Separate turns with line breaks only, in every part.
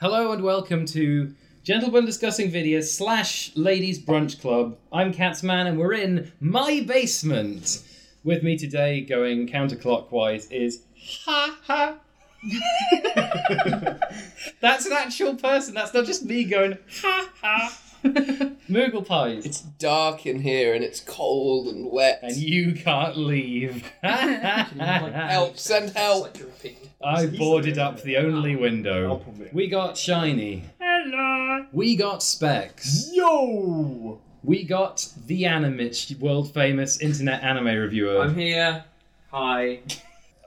Hello and welcome to Gentlemen Discussing Video slash Ladies Brunch Club. I'm Catsman and we're in my basement. With me today, going counterclockwise, is Ha Ha. That's an actual person. That's not just me going Ha Ha. Moogle pies.
It's dark in here and it's cold and wet.
and you can't leave.
help, send help.
I boarded up the only
I'll
window.
probably-
We got Shiny.
Hello.
We got Specs.
Yo!
We got the Animich, world famous internet anime reviewer.
I'm here. Hi.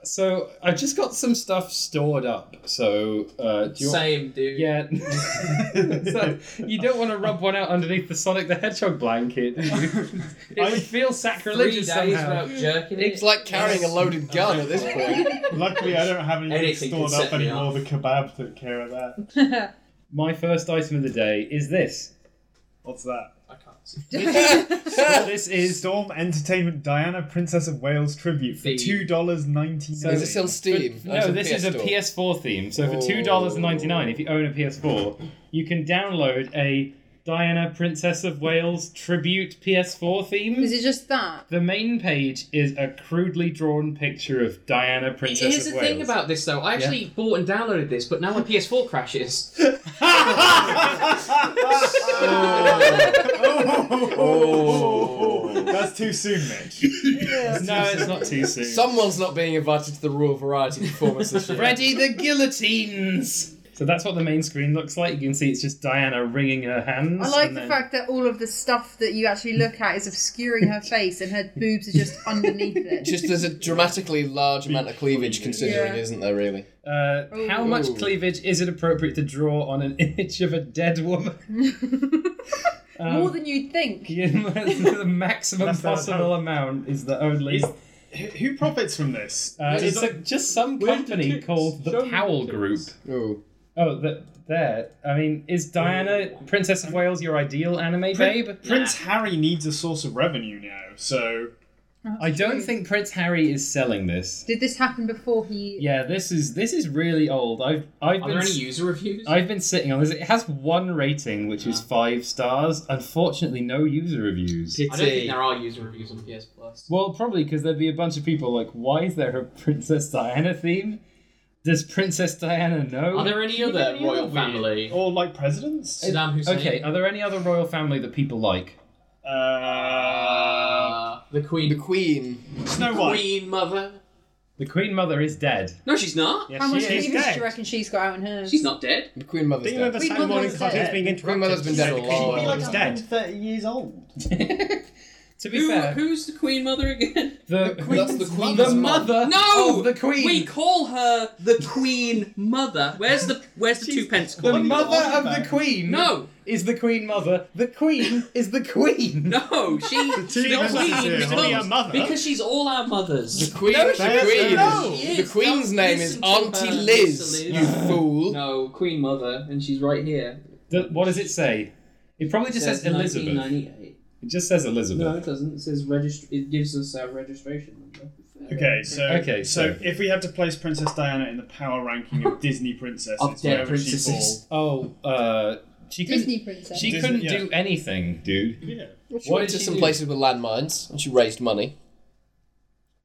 So I've just got some stuff stored up. So uh, do you want...
Same dude.
Yeah. so you don't want to rub one out underneath the Sonic the Hedgehog blanket. do you? It would feel
Three days
sacrilegious somehow.
without jerking
It's
it.
like carrying a loaded gun at this point.
Luckily, I don't have anything
Anything can
stored
set
up
me
anymore.
off.
The kebab took care of that.
My first item of the day is this.
What's that?
I can't see. Ah!
This is
Storm Entertainment Diana Princess of Wales tribute for
The-
two dollars ninety nine.
Is this on Steam?
But
That's
no, this
PS
is a
Store.
PS4 theme. So
Oh.
for two dollars and ninety nine, if you own a PS4, you can download a Diana Princess of Wales tribute PS4 theme.
Is it just that?
the main page is a crudely drawn picture of Diana Princess
Here's
of
the
Wales.
thing about this though. I actually bought and downloaded this, but now my PS4 crashes.
Oh.
That's too soon, Mitch.
no, it's not too soon.
Someone's not being invited to the Royal Variety performance this year.
Ready the guillotines. So that's what the main screen looks like. You can see it's just Diana wringing her hands.
I like
and
the
then-
fact that all of the stuff that you actually look at is obscuring her face and her boobs are just underneath it.
Just there's a dramatically large amount of cleavage considering,
Yeah.
isn't there, really?
Uh, how much
Ooh.
cleavage is it appropriate to draw on an image of a dead woman?
More than you'd think.
Yeah, the maximum
That's how it
possible amount is the only. Uh,
Who profits from this?
it's
Does-
a, just some
Where do
company
tits?
called the
Show me
Powell
tits.
Group.
Oh.
Oh, the, there. I mean, is
Oh.
Diana, Princess of Wales, your ideal anime
Prin-
babe?
Prince Harry needs a source of revenue now, so
Um, I don't think Prince Harry is selling this.
Did this happen before he?
Yeah, this is this is really old. I've I've
Are
been
there any
s-
user reviews?
I've been sitting on this. It has one rating, which
Ah.
is five stars. Unfortunately, no user reviews.
I don't think there are user reviews on PS Plus.
Well, probably because there'd be a bunch of people like, why is there a Princess Diana theme? Does Princess Diana know?
Are there any
You
other
get any
royal
other
family?
weird- or like presidents?
Saddam Hussein.
okay, are there any other royal family that people like?
Uh,
Uh, the Queen.
The Queen.
Snow White.
Queen Mother.
The Queen Mother is dead.
No, she's not.
Yes,
How much
she is
cleavage do you
dead.
reckon she's got out in hers?
She's not dead.
The Queen Mother's
Do you know the
dead.
Queen
Saturday morning
Mother's
cartoon's
dead.
being interrupted?
Queen Mother's been dead a
She's like-
long
she'd be like
time.
130 years old.
To be
Who,
fair,
who's the Queen Mother again?
the,
That's the Queen's
the
mother.
mother
No!
of the Queen.
We call her the Queen Mother. Where's the Where's the two pence
the
coin?
mother of
Oliver.
the Queen
No,
is the Queen Mother. The Queen is the Queen.
no, she.
two
the
differences
Queen
here.
becomes-
Only a mother.
because she's all our
The
mothers.
Queen,
No, she
the Queen.
No.
She
The
is.
Queen's
Don't
name is
listen to
Auntie
her,
Liz,
Mr.
you fool.
No, Queen Mother, and she's right here.
The- what does it say? It probably just says
Says
Elizabeth.
1998.
It just says Elizabeth.
No, it doesn't. It says regist- It gives us our registration number.
Okay, so
Okay,
so,
so-
if we had to place Princess Diana in the power ranking of Disney princesses,
Of dead
wherever she
princesses.
Oh, uh, she couldn't.
Disney princess.
She
Disney,
couldn't
yeah.
do anything, dude.
falls- Yeah.
She
What
went
did
to
she
some
do?
places with landmines and she raised money.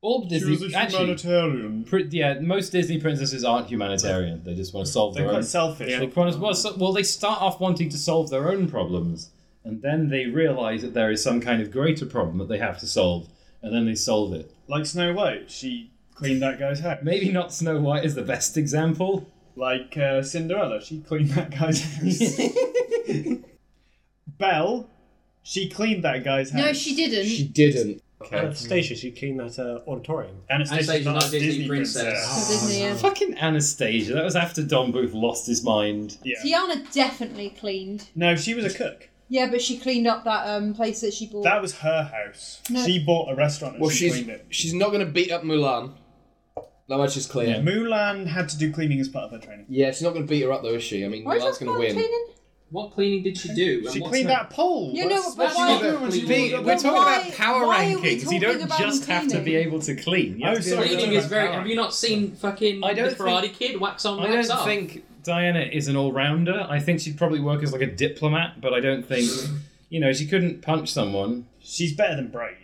All Disney, actually,
humanitarian.
Pri- yeah, most Disney princesses aren't humanitarian. They just want to solve
They're
their own.
quite selfish.
They want to, well, so, well, they start off wanting to solve their own problems, and then they realize that there is some kind of greater problem that they have to solve, and then they solve it.
Like Snow White, she cleaned that guy's house.
Maybe not Snow White is the best example.
Like uh, Cinderella, she cleaned that guy's house. Belle, she cleaned that guy's house.
No, she didn't.
didn't.
Uh, Anastasia, she cleaned that uh, auditorium.
Anastasia's
Anastasia's
not,
not
a
Disney
Disney,
princess.
princess.
Oh, Disney, yeah.
Fucking Anastasia. That was after Don Booth lost his mind.
Yeah.
Tiana definitely cleaned.
No, she was a cook.
Yeah, but she cleaned up that um place that she bought.
That was her house.
No.
She bought a restaurant and
Well,
she
she's
cleaned it.
she's not going to beat up Mulan. That much is clear. Yeah,
Mulan had to do cleaning as part of her training.
she's not going to beat her up though, is she? I mean,
Why is
Mulan's
that
going to win.
cleaning?
What cleaning did she do? and
She
what's
cleaned
her-
that pole.
You know,
That's-
but
that's
why-
what she did when she
Be-
cleaned it.
we're
But
talking
why-
about power
why are we
rankings. You don't
talking about
just have to
cleaning? Oh,
be able to clean. You
I'm
have to be able
sorry,
to
Cleaning
Yeah.
is very. Have you not seen fucking
I don't
The Karate Kid? Wax on,
I
wax
don't
off.
think Diana is an all-rounder. I think she'd probably work as like a diplomat, but I don't think, you know, she couldn't punch someone.
She's better than Brave.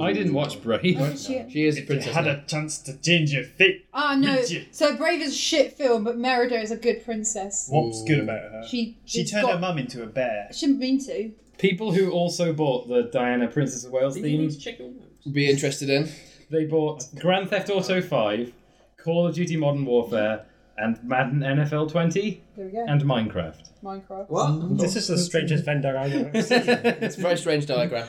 I didn't watch Brave.
She is a
If you
princess.
had
now.
a chance to change your fate,
Ah, no.
Bridget.
So Brave is a shit film, but Merida is a good princess.
what's good about her?
She
She
has
turned
got,
her mum into a bear.
She didn't mean to.
People who also bought the Diana Princess of Wales
Did you need
theme,
to check your notes?
Be interested in.
they bought Grand Theft Auto 5, Call of Duty Modern Warfare, and Madden NFL 20,
There we go.
and Minecraft.
Minecraft.
What?
This is the strangest Venn diagram I've ever seen.
It's a very strange diagram.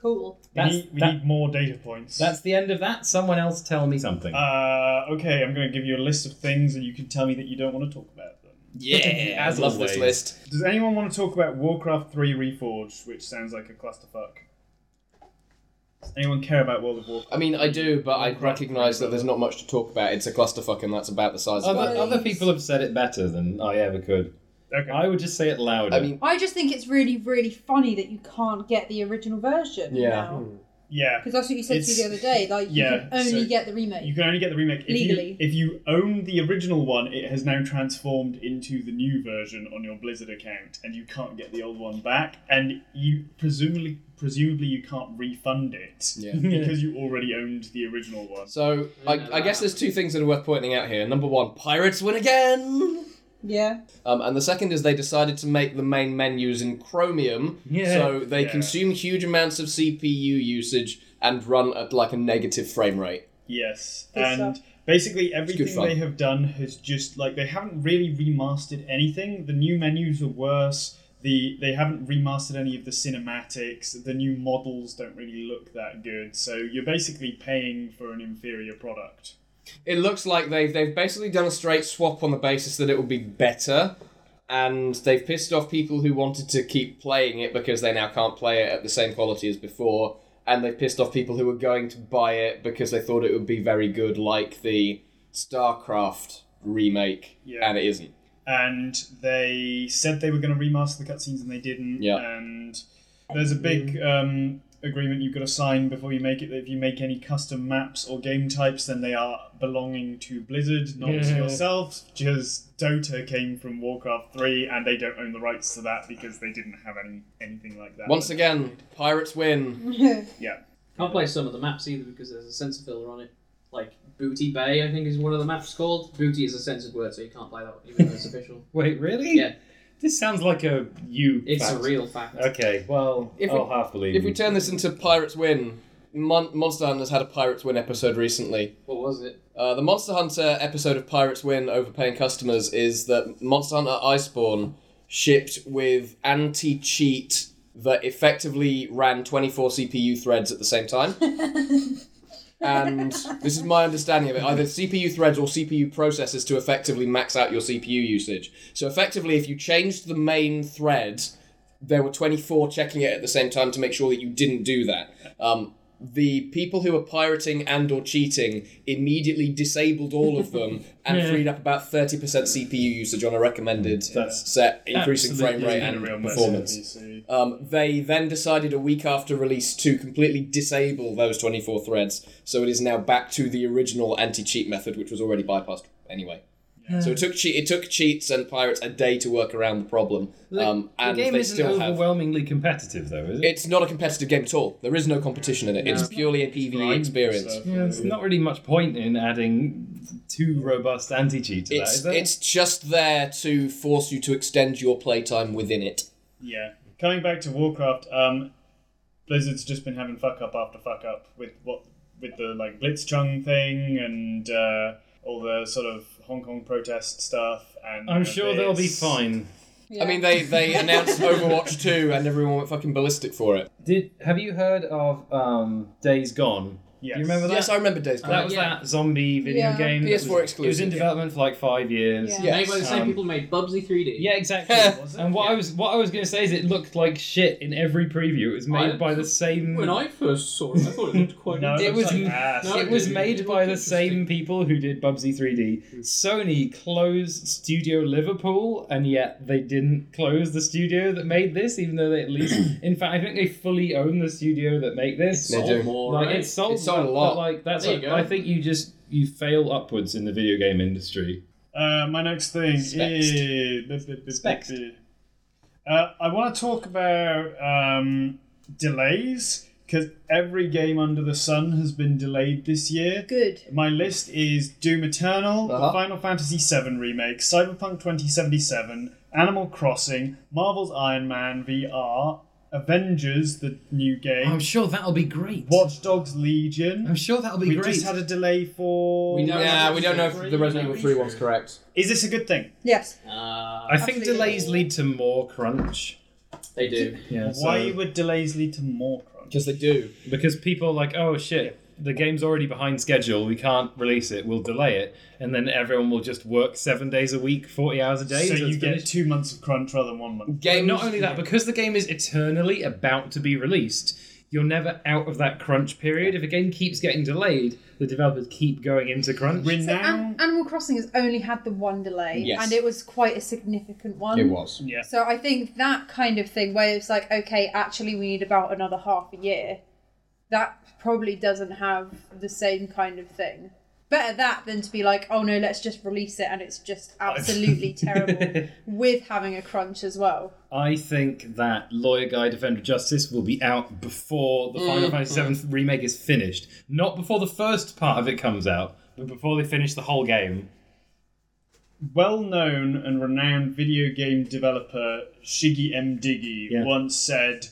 Cool.
We,
That's-
need, we
that-
need more data points.
That's the end of that. Someone else tell me something.
Uh, okay, I'm going to give you a list of things, and you can tell me that you don't want to talk about them.
Yeah,
As
I love this
always.
list.
Does anyone want to talk about Warcraft 3 Reforged, which sounds like a clusterfuck? Does anyone care about World of Warcraft?
I mean, I do, but I recognise that there's not much to talk about. It's a clusterfuck, and that's about the size of
other,
it.
other people have said it better than I ever could.
Okay.
I would just say it louder.
I mean,
I just think it's really, really funny that you can't get the original version.
Yeah. Hmm.
yeah.
Because that's what you said to me
It's-
the other day. Like, you
yeah,
can only
so-
get the remake.
You can only get the remake if
Legally.
You, if you own the original one, it has now transformed into the new version on your Blizzard account, and you can't get the old one back. And you presumably, presumably, you can't refund it
Yeah.
because you already owned the original one.
so I, I guess there's two things that are worth pointing out here. Number one, pirates win again.
Yeah.
Um, and the second is they decided to make the main menus in Chromium,
Yeah.
so they
Yeah.
consume huge amounts of CPU usage and run at like a negative frame rate.
Yes,
Good
and basically everything
fun.
they have done has just like they haven't really remastered anything. The new menus are worse. The they haven't remastered any of the cinematics. The new models don't really look that good. So you're basically paying for an inferior product.
It looks like they've they've basically done a straight swap on the basis that it will be better, and they've pissed off people who wanted to keep playing it because they now can't play it at the same quality as before, and they've pissed off people who were going to buy it because they thought it would be very good, like the StarCraft remake,
Yeah.
and it isn't.
And they said they were going to remaster the cutscenes and they didn't.
Yeah.
And there's a big um, agreement you've got to sign before you make it that if you make any custom maps or game types, then they are belonging to Blizzard, not to
Yeah.
yourself. Just Dota came from Warcraft 3 and they don't own the rights to that because they didn't have any anything like that.
Once again, pirates win.
Yeah.
Can't play some of the maps either because there's a sensor filler on it. Like Booty Bay, I think is one of the maps called. Booty is a censored word, so you can't play that one, even though it's official.
Wait, really?
Yeah.
This sounds like a you.
It's
fact.
a real fact.
Okay, well,
If we-
I'll half believe
If
you.
we turn this into Pirates Win, Mon- Monster Hunter's had a Pirates Win episode recently.
What was it?
Uh, the Monster Hunter episode of Pirates Win Overpaying Customers is that Monster Hunter Iceborne shipped with anti cheat that effectively ran 24 CPU threads at the same time. and this is my understanding of it either CPU threads or CPU processors to effectively max out your CPU usage. So, effectively, if you changed the main thread, there were 24 checking it at the same time to make sure that you didn't do that. Um, the people who were pirating and or cheating immediately disabled all of them and
Yeah.
freed up about 30% CPU usage on a recommended
That's
set, increasing frame
absolutely
rate
been
and
Real mess,
performance.
obviously.
Um, they then decided a week after release to completely disable those 24 threads, so it is now back to the original anti-cheat method, which was already bypassed anyway. So it took che- it took cheats and pirates a day to work around the problem, um,
the
and
game
they
isn't
still have.
overwhelmingly competitive, though, is it?
It's not a competitive game at all. There is no competition in it. It's purely a PvE
Grind
experience.
stuff.
Yeah, there's not really much point in adding too robust anti cheat to that,
It's
is there?
it's just there to force you to extend your playtime within it.
Yeah. Coming back to Warcraft, um, Blizzard's just been having fuck up after fuck up with what with the like Blitzchung thing and uh, all the sort of Hong Kong protest stuff. And
I'm sure they'll be
this.
fine.
yeah.
I mean, they they announced Overwatch 2 and everyone went fucking ballistic for it.
Did Have you heard of um, Days Gone?
Yes.
Do you remember that?
Yes, I remember Days Gone.
that was
yeah.
that zombie video
Yeah.
game. that
PS4
was, It was in
exclusive.
development for like five years.
Yeah.
Yes.
Made by the same
Um,
people who made Bubsy 3D.
Yeah, exactly.
Was it?
and what I was what I was going to say is it looked like shit in every preview. It was made
I-
by the same.
When I first saw it, I thought it looked quite.
No,
It
it
interesting.
was
was like
n-
ass.
no,
it was
It
made
looked
by the
interesting.
same people who did Bubsy 3D. Sony closed Studio Liverpool, and yet they didn't close the studio that made this, even though they at least, in fact, I think they fully own the studio that make this.
They
Sold
do.
more,
like
right?
it's sold,
It sold a
but-
lot.
But, like that's
There you
like,
go.
I think you just you fail upwards in the video game industry.
Uh, my next thing
Spexed.
is.
Spexed.
Uh, I want to talk about um, delays because every game under the sun has been delayed this year.
Good.
My list is Doom Eternal, the
Uh-huh.
Final Fantasy VII Remake, Cyberpunk 2077, Animal Crossing, Marvel's Iron Man VR, Avengers, the new game,
Oh, I'm sure that'll be great.
Watch Dogs Legion.
I'm sure that'll be
we
Oh, great.
just had a delay for.
We don't-
Yeah, we don't know if the Resident Evil 3 one's correct.
Is this a good thing?
Yes.
Uh,
I think
Absolutely.
delays lead to more crunch.
they do.
Yeah.
Why
so-
would delays lead to more crunch?
Because they do.
Because people are like, oh shit, the game's already behind schedule. We can't release it. We'll delay it, and then everyone will just work seven days a week, forty hours a day.
so
until
you
it's
get
finished.
two months of crunch rather than one month.
But
Games,
not only that, because the game is eternally about to be released, you're never out of that crunch period. If a game keeps getting delayed, the developers keep going into crunch.
We're
So
now.
An- Animal Crossing has only had the one delay,
Yes.
and it was quite a significant one.
It was.
Yeah.
So I think that kind of thing, where it's like, okay, actually, we need about another half a year. That probably doesn't have the same kind of thing. Better that than to be like, oh no, let's just release it, and it's just absolutely terrible with having a crunch as well.
I think that Lawyer Guy Defender of Justice will be out before the Final Fantasy VII remake is finished. Not before the first part of it comes out, but before they finish the whole game.
Well known and renowned video game developer Shiggy M. Diggy
Yeah.
once said,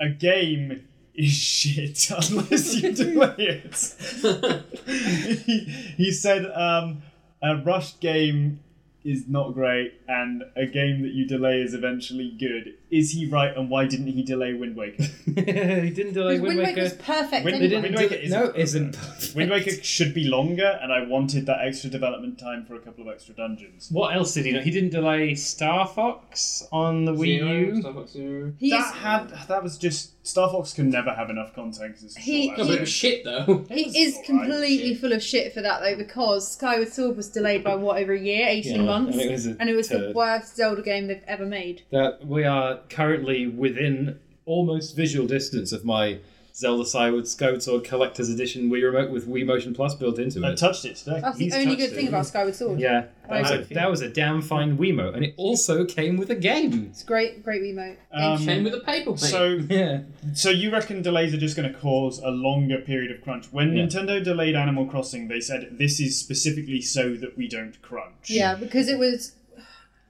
A game is shit unless you delay it. he, he said, um, A rushed game is not great and a game that you delay is eventually good. Is he right and why didn't he delay Wind Waker?
he didn't delay Wind
Wind Waker's
Waker.
perfect.
Wind-
They
anyway.
didn't
Wind
do-
Waker isn't
no,
perfect.
isn't perfect.
Wind Waker should be longer and I wanted that extra development time for a couple of extra dungeons.
What else did he do? He didn't delay Star Fox on the Wii
Zero,
U.
Star Fox Zero.
He's-
that had that was just Star Fox can never have enough content. 'cause it's a
He-
short
No, but it
episode.
was shit though.
He is
Alright,
completely
shit.
full of shit for that though, because Skyward Sword was delayed by what over a year, eighteen
Yeah,
months,
and it was a
the
turd.
worst Zelda game they've ever made.
that we are currently within almost visual distance of my Zelda Skyward Skyward Sword Collector's Edition Wii Remote with Wii Motion Plus built into
I
it.
touched it today.
That's
He's
the only
touched
good
it.
thing about Skyward Sword.
Yeah, that was,
I-
a, that was a damn fine Wiimote, and it also came with a game.
It's great, great remote.
Um,
Shame with a paper plate.
So,
Yeah,
so you reckon delays are just going to cause a longer period of crunch? When
Yeah.
Nintendo delayed Animal Crossing, they said this is specifically so that we don't crunch.
yeah, because it was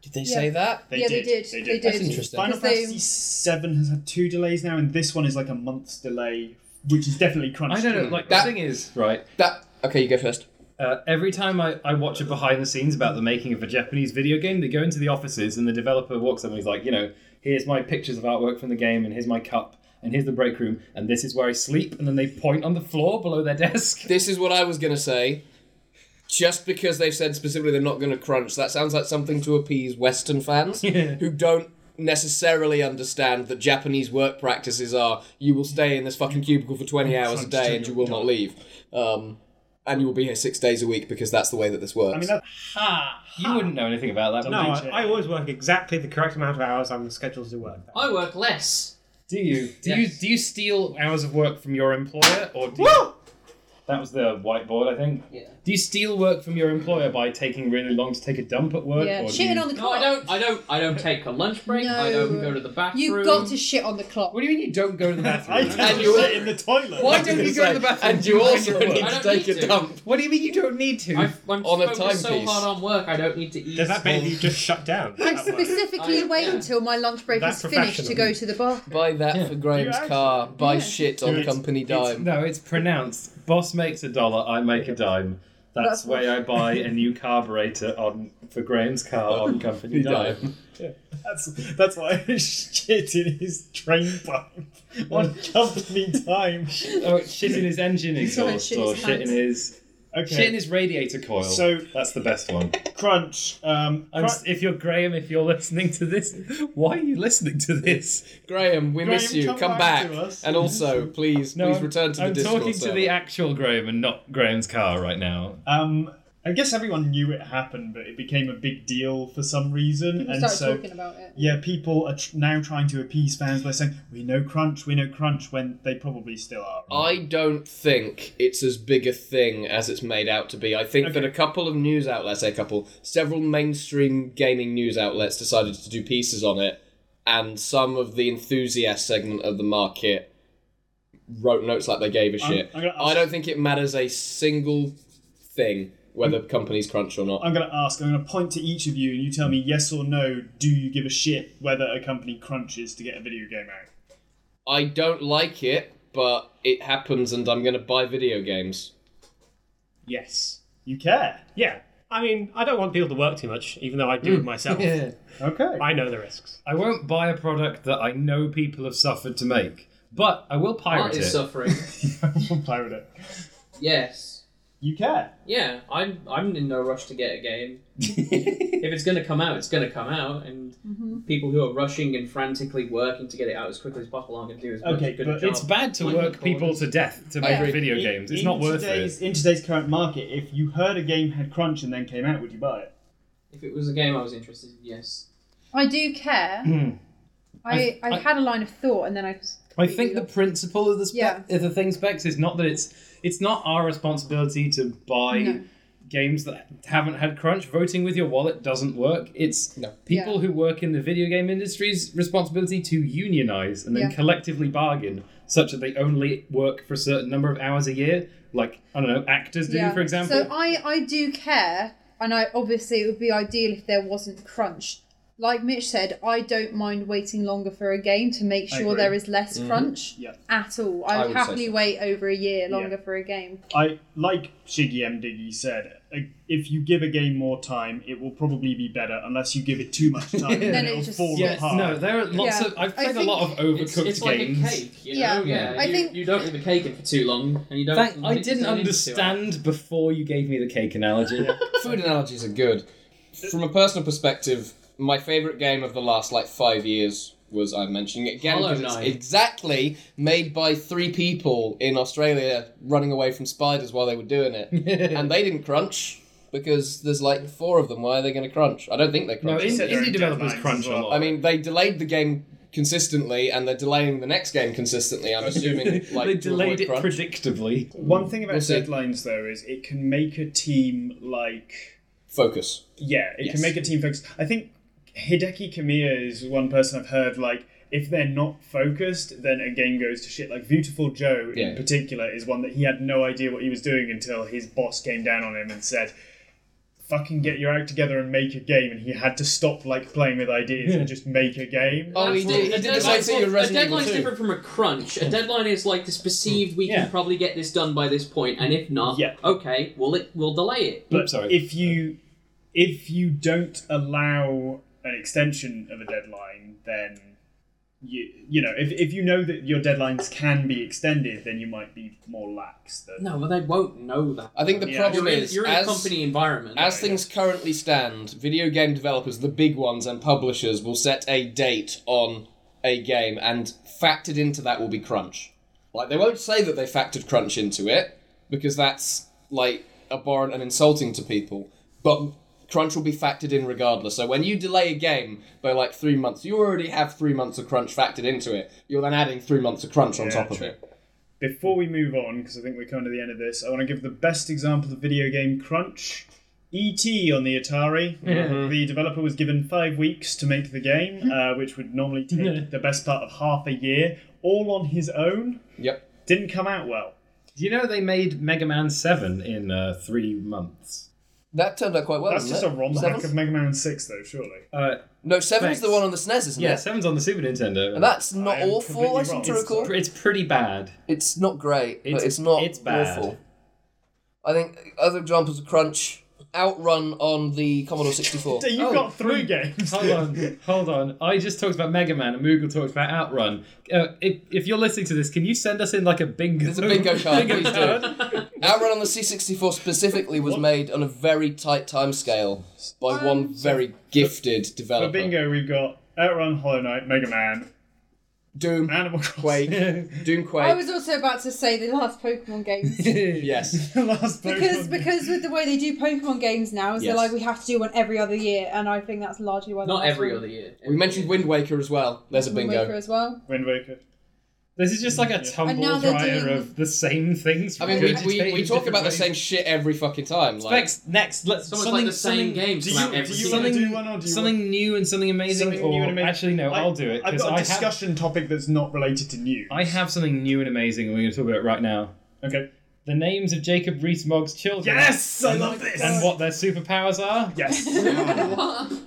Did they
Yeah.
say that?
They
yeah
did.
they did
They did.
That's interesting.
Final
Because they-
Fantasy Seven has had two delays now, and this one is like a month's delay, which is definitely crunch.
I don't know. Like
That-
the thing is, right?
That. Okay, you go first.
Uh, every time I, I watch a behind the scenes about the making of a Japanese video game, they go into the offices and the developer walks up and he's like, you know, here's my pictures of artwork from the game, and here's my cup, and here's the break room, and this is where I sleep, and then they point on the floor below their desk.
This is what I was going to say. Just because they've said specifically they're not going to crunch, that sounds like something to appease Western fans who don't necessarily understand that Japanese work practices are you will stay in this fucking cubicle for 20 hours a
crunch till
day and you
you're
will not leave. Um, and you will be here six days a week because that's the way that this works.
I mean, that,
Ha!
You wouldn't know anything about that, would
No,
you?
I, I always work exactly the correct amount of hours I'm scheduled to work.
I work less.
Do you? Do you?
Yes.
Do you steal hours of work from your employer, or do you,
Woo!
that was the whiteboard, I think.
Yeah.
Do you steal work from your employer by taking really long to take a dump at work?
yeah
or do
shitting
you-
on the
No,
clock.
I don't. I don't. I don't take a lunch break. I
No.
don't go to the bathroom.
You've got to shit on the clock.
What do you mean you don't go to the bathroom?
I and
you-
you sit in the toilet.
I
Why
don't
don't you
think
go
so.
to the bathroom?
And you also need
when you're
to
at work?
take a dump.
what do you mean you don't need to?
I, I'm
On a
focused so
timepiece.
hard on work. I don't need to eat.
Does that mean you just shut down?
I
at work?
specifically
I-
wait
yeah.
until my lunch break
That's
is finished to
professional.
go to the bar.
Buy that
Yeah.
for Graham's
actually-
car. Buy
Yeah.
shit
Yeah,
on
it's-
company
It's-
dime.
no, it's pronounced boss makes a dollar, I make a dime. That's
That's
why I buy a new carburetor on for Graham's car on company dime.
That's that's why I shit in his train pipe on company time.
Oh, it's shit in his engine
He's got
exhaust
shit
or
in his
shit in
pants.
his shit in
Okay,
his radiator coil.
So-
that's the best one.
crunch. Um,
I'm,
crunch-
s- if you're Graham, if you're listening to this, why are you listening to this?
Graham, we
Graham,
miss you.
come
Come,
back
back.
to us.
And also, please, please
I'm,
return to the
I'm
Discord
talking to
server.
the actual Graham and not Graham's car right now.
Um, I guess everyone knew it happened, but it became a big deal for some reason,
People
and
started
so
talking about it.
yeah, people are tr- now trying to appease fans by saying we know Crunch, we know Crunch, when they probably still are.
I don't think it's as big a thing as it's made out to be. I think that a couple of news outlets, a couple, several mainstream gaming news outlets decided to do pieces on it, and some of the enthusiast segment of the market wrote notes like they gave a
I'm-
shit.
I'm gonna ask-
I don't think it matters a single thing whether companies crunch or not.
I'm going to ask. I'm going to point to each of you, and you tell me yes or no. Do you give a shit whether a company crunches to get a video game out?
I don't like it, but it happens, and I'm going to buy video games.
Yes.
You care.
Yeah. I mean, I don't want people to work too much, even though I do it myself.
Okay.
I know the risks.
I Mm. won't buy a product that I know people have suffered to make, but I will pirate
Art is
it.
suffering.
We'll play with it.
yes.
You care.
Yeah, I'm. I'm in no rush to get a game. If it's going to come out, it's going to come out, and
Mm-hmm.
people who are rushing and frantically working to get it out as quickly as possible aren't going to do as much
Okay,
good a
but
job.
it's bad to
Like
work
the
people
corners.
to death to make
agree.
video
In-
games. It's
E- in
not worth
today's,
it.
In today's current market, if you heard a game had crunch and then came out, would you buy it?
If it was a game I was interested in, yes.
I do care. I, I,
I-
had a line of thought and then I was.
I think the principle of the spec, of the thing specs is not that it's it's not our responsibility to buy
No.
games that haven't had crunch. Voting with your wallet doesn't work. It's
No.
people who work in the video game industry's responsibility to unionize and then
Yeah.
collectively bargain such that they only work for a certain number of hours a year, like I don't know, actors do,
Yeah.
for example.
So I, I do care, and I obviously it would be ideal if there wasn't crunch. Like Mitch said, I don't mind waiting longer for a game to make
I
sure
agree.
there is less crunch
Yeah.
at all.
Mm-hmm. I
I would
would say
happily
so.
wait over a year longer for a game.
I like Shiggy M Diggy said. uh, If you give a game more time, it will probably be better, unless you give it too much time, and
Then
then
it
it will
just
fall
sits.
yeah,
apart.
no, there are lots
Yeah.
of. I've
I
played a
think
lot of
It's,
overcooked
it's like
games.
a cake, you know?
Yeah.
Yeah,
I
you,
think-
you don't leave a cake in for too long, and you don't.
Thank- I
it
didn't
doesn't need to.
understand before you gave me the cake analogy.
Food analogies are good. From a personal perspective, my favourite game of the last like five years was I'm mentioning it again
Hollow
because it's
Knight.
exactly made by three people in Australia running away from spiders while they were doing it, and they didn't crunch because there's like four of them. Why are they going to crunch? I don't think they
no,
crunch.
in,
Set their
indie
own
developers
deadlines as
crunch a
well.
lot.
I mean, they delayed the game consistently, and they're delaying the next game consistently. I'm assuming like
they
to
delayed
avoid
it
crunch.
predictably.
One thing about
We'll see.
deadlines, though, is it can make a team like
Focus.
Yeah, it
Yes.
can make a team focus. I think Hideki Kamiya is one person I've heard like if they're not focused, then a game goes to shit. Like Beautiful Joe
Yeah.
in particular is one that he had no idea what he was doing until his boss came down on him and said, "Fucking get your act together and make a game." And he had to stop like playing with ideas and just make a game.
Oh, he
That's
did. He
what-
did
a
the same
deadline's-
thing with Resident
A
Evil
deadline's
2.
different from a crunch. A deadline is like this perceived we
Yeah.
can probably get this done by this point, and if not,
Yeah.
okay, well it we'll delay it.
But sorry.
if you if you don't allow an extension of a deadline then you you know if, if you know that your deadlines can be extended then you might be more lax than
No, but they won't know that.
I think the
Yeah.
problem
you're in,
is
you're in
as
a company environment.
As things currently stand, video game developers, the big ones and publishers, will set a date on a game, and factored into that will be crunch. Like, they won't say that they factored crunch into it, because that's, like, abhorrent and insulting to people. But crunch will be factored in regardless. So when you delay a game by, like, three months, you already have three months of crunch factored into it. You're then adding three months of crunch on
Yeah,
top of
true.
it.
before we move on because i think we're coming to the end of this i want to give the best example of video game crunch et on the atari
Mm-hmm.
the developer was given five weeks to make the game uh, which would normally take the best part of half a year all on his own
Yep.
didn't come out well
Do you know they made Mega Man 7 in uh, three months?
That turned out quite well.
that's just
didn't
a
it?
rom hack
Seven?
of mega man 6 though surely
Uh,
No, seven's the
Thanks.
one on the SNES, isn't
yeah,
it?
7's on the Super Nintendo.
And that's not
I am
awful, I
completely
seem
wrong.
to
It's
recall.
it's pretty bad.
It's not great,
It's-
but it's not
it's bad.
awful. I think other examples of crunch outrun on the Commodore 64.
You've
Oh,
got three games.
Hold on, hold on. I just talked about Mega Man and Moogle talked about Outrun. Uh, if, if you're listening to this, can you send us in like a bingo?
There's a bingo card,
bingo
please
card?
do. Outrun on the C64 specifically was made on a very tight timescale by one very gifted
For
developer.
bingo, we've got Outrun, Hollow Knight, Mega Man,
Doom,
Animal Crossing.
Quake, Doom,
I
Quake.
was also about to say the last Pokemon games.
Yes.
The last
Because
Pokemon.
because with the way they do Pokemon games now, is they're
Yes.
like we have to do one every other year, and I think that's largely why. the
Not
last
every
one-
other year.
We mentioned Wind Waker as well. There's a
Wind Waker
bingo.
as well.
Wind Waker.
This is just like a
And
tumble
now they're
dryer
doing-
of the same things.
I mean, we, we, we talk about the same shit every fucking time. Like,
Next, next, let's
It's almost
something
like the
something-
same game.
Do
come out
you,
every
do you
year.
want to
Something-
do one or do you
Something new and something amazing.
Something
or
new and amazing.
actually, no,
I,
I'll do it
I've
because
got a
I have
discussion topic that's not related to news.
I have something new and amazing, and we're going to talk about it right now.
Okay.
The names of Jacob Rees-Mogg's children.
Yes, I love this.
And what their superpowers are?
Yes.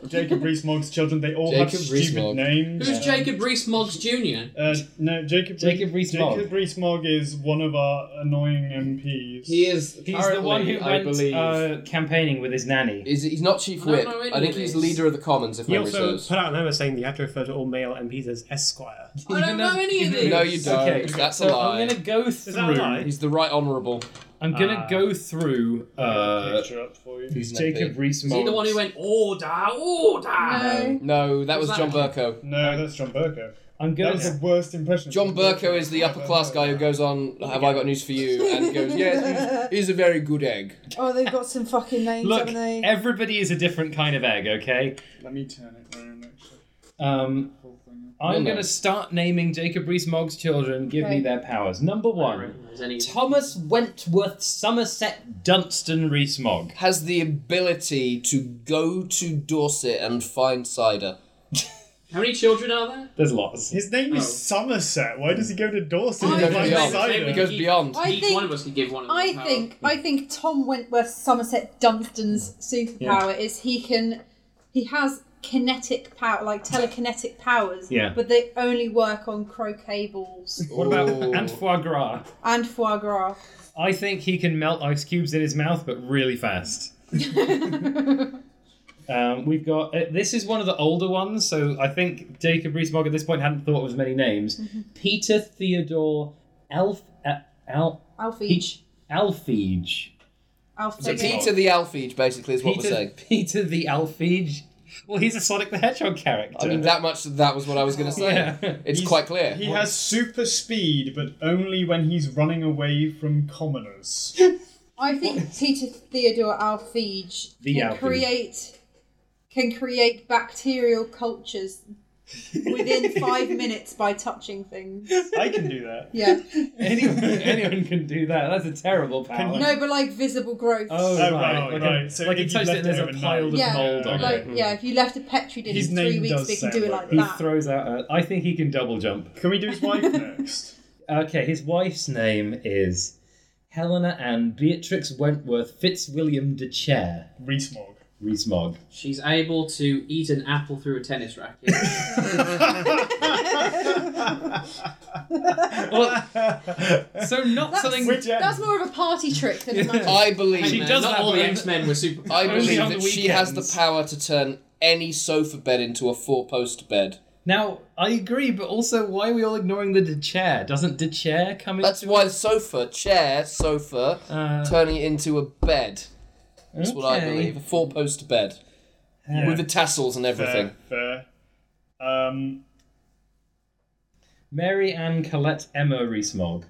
Jacob Rees-Mogg's children. They all have
Jacob
stupid
Rees-Mogg.
names.
Who's Jacob Rees-Mogg Jr.?
Uh, no, Jacob.
Jacob Rees-Mogg.
Jacob Rees-Mogg is one of our annoying MPs.
he is
He's the one who
currently, I
went
believe,
uh, campaigning with his nanny.
is he's not chief
I don't
whip.
know any
I think
of
he's
these.
leader of the Commons, if
He
memory
also
serves.
put out an memo saying that you have to refer to all male MPs as Esquire.
I don't
Even
know
though-
any of
even
these.
though-
No, you don't.
Okay,
That's
so
a lie.
I'm going to go through.
Is that a lie?
He's the right honourable.
I'm going to
Ah.
go through uh,
Picture up for you.
He's
Jacob
Is
Rees-Mogg.
he the one who went order, order?
No.
No, that was
Was
John
that-
Burko.
No, that's John Burko.
I'm
That
going
was
to.
the worst impression. of
John Burko is the
I've
upper class
ever
guy who
heard.
goes on, Have I got news for you? And goes, Yes, he's a very good egg.
Oh, they've got some fucking names,
Look,
haven't they?
everybody is a different kind of egg, okay?
Let me turn it round. Actually,
Um,
whole thing.
I'm
Well, no.
going to start naming Jacob Rees-Mogg's children. Give me
Okay.
their powers. Number
I don't
one.
recognise any.
Thomas Wentworth Somerset Dunstan Rees-Mogg.
Has the ability to go to Dorset and find cider.
How many children are there?
There's lots.
His name
Oh.
is Somerset. Why does he go to Dorset?
I
He
He's
goes
like
think-
beyond.
cider.
He goes beyond.
I
Each
think-
one of us could give one of them.
I
a power.
think I think Tom Wentworth Somerset Dunstan's superpower is he can he has kinetic power like telekinetic powers.
Yeah.
But they only work on croquet balls
What about
Ooh.
and foie gras?
and foie gras.
I think he can melt ice cubes in his mouth, but really fast. Um, we've got uh, this is one of the older ones, so I think Jacob Rees-Mogg at this point hadn't thought of as many names. Peter Theodore Elf uh, Al
Alfie.
Peach Alphege.
So
Alfie.
Peter the Alphege, basically, is what we're
Peter
saying.
Peter the Alphege. Well, he's a Sonic the Hedgehog character.
I mean, that much, that was what I was going to say.
Yeah.
It's
He's-
quite clear.
He has super speed, but only when he's running away from commoners.
I think Peter Theodore Alfege
The
can
Alphege.
create can create bacterial cultures within five minutes by touching things.
I can do that.
Yeah.
anyone, anyone can do that. That's a terrible power.
No, but like visible growth.
Oh,
Oh,
right.
right,
Like, A,
right. So
like a
if you
toast that
left
there's
it
a
overnight-
pile of
Yeah,
mold on
Like
it.
yeah, if you left a petri dish
His
in
name
three weeks,
does
they can
sound
do it
like
like
He
that.
throws out. A, I think he can double jump.
Can we do his wife next?
Okay, his wife's name is Helena Ann Beatrix Wentworth Fitzwilliam de Chair
Rees-Mogg.
Rees-Mogg.
She's able to eat an apple through a tennis racket.
So not something.
Which end?
That's more of a party trick than a magic.
I
Hey,
believe.
man,
does
uh, not
that
all the
one.
X Men were super.
I
Only
believe
on
that
the
she has the
weekends.
power to turn any sofa bed into a four-post bed.
Now I agree, but also why are we all ignoring the de Chair? Doesn't de Chair come in?
That's why the sofa, chair, sofa,
Uh,
turning it into a bed. That's what I
Okay.
believe. A four-post bed
Yeah.
with the tassels and everything.
Fair, fair. Um,
Mary Ann Colette Emma Rees-Mogg.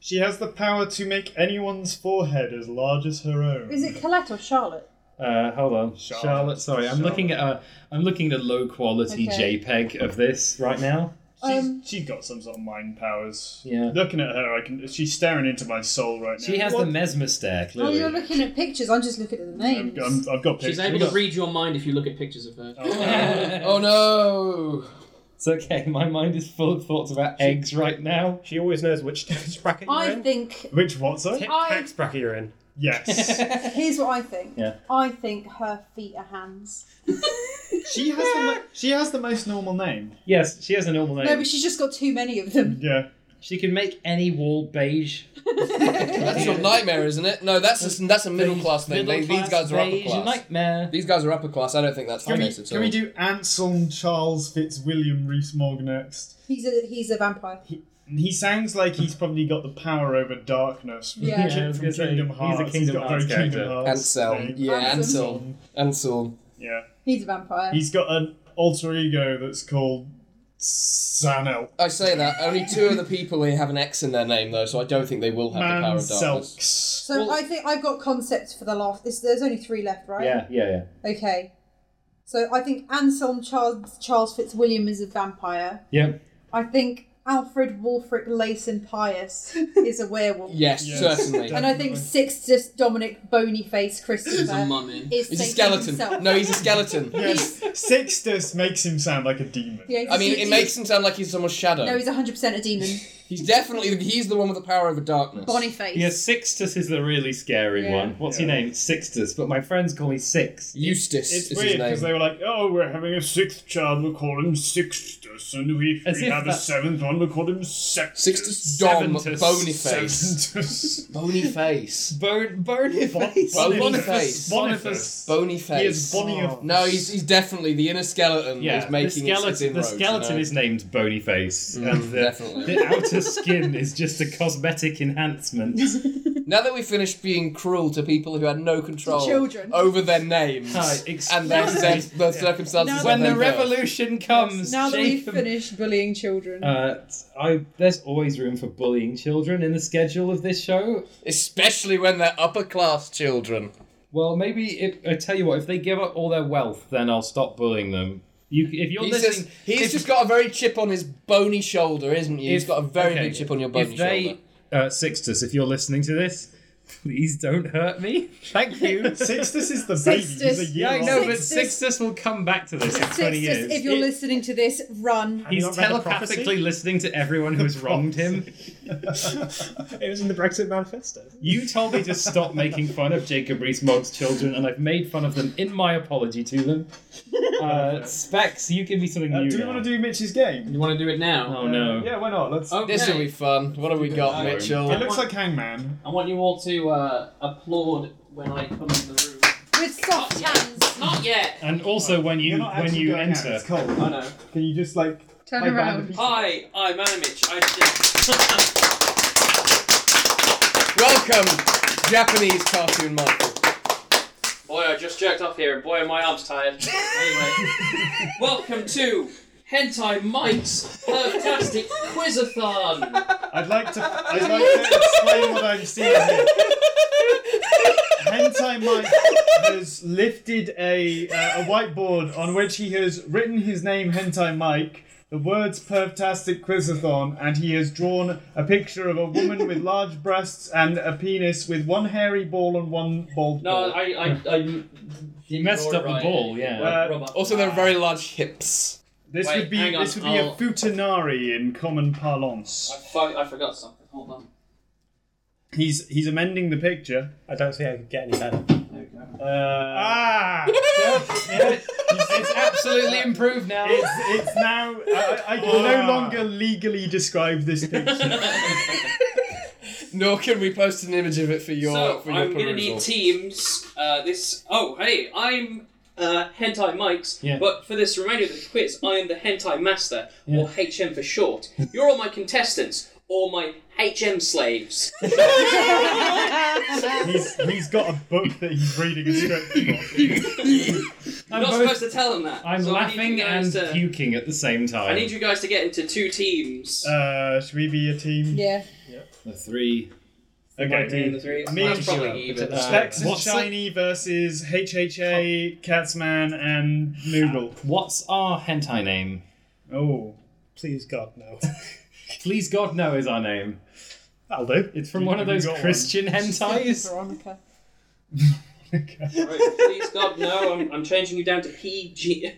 she has the power to make anyone's forehead as large as her own.
Is it Colette or Charlotte?
Uh, hold on, Charlotte.
Charlotte.
sorry, I'm
Charlotte.
looking at a, I'm looking at a low quality
Okay.
JPEG of this right now.
She's,
Um,
she's got some sort of mind powers.
Yeah.
Looking at her, I can. She's staring into my soul right now.
She has
What?
the mesmer stare.
Oh,
Clearly,
you're looking at pictures. I'm just looking at the
I'm,
names.
I'm, I've got pictures.
She's able to read your mind if you look at pictures of her.
Oh no!
it's okay. My mind is full of thoughts about eggs right now.
She always knows which tax bracket you're
I
in.
think.
Which what's up?
Tick
I-
tax bracket you're in.
Yes.
Here's what I think.
Yeah.
I think her feet are hands.
she has the mo- she has the most normal name.
Yes, she has a normal name.
No, but she's just got too many of them.
Yeah.
She can make any wall beige.
That's your nightmare, isn't it? No, that's just, that's a middle-class thing. They- these guys are upper
beige
class.
Nightmare.
These guys are upper class. I don't think that's the
Can we,
case at all.
can we do Anselm Charles Fitzwilliam Rees-Mogg next?
He's a he's a vampire.
He sounds like he's probably got the power over darkness. from
Yeah.
Yeah, I was
from
gonna say,
Kingdom
he's a
Hearts.
Kingdom
got
Hearts
very Kingdom
character.
Hearts
Anselm,
thing.
yeah,
Anselm.
Anselm, Anselm.
Yeah.
He's a vampire.
He's got an alter ego that's called Sano.
I say that only two of the people here have an X in their name, though, so I don't think they will have the
Man
power of darkness.
Selks.
So
Well-
I think I've got concepts for the last. This, there's only three left, right?
Yeah, yeah, yeah.
Okay. So I think Anselm Charles, Charles Fitzwilliam is a vampire.
Yeah.
I think Alfred Wolfric Layson Pius is a werewolf.
Yes,
Yes.
certainly.
And I think Sixtus Dominic Bonyface
He's a
Christopher
mummy.
is
He's a
Satan
skeleton.
himself.
No, he's a skeleton.
Yes, Sixtus makes him sound like a demon.
Yeah, he's
I mean,
a-
it makes him sound like he's someone's shadow.
No, he's 100% a demon.
He's definitely he's the one with the power over darkness.
Bonyface.
Yeah, Sixtus is the really scary
Yeah.
one. What's
Yeah.
your name? Sixtus, but my friends call me Six.
Eustace
It's
is
weird because
his
they
name.
were like, "Oh, we're having a sixth child. We call him Sixtus, and we,
As
we
if
have a
that-
seventh one. We call him Septus.
Sixtus Dom
Seventus.
Bonyface. Bonyface.
Bone, Boniface.
Boniface.
Boniface.
Boniface. He is
Bonyface.
Bonnie of.
No, he's, he's definitely the inner skeleton
Yeah,
is
the
making its- its
skeleton, the
inroads, you
skeleton
know? Mm.
is named Bonyface, and the,
definitely.
the outer skin is just a cosmetic enhancement.
Now that we finished being cruel to people who had no control
children.
over their names
Hi,
and their,
explain.
sen- their circumstances,
Now
of
when
their
the
birth.
revolution comes,
now that we've
Jacob-
finished bullying children.
Uh, I there's always room for bullying children in the schedule of this show.
especially when they're upper class children.
Well, maybe if I tell you what, if they give up all their wealth, then I'll stop bullying them. You, if you're
He's
listening,
just, he's
if-
just got a very chip on his bony shoulder, isn't he? He's
If-
got a very
okay,
big chip on your bony
if they,
shoulder.
uh, Sixtus, if you're listening to this, please don't hurt me. Thank you.
Sixtus is the baby. He's a
Sixtus.
year
yeah, I
old.
know, but
Sixtus-
Sixtus will come back to this in twenty
Sixtus,
years.
if you're
It-
listening to this, run.
Have
He's
you not read the prophecy?
telepathically listening to everyone who's wronged him.
it was in the Brexit manifesto.
You told me to stop making fun of Jacob Rees-Mogg's children, and I've made fun of them in my apology to them. Uh, Specs, you give me something
Oh, Uh,
new.
do we
now.
want to do Mitch's game?
You want to do it now?
Oh no.
Yeah, why not? Let's.
Okay.
This will be fun. What have we got,
Uh,
It
Mitchell?
looks like Hangman.
I want you all to uh, applaud when I come in the room.
With soft
Not yet.
hands.
Not yet.
And also when
You're
you
not
when
actually
you
going out,
enter,
It's cold.
I know.
Can you just like
Turn
play
around.
band?
Hi, I'm Animich. I did.
Welcome, Japanese cartoon Michael.
boy, I just jerked off here, and boy, are my arms tired. anyway, welcome to Hentai Mike's Fantastic Quizathon.
I'd like to. I'd like to explain what I'm seeing here. Hentai Mike has lifted a uh, a whiteboard on which he has written his name, Hentai Mike. The words "pervtastic quizathon," and he has drawn a picture of a woman with large breasts and a penis with one hairy ball and one bald
No,
ball.
I, I, I
you messed up the ball. Yeah.
Well, Uh,
Robert. Ah.
Also, they're very large hips.
this
wait,
would be
hang on,
this would be
I'll-
a futanari in common parlance.
I, fu- I forgot something. Hold on.
He's he's amending the picture.
I don't see how it could get any better.
There we go.
Uh, ah,
it's absolutely improved now.
It's, it's now.
uh,
I, I can no longer legally describe this picture.
Nor can we post an image of it for your
so
for your
I'm
perusal.
gonna need teams. Uh, this. Oh, hey, I'm uh, Hentai Mike's.
Yeah.
But for this remainder of the quiz, I am the Hentai Master, or HM for short. You're all my contestants, or my HM slaves.
he's, he's got a book that he's reading a script for.
I'm,
You're not
both-
supposed to tell them that.
I'm
So I need you
laughing and
guys to-
puking at the same time.
I need you guys to get into two teams.
Uh, should we be a team?
Yeah.
the three.
Okay.
Between the three.
I mean,
That's
sure.
probably even.
Uh,
Specs and
what's the-
Shiny versus HHA, Catsman, and Noodle.
What's our hentai name?
Oh.
Please God, no.
Please God, no is our name.
That'll do.
It's from
You-
one of
you
those
got one.
Christian hentais.
Veronica.
Right, please, God, no. I'm, I'm changing you down to PG.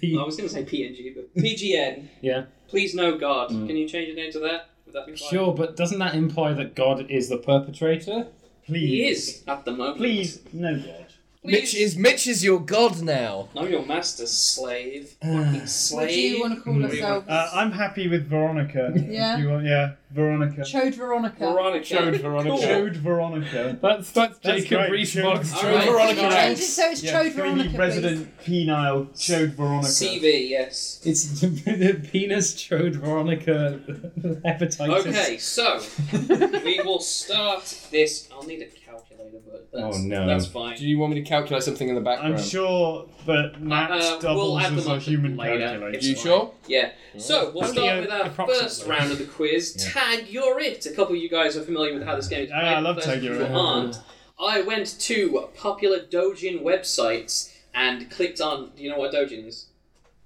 P-
I was going to say PNG, but PGN.
Yeah.
Please, no God. Can you change your name to that? Would that be fine?
Sure, but doesn't that imply that God is the perpetrator?
Please.
He is at the moment.
Please, no God.
Mitch is Mitch is your god now.
I'm your master slave. Fucking
What
slave.
do you want to call
Mm.
yourself?
Uh, I'm happy with Veronica. if
Yeah.
You want, yeah, Veronica.
Chode Veronica.
Veronica.
Showed Veronica.
Cool.
Chode Veronica.
That's that's,
That's
Jacob
great.
Rees-Mogg's
All
Showed
right.
Veronica
Fine.
Change it
X.
so it's Chode Veronica.
Three
please.
resident penile Chode Veronica.
CV, yes.
It's the penis chode Veronica hepatitis.
Okay, so we will start this. I'll need a calculator either, but that's,
Oh, no.
that's fine.
Do you want me to calculate something in the background?
I'm sure that Max
Uh, uh,
doubles
we'll add
as
them
a
up
human
later.
calculator.
you
It's
sure?
Yeah. So we'll
Only
start
a-
with our
approximately.
first round of the quiz.
Yeah.
Tag, you're it. A couple of you guys are familiar with how this game is
Ah,
played.
I love
Those
Tag, you're
who
it.
aren't. I went to popular Dojin websites and clicked on. Do you know what Dojin is?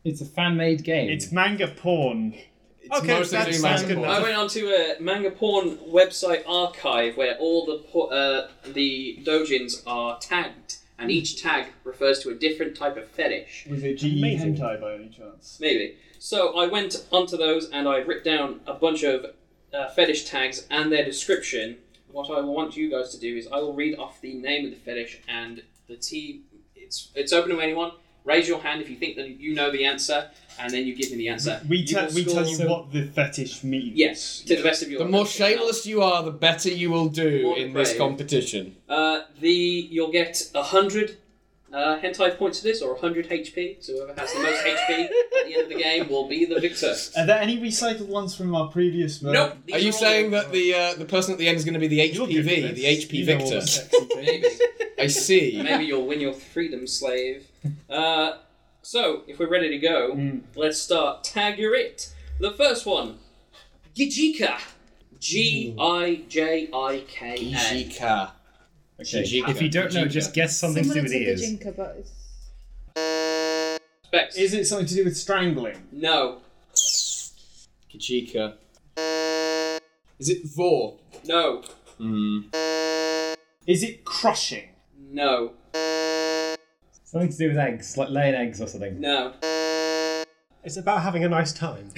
It's a fan made game.
It's manga porn.
It's
Okay,
mostly
that's-
doing
that's
magic
good
balls.
enough.
I went onto a manga porn website archive where all the por- uh, the dojins are tagged, and each tag refers to a different type of fetish.
Was it GE
Amazing.
hentai by any chance?
Maybe. So I went onto those and I ripped down a bunch of uh, fetish tags and their description. What I want you guys to do is I will read off the name of the fetish and the T. It's it's open to anyone. Raise your hand if you think that you know the answer, and then you give me the answer.
We,
You
tell
will
we tell
score-
you what the fetish means.
Yes, to the best of your.
The more
ability. Now-
shameless you are, the better you will do
More
in this
brave.
competition.
Uh, the you'll get a hundred uh, hentai points for this, or hundred HP. So whoever has the most HP at the end of the game will be the victor.
Are there any recycled ones from our previous one?
Nope. these
Are you
all-
saying that the uh, the person at the end is going to be the
You're good
HPV,
at
the
this.
HP
You know all the
victor?
sexy things.
Maybe,
I see.
maybe you'll win your freedom, slave. Uh, so if we're ready to go,
Mm.
let's start. Tag your it. The first one, Gijika. G I J I K A.
Ishika.
Okay.
Shijika.
If you don't know, just guess something to do with
Similar
ears.
to Gijinka, but it's
Specs.
Is it something to do with strangling?
No,
Kachika. Is it Vor?
no,
Hmm.
Is it crushing?
no,
Something to do with eggs, like laying eggs or something.
no.
It's about having a nice time.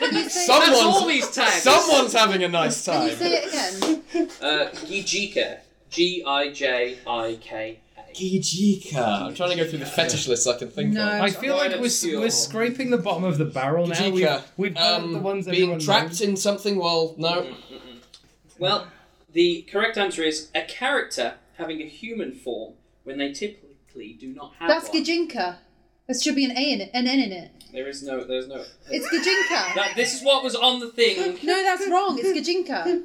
That's
Someone's-
all these tags.
Someone's having a nice
Can
time.
you say it again?
Uh, Gijika. G I J I K A.
Gijika. I'm trying to go through the fetish list I can think
No.
of.
I feel like we're, s- we're scraping the bottom of the barrel now. We've,
Gijika.
we've done
um,
the ones
being
everyone
trapped
knows.
in something while
Mm.
no.
Well, the correct answer is a character having a human form when they typically do not have
That's
one.
Gijinka. There should be an A in it, an N in it.
There is no, there's no.
It's Gijinka.
That, this is what was on the thing.
No, that's wrong. It's Gijinka.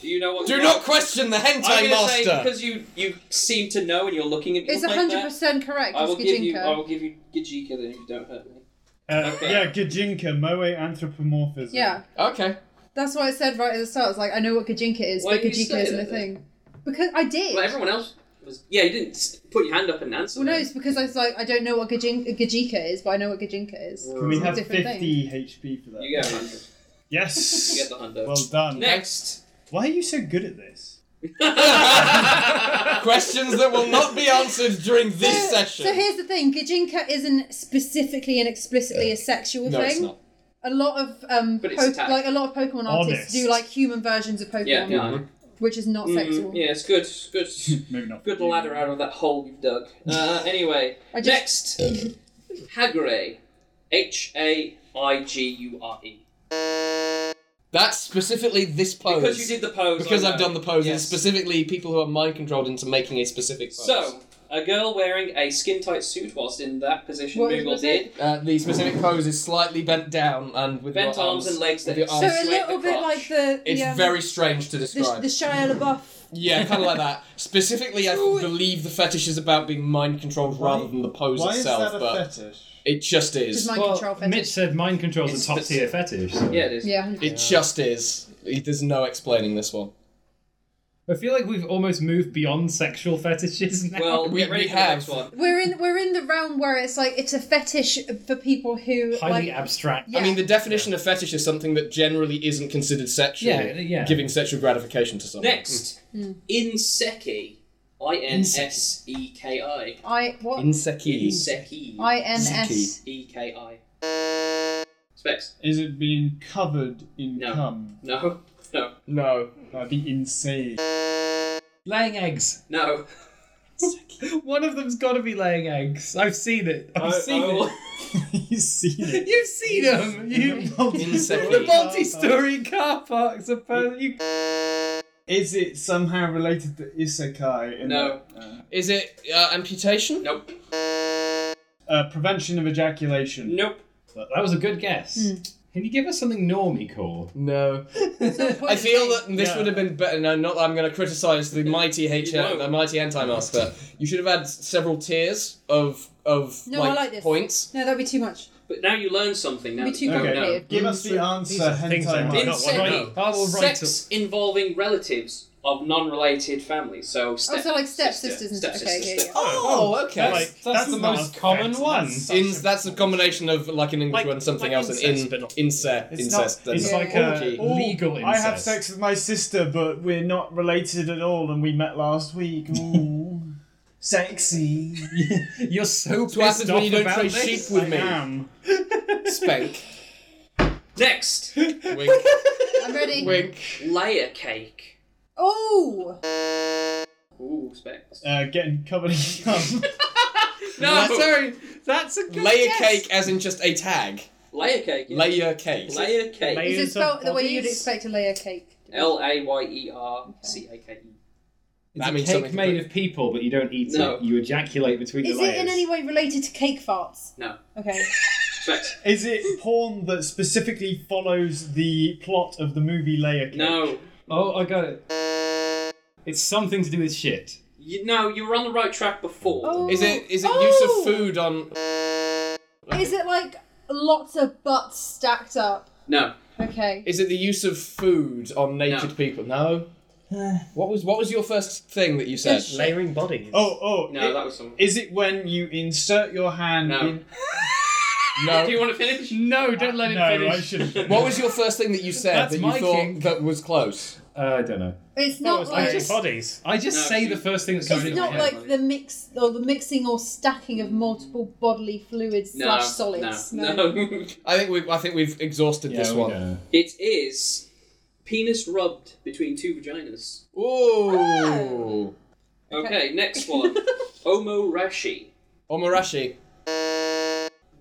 Do you know what?
Do not question the
I'm
hentai
gonna say
master.
because you you seem to know and you're looking at me
It's
like
hundred
that.
percent correct.
I will
It's
give you. I
Gijinka.
will give you Gijika then if you don't hurt me.
Uh,
Okay.
Yeah, Gajinka, Moe anthropomorphism.
Yeah,
Okay.
that's what I said right at the start. I was like, I know what Gijinka is,
Why
but
didn't you
Gijinka
say
isn't
that
a
then?
thing. Because I did.
Well, everyone else was. Yeah, you didn't s- put your hand up and answer.
Well, no,
them.
it's because I was like, I don't know what Gajin- Gajika is, but I know what Gajinka is.
Can we have
Different
50 HP for that?
You get a
please?
hundred.
Yes.
You get the hundo.
Well done.
Next.
Why are you so good at this?
Questions that will not be answered during this
so,
session.
so here's the thing: Gajinka isn't specifically and explicitly a sexual
no,
thing.
it's not.
A lot of um,
But it's a
po-
tag.
like a lot of Pokemon
Honest.
artists do like human versions of Pokemon,
yeah. yeah.
which is not sexual.
Mm, yeah, it's good. Good.
Maybe not.
Good ladder out of that hole you've dug. Uh, anyway,
I just-
next, Hagure, H A I G U R E.
That's specifically this pose.
Because you did the pose.
Because
I
I've
know.
done the pose, and
Yes.
specifically people who are mind controlled into making a specific pose.
So, a girl wearing a skin tight suit whilst in that position,
What
Moogle
was
did.
it?
uh, the specific pose is slightly bent down and with
Bent
your arms,
arms and legs
with
that
your
So
arms
a
Straight
little
the
bit
crotch.
like the
It's
the, um,
very strange to
the,
describe.
the Shia LaBeouf.
yeah, kind of like that. Specifically, I believe the fetish is about being mind controlled rather than the pose
Why is
itself,
that a
but
fetish?
it just
Just
is.
mind control
Well,
fetish.
Mitch said mind control's
It's
a top tier fetish. so-
Yeah, it is.
yeah,
It just is. There's no explaining this one.
I feel like we've almost moved beyond sexual fetishes now.
Well,
We-
get ready
we
for the next
have.
one.
we're in we're in the realm where it's like it's a fetish for people who
highly
like
abstract.
yeah.
I mean, the definition of fetish is something that generally isn't considered sexual,
Yeah, yeah.
giving sexual gratification to someone.
Next,
Hmm.
Inseki, I N S E K I.
I
Mm.
what
Inseki.
Inseki,
I N S.
E K I. Specs.
Is it being covered in
No.
cum?
No, no,
No.
That'd be insane.
Laying eggs.
no.
One of them's got to be laying eggs. I've seen it. I've seen
will-
it.
You've seen it.
You've seen them. You. The
Inseki.
multi-story car parks. Apparently, you...
Is it somehow related to isekai? In
No.
that, uh,
Is it uh, amputation?
Nope.
uh, prevention of ejaculation.
Nope.
Hmm.
that was a good guess. Can you give us something normie cool?
No. I feel that this would have been better. No, not that I'm going to criticize the mighty H
You won't.
the mighty anti master. You should have had s- several tiers of of
No, I
like,
like this.
points.
No, that'd be too much.
But now you learn something. Now
Be
that
too
you don't
complicated.
Give us the
These
answer,
are things I
hentai
might
man.
not
Insane.
want to know.
I will
know.
write
Sex involving relatives of non-related families. So step,
Oh, so like stepsisters and
sister,
stuff. Okay,
stepsister,
yeah,
step-
yeah.
Oh, okay.
Like,
that's the
not
most
a
common
fact,
one.
that's such
in, that's a combination of like an English
Like-
word, something
like
else, and in,
incest, but not-
incest,
It's
incest,
not.
and
It's
Yeah.
uh,
like
orgy.
a oh,
Legal
I have
incest.
sex with my sister, but we're not related at all, and we met last week. Ooh, sexy.
You're so
what happens
pissed
when
off
you don't
about
trade
this.
sheep with
I
me.
am.
Spank.
Next,
Wink.
I'm ready.
Wink.
layer cake.
Oh,
Ooh, specs.
Uh, getting covered in cum.
No,
sorry, that's a good
Layer
guess.
cake, as in just a tag.
layer cake. yeah.
Layer cake.
Layer cake.
Layer-
is it
Layers of
spelled the way you'd
bodies?
expect a layer cake?
L a y e r c a k e.
It's
That
a
means
cake
something
made
different.
of people, but you don't eat
No.
it. You ejaculate between
Is
the layers.
it in any way related to cake farts?
No,
Okay.
specs.
Is it porn that specifically follows the plot of the movie Layer Cake?
No,
Oh, I got it. It's something to do with shit.
you no, you were on the right track before.
Oh.
Is it is it
Oh!
use of food on?
Is it like lots of butts stacked up?
No,
Okay.
Is it the use of food on naked
No.
people? No. what was what was your first thing that you said?
Yes.
Layering bodies.
Oh, oh.
no,
it-
that was someone.
Is it when you insert your hand
No. Do
in.
you
No.
want to finish?
No, don't let it
no,
finish.
I shouldn't.
What was your first thing that you said
That's
that you
my
thought
kink.
that was close?
Uh, I don't know.
It's
Oh,
not
it's
like
layering bodies.
I just
No,
say
you-
the first thing that's
it's
coming into my
not
head.
like the mix or the mixing or stacking of multiple bodily fluids
No,
slash solids.
no, no.
I think we I think we've exhausted
yeah,
this
we
one.
don't know.
it is penis rubbed between two vaginas.
Ooh.
Okay, next one. Omorashi.
Omurashi.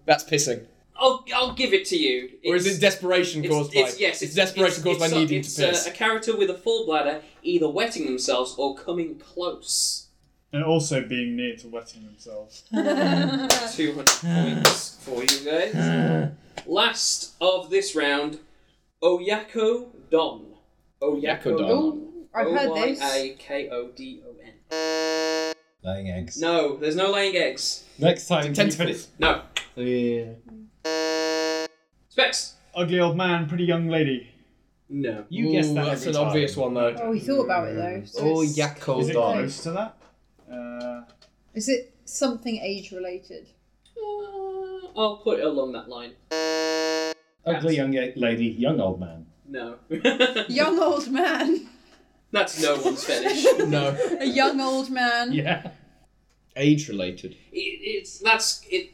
That's pissing.
I'll, I'll give it to you.
or is it desperation
it's-
caused
it's-
by?
yes,
it's desperation caused
it's
by
so-
needing
it's,
to piss.
Uh, a character with a full bladder either wetting themselves or coming close.
And also being near to wetting themselves.
Oh, 200 points for you guys. Last of this round, Oyako Don. Oyako Don.
Oyakodon.
I've
oh,
heard this.
O-Y-A-K-O-D-O-N.
Laying eggs.
No, there's no laying eggs.
Next time, can you finish?
Tentacles.
No.
Yeah.
Specs.
Ugly old man, pretty young lady.
No.
You guessed
Ooh,
that
That's
every
an
time.
obvious one though.
Oh, we thought about it though. So
Oh,
it's-
Is it
Don.
close to that? Uh,
Is it something age related?
Uh, I'll put it along that line.
Ugly young ye- lady, young old man.
No.
Young old man.
That's no one's fetish.
No.
A young old man.
Yeah.
Age related.
It, it's that's it.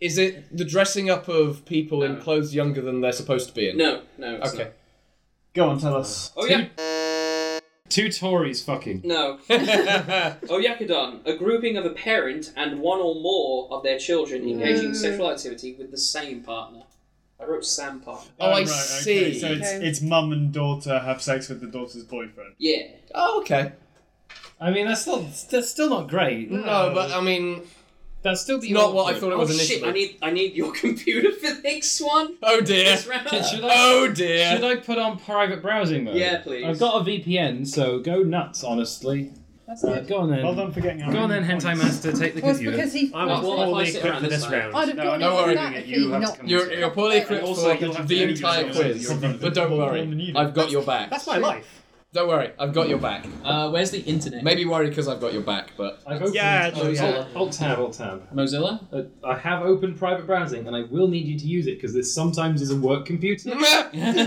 Is it the dressing up of people in
No.
clothes younger than they're supposed to be in?
No, no. It's
Okay.
go on, tell us.
Not. Oh yeah.
Two Tories fucking.
No.
Oh,
Oyakodon, a grouping of a parent and one or more of their children engaging in sexual activity with the same partner. I wrote Sam partner.
Oh, I
right, Okay.
see.
So it's,
Okay.
it's mum and daughter have sex with the daughter's boyfriend.
Yeah.
oh, okay.
I mean, that's not that's still not great.
No, but I mean,
That's still the
not what I
awkward.
thought it
Oh
was
shit!
initially.
I need I need your computer for this one.
Oh dear.
This round.
Should I-
Oh dear.
Should I put on private browsing
Uh,
mode?
Yeah, please.
I've got a VPN, so go nuts, honestly.
That's
Uh,
good.
go on then.
Well done for getting out.
Go on then, Hentai Master, take the
Well, it's
computer.
because he.
I
Well,
was
well, if I
poorly
sit
equipped
around
for
this
this
way-
I'd
round.
have
No,
gotten
don't
it
worry,
that
you
if he'd
have to
not-
come
You're, you're poorly equipped
Also,
for
you'll have
the
to-
entire
you'll have
quiz,
to-
but don't worry, I've got your back.
That's my life.
Don't worry, I've got your back.
Uh, where's the internet?
Maybe worry because I've got your back, but
I've opened,
Yeah,
oh,
it's
yeah. Alt tab, alt tab.
Mozilla?
Uh, I have opened private browsing, and I will need you to use it because this sometimes is a work computer.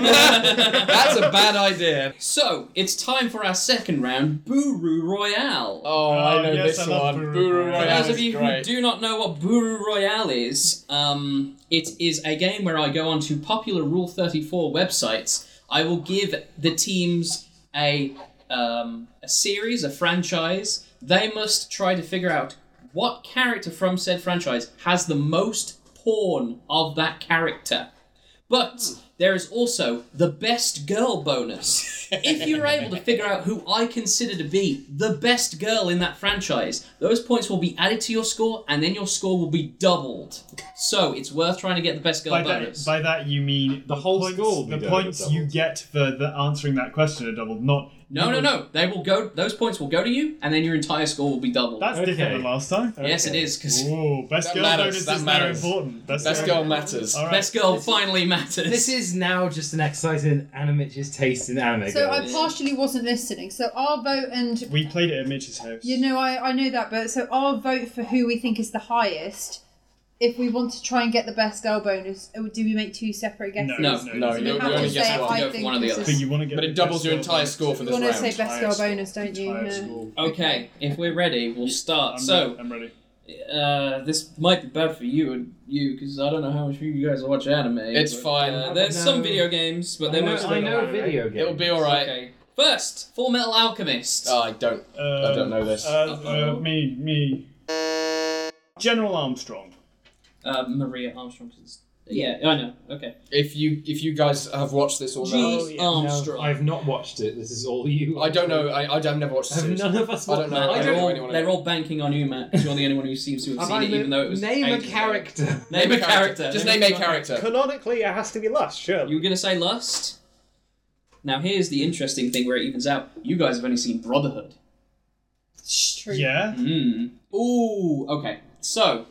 that's a bad idea.
So, it's time for our second round, Buru Royale.
Oh, I know
yes,
this
I love
one.
Buru
Buru
Royale.
For
Royale
those of
is
you
great.
who do not know what Buru Royale is, um, it is a game where I go onto popular Rule 34 websites. I will give the teams a, um, a series, a franchise. They must try to figure out what character from said franchise has the most porn of that character. But
There is also the best girl bonus. if you're able to figure out who I consider to be the best girl in that franchise, those points will be added to your score, and then your score will be doubled. So it's worth trying to get the best girl
By
bonus.
that, by that you mean the,
whole
points,
score will be
the
doubled.
points you get for the answering that question are doubled, not
no, no, no. They will go. Those points will go to you, and then your entire score will be doubled.
That's
Okay.
different than last time.
Yes, it is because
Whoa, best
That
girl
matters,
bonus
that
is now
matters.
important. Best,
Best girl matters.
All right.
best girl finally matters.
This is now just an exercise in Animitch's taste in anime.
So I
girls.
partially wasn't listening. So our vote and
We played it at Mitch's house.
you know I I know that, but so our vote for who we think is the highest. If we want to try and get the best girl bonus, uh, do we make two separate guesses?
No,
no,
So
you
we
don't-
have
you
to
only
say
guess one.
I
You go for
think
one or the
this
other.
is-
But you want to get
But
the
it doubles
best
your
girl
entire
bonus.
score for
You
this
want to say
round.
best girl bonus, don't you?
Entire
No.
score.
okay. If we're ready, we'll start.
I'm
so
ready, I'm ready.
uh, this might be bad for you and you because I don't know how much you guys watch anime.
It's
but,
fine.
Uh, there's some
No.
video games, but
I
they're
know,
mostly
I know video games.
It'll be alright.
okay. First, Full Metal Alchemist.
Oh, I don't.
Uh,
I don't know this.
Uh, uh,
Uh-oh.
me, me. General Armstrong.
Uh, Maria Armstrong. 'cause it's- Yeah, I know. Okay.
If you if you guys have watched this or
Gee.
not,
yeah.
Armstrong.
No, I've not watched it. This is all you.
I don't know. I, I have never watched the
Have
series.
none of us
I
watched
don't know. I
it?
don't know
they're, all,
anyone.
they're all banking on you, Matt. 'cause You're the only one who seems to have
Have
seen
I
it, even
na-
though it was.
name a
ages ago.
character.
Name a character.
Just
Name
name
a
a character.
Canonically, it has to be lust, sure.
You were gonna say Lust. Now here's the interesting thing where it evens out. You guys have only seen Brotherhood.
True.
Yeah.
Hmm. Ooh. Okay. So.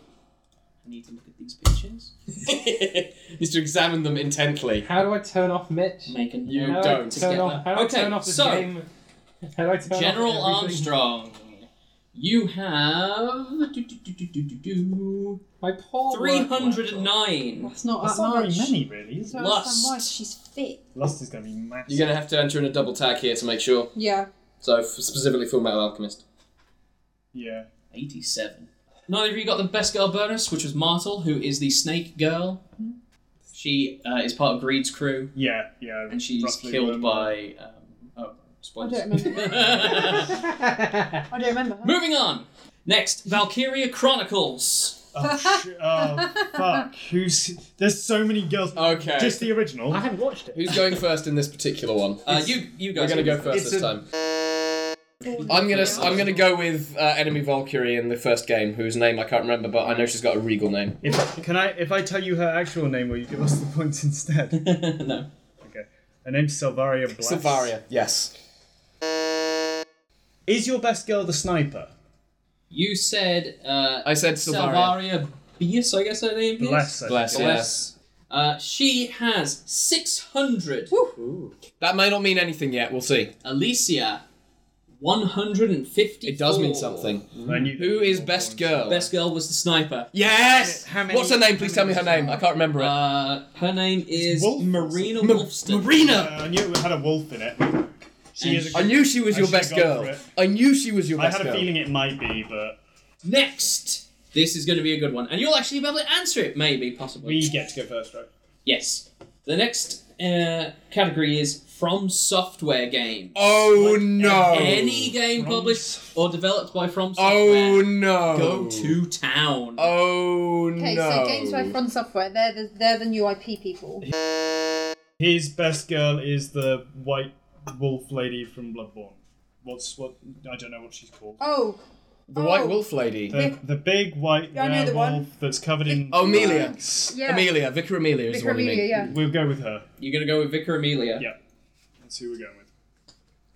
I need to look at these pictures.
Needs to examine them intently.
How do I turn off Mitch?
Make a
You
how
don't.
Do I turn off, how do I
Okay,
turn off this
so-
game? How do I turn
General
off everything?
Armstrong. You have do, do, do, do, do, do, do,
My poor. Oh, work
309.
That's not
That's
that
not very
much.
many, really. Is
So
it?
I understand why
Lust.
she's fit.
Lust is going to be massive.
You're gonna have to enter in a double tag here to make sure.
Yeah.
So f- specifically Full Metal Alchemist.
Yeah.
87. Neither of you got the best girl bonus, which was Martel, who is the snake girl. She uh, is part of Greed's crew,
Yeah. Yeah.
and she's
roughly
killed
remember.
by. Um, oh, spoilers.
I don't remember. I don't remember. Her.
Moving on. Next, Valkyria Chronicles.
Oh, sh- oh fuck! Who's there's so many girls.
Okay.
Just the original.
I haven't watched it.
Who's going first in this particular one?
Uh, you, you
We're
guys.
gonna go first
It's
this
a-
time. I'm gonna s- I'm gonna go with uh, enemy Valkyrie in the first game, whose name I can't remember, but I know she's got a regal name.
If, can I? If I tell you her actual name, will you give us the points instead?
no.
okay. Her name's Silvaria Blass.
Savaria. Yes.
Is your best girl the sniper?
You said uh,
I said Savaria.
Salvaria Bias, I guess her name is.
Bless. I
Bless.
think.
Yes.
Uh, she has 600.
That may not mean anything yet. We'll see.
Alicia, 150.
It does mean something.
I knew
Who
that
is
before.
best girl?
Best girl was the sniper.
Yes.
How many-
What's her name? Please
how
tell me
many
her name. I can't remember it.
Uh, her name is
Wolf?
Marina
Ma-
Wolfston.
Marina.
Uh, I knew it had a wolf in it. She
And
is.
I
A,
knew she was
I
your
should've
best
gone
girl.
for it.
I knew she was your
I
best
had a
girl.
feeling it might be, but
Next! This is going to be a good one. And you'll actually be able to answer it, maybe, possibly.
we get to go first, right?
Yes. The next uh, category is from software games.
Oh
Like
no!
Any game
From-
published or developed by From
Oh
Software,
no!
go to town.
Oh no!
Okay, so games by From Software, they're the, they're the new IP people.
His best girl is the white wolf lady from Bloodborne. What's what? I don't know what she's called.
Oh,
The White
Oh.
Wolf Lady.
The, the big white
Yeah, I know the one.
werewolf that's covered in.
Oh, Amelia.
rags.
yeah.
Amelia, Vicar Amelia is
Vicar
the one you
Amelia,
mean.
yeah.
We'll go with her.
You're going to go with Vicar Amelia.
Yeah. That's who we're going with.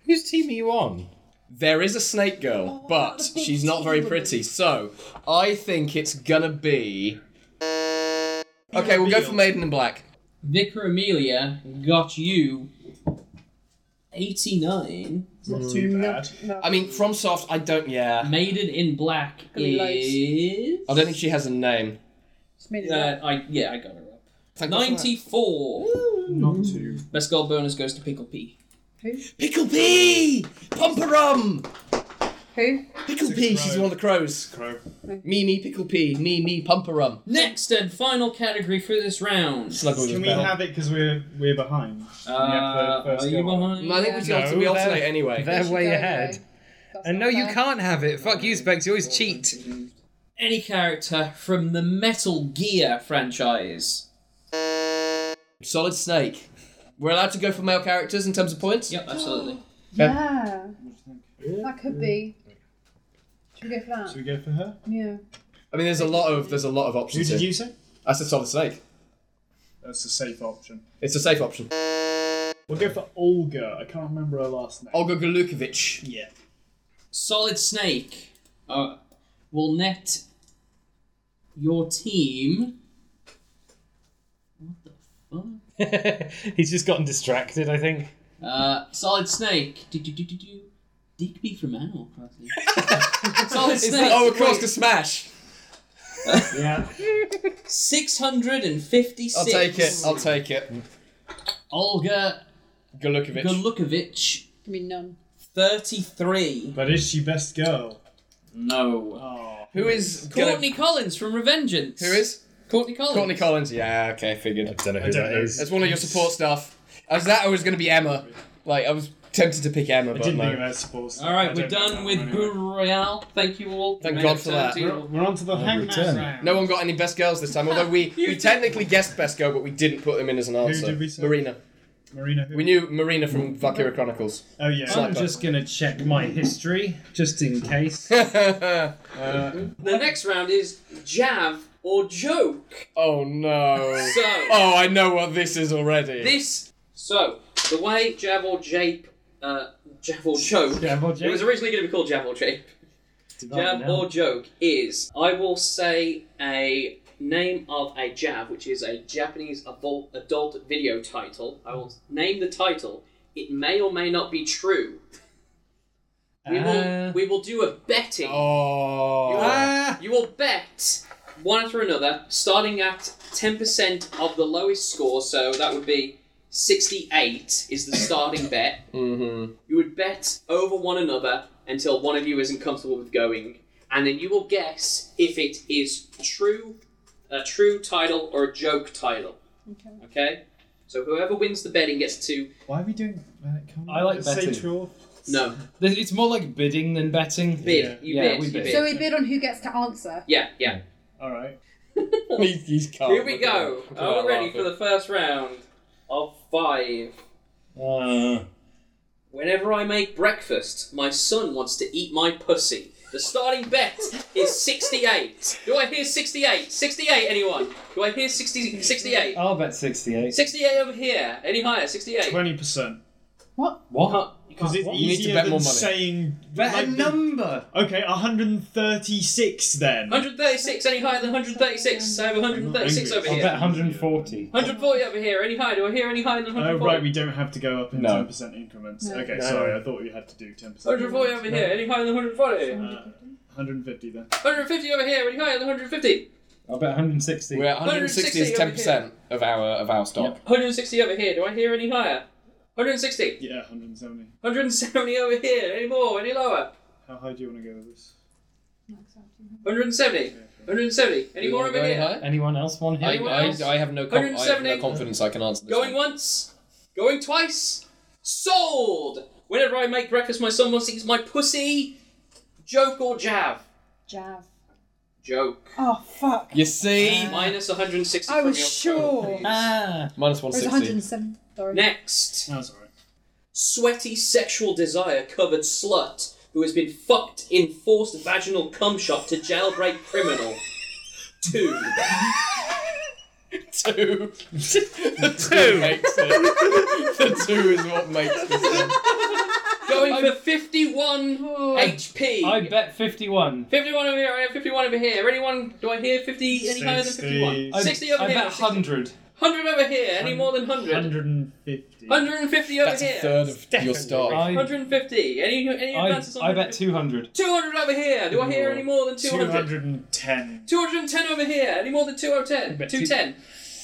Whose team are you on?
There is a snake girl,
Oh,
but
the big
she's not very
team.
pretty, so I think it's gonna be. Okay, we'll go for Maiden in Black.
Vicar Amelia got you 89.
It's not too bad.
No.
I mean, from Soft, I don't. Yeah,
Maiden in Black
Gonna be
is.
I Oh, don't think she has a name.
Just made it
Uh,
up.
I, yeah, I got her up.
Thank God for that.
94.
Mm.
Not too.
Best gold bonus goes to Pickle P.
Who?
Pickle Pea, Pumperum,
Who?
Pickle
Six
Pea. She's
row.
one of the crows.
Crow.
Me, me, Pickle Pea. Me, me, Pumperum.
Next and final category for this round.
Snuggle with
Can
his
we
bell.
have it because we're we're behind?
Uh,
Yeah, for-
are
first
you
go on.
behind?
I think we,
No,
should, we
they're-
alternate anyway.
They're
should
way
go
ahead.
anyway. That's
And
not
no, you
fair.
can't have it. Fuck you, Specs. You always cheat.
Any character from the Metal Gear franchise.
Solid Snake. We're allowed to go for male characters in terms of points.
Yep, absolutely.
Yeah.
Yeah.
That could be. Should we go for that?
Should we go for her?
Yeah.
I mean, there's a lot of there's a lot of
Who
options.
did
here.
you say?
I said Solid Snake.
That's a safe option.
It's a safe option.
We'll go for Olga. I can't remember her last name.
Olga Golukovich.
Yeah.
Solid Snake uh, will net your team. What the fuck?
He's just gotten distracted, I think.
Uh, Solid Snake. Do, do, do, do, do. Digby from Animal Crossing. Solid Snake.
Oh, of course, to Smash.
Yeah.
656.
I'll take it. I'll take it.
Olga
Golukovich.
Golukovic.
I mean, none.
33.
But is she best girl?
No.
Oh.
Who is gonna-
Courtney Collins from Revengeance.
Who is
Courtney Collins.
Courtney Collins? Yeah. Okay,
I
figured.
don't know
I
who
don't
that
know.
is.
That's one of your support staff. As that, I was going to be Emma. Like I was tempted to pick Emma,
I
but
didn't think
no.
about supports.
All
I
right, we're
don't know
done
that
with
one anyway.
Guru Royale. Thank you all.
Thank
Made
God
it
for that.
17.
We're, we're on to the
I'll
hangman
return.
round.
No one got any best girls this time. Although we, we technically guessed best girl, but we didn't put them in as an answer.
did we say?
Marina.
Marina. Who?
We knew Marina from Valkyria Chronicles.
Oh yeah.
Slap
I'm just gonna check my history, just in case.
oh
The next round is Jav or Joke.
oh, no.
So.
Oh, I know what this is already.
This. So, the way Jav or Jape. Uh, Jav or Joke. It was originally going to be called Jav or Jape. Jav or Joke is I will say a name of a Jav, which is a Japanese adult, adult video title. I will name the title. It may or may not be true. We will, we will do a betting.
Oh.
You will bet one after another, starting at 10% of the lowest score, so that would be 68 is the starting bet.
Mm-hmm.
You would bet over one another until one of you isn't comfortable with going, and then you will guess if it is true, a true title or a joke title.
Okay.
Okay? So whoever wins the betting gets to.
Why are we doing? Uh, come on,
I like
just
betting.
Say true.
No.
It's more like bidding than betting.
Bid.
Yeah.
You
Yeah,
bid.
we
you
bid.
So we bid on who gets to answer.
Yeah, yeah.
All right.
He's, he's
Oh,
calm.
Here we go.
Look at
Are
that
we ready
laughing.
for the first round of five?
Uh,
Whenever I make breakfast, my son wants to eat my pussy. The starting bet is 68. Do I hear 68? 68, anyone? Do I hear 60, 68?
I'll bet 68.
68 over here. Any higher? 68.
Twenty percent.
What?
Because it's
What?
You need to
easier
bet
than
more money.
saying.
Bet a
like,
number!
Okay, 136 then.
136. Any higher than 136? I have 136 over
I'll
here.
bet 140.
140 over here. Any higher? Do I hear any higher than
Oh
140?
right, we don't have to go up in
No.
10% increments.
No.
Okay,
No.
sorry, I thought we had to do 10%.
140 over here. Any higher than 140?
Uh, 150 then.
150 over here. Any higher than 150?
I'll bet 160.
We're at 160 is 10 percent of our of our stock.
160 over here. Do I hear any higher? 160.
Yeah, 170.
170 over here. Any more? Any lower?
How high do you want to go with this?
170. 170.
Do
Any
you
more
wanna
over
go any
here?
higher?
Anyone else want
I,
him?
Anyone
I,
else?
I have no com- I have
170.
no confidence I can answer this.
Going
one.
once. Going twice. Sold. Whenever I make breakfast, my son wants to eat my pussy. Joke or jav?
Jav.
Joke.
Oh fuck!
You see,
Minus 160
I
from
was
your
sure.
total.
Ah!
minus
Or is
160.
it 107? Sorry.
Next.
No, that's alright.
Sweaty sexual desire covered slut who has been fucked in forced vaginal cum shot to jailbreak criminal. Two.
Two. the two makes it. The two is what makes this. one.
Going for 51
Oh.
HP.
I bet 51.
51 over here, I have 51 over here. Anyone, do I hear 50 any higher than 51?
60.
60
I,
over
I
here.
bet 100.
100 over here, any more than 100?
150.
150 over
That's a
here.
third of your stock.
I,
150. Any, any
I,
advances on
I bet 200.
200 over here. Do I hear any more than 200?
210.
210 over here. Any more than 210?
bet
210.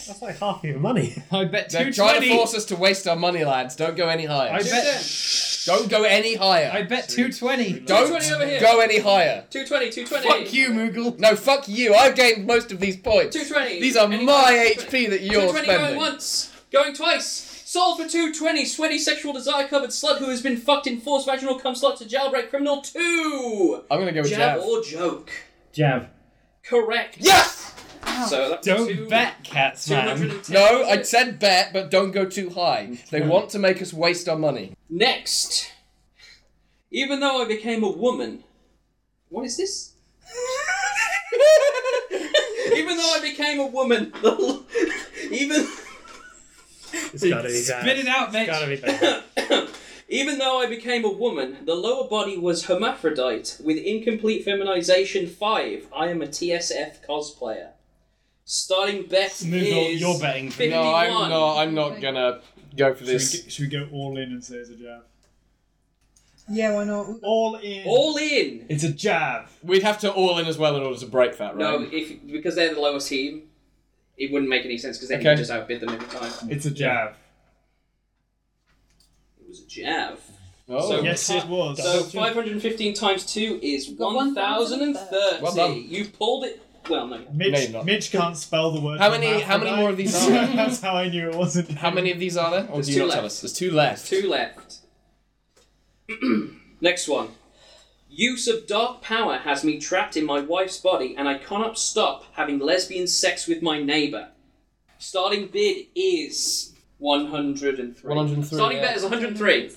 That's like half your money.
I bet
They're trying to
220.
force us to waste our money, lads. Don't go any higher.
I bet,
210.
Don't go any higher.
I bet 220.
Don't
220 over here.
go any higher.
220, 220.
Fuck you, Moogle. No, fuck you. I've gained most of these points.
220.
These are
Any more?
my HP that you're
220 going
spending.
once, going twice. Sold for 220, sweaty sexual desire covered slut who has been fucked in forced vaginal cum slut to jailbreak criminal 2.
I'm gonna go with
Jab
Jab.
or joke?
Jav.
Correct.
Yes!
So that's
Don't
two,
bet, cats, man.
210.
No, I said bet, but don't go too high. They want to make us waste our money.
Next. Even though I became a woman. What is this? Even though I became a woman. even
It's gotta be bad.
Spit it out,
It's gotta
Mitch.
be bad.
even though I became a woman, the lower body was hermaphrodite with incomplete feminization 5. I am a TSF cosplayer. Starting bet
Move on.
is
You're betting.
Fifty-
No, I'm
51.
not. I'm not gonna go for
Should we,
this.
go, should we go all in and say it's a jab?
Yeah, why not?
All in.
all in.
It's a jab.
We'd have to all in as well in order to break that,
No,
right?
if because they're the lowest team, it wouldn't make any sense because they
Okay.
can just outbid them every time.
It's a jab.
It was a jab.
oh.
So-
Yes, it was.
So 515 times 2 is
got
1030.
Well done.
you pulled it. Well, no.
No, you're
Mitch,
not.
Mitch can't spell the word.
How many- how many more of these are there?
That's how I knew it wasn't.
how many of these are there? Or
There's
do you
two
not tell
left.
us? There's two left.
Two left. Next one. Use of dark power has me trapped in my wife's body, and I cannot stop having lesbian sex with my neighbour. Starting bid is 103.
103,
Starting
yeah.
bet is 103.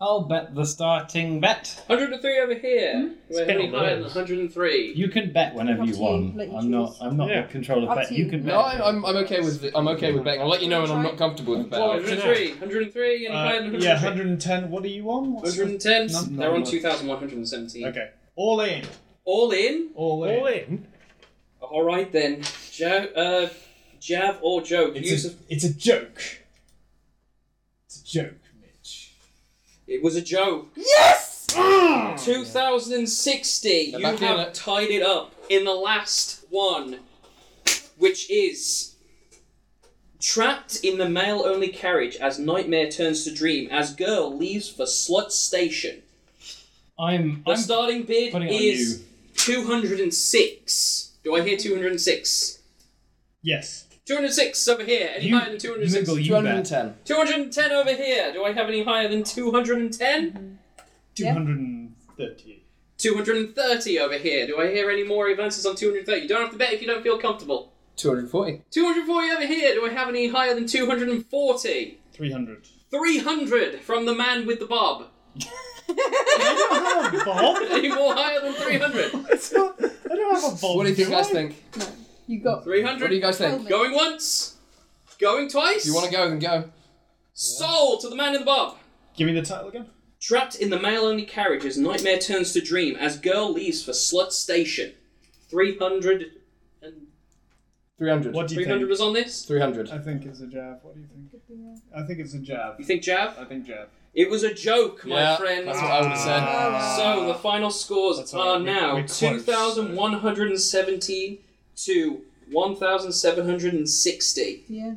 I'll bet the starting bet.
103 over here. We're
Spin
any
on
higher than
those.
103.
You can bet whenever
Up
you
to you,
want.
let you
I'm not.
choose.
I'm not
Yeah.
in control of
Up
bet.
to
You
you.
can bet.
No, I'm, I'm, I'm okay with it. I'm okay with betting. I'll let you know when I'm not comfortable with betting.
103. 103. Any higher
Uh,
than 103.
yeah, 110. What are you on? What's the-
110.
No, no,
They're on
no.
2,117.
Okay. All in.
All in.
All in.
All in.
All right then. Jo- uh, Jav or joke. Use
It's, a,
of-
it's a joke. It's a joke, Mitch.
It was a Mm. joke.
Yes!
2060.
Now
You
back in
have
it.
tied it up in the last one, which is trapped in the male-only carriage as nightmare turns to dream as girl leaves for slut station.
I'm.
The
I'm
starting bid
putting it on
is 206. Do I hear 206?
Yes.
206 over here. Any
you.
higher than
You,
206?
Moogle, you bet.
210.
210 over here. Do I have any higher than 210?
230.
230 over here. Do I hear any more advances on 230? You don't have to bet if you don't feel comfortable.
240.
240 over here. Do I have any higher than 240?
300.
300 from the man with the bob.
I don't have a bob.
Any more higher than 300?
It's not- I don't have a bob.
What do you
do
guys
I?
think?
You got.
What do you
300.
guys think?
Go.
Going once. Going twice.
You want to go? Then go.
Sold to the man in the bob.
Give me the title again.
Trapped in the male only carriage as nightmare turns to dream as girl leaves for slut station. 300 and
300.
What Uh, do you
300
think?
was on this?
300.
I think it's a jab. What do you think? I think it's a jab.
You think Jav?
I think jab.
It was a joke, my
yeah,
friend. Uh,
That's what I would have said.
So the final scores
That's
are
all right, we-
now
we're close.
2,117 to 1,760.
Yeah.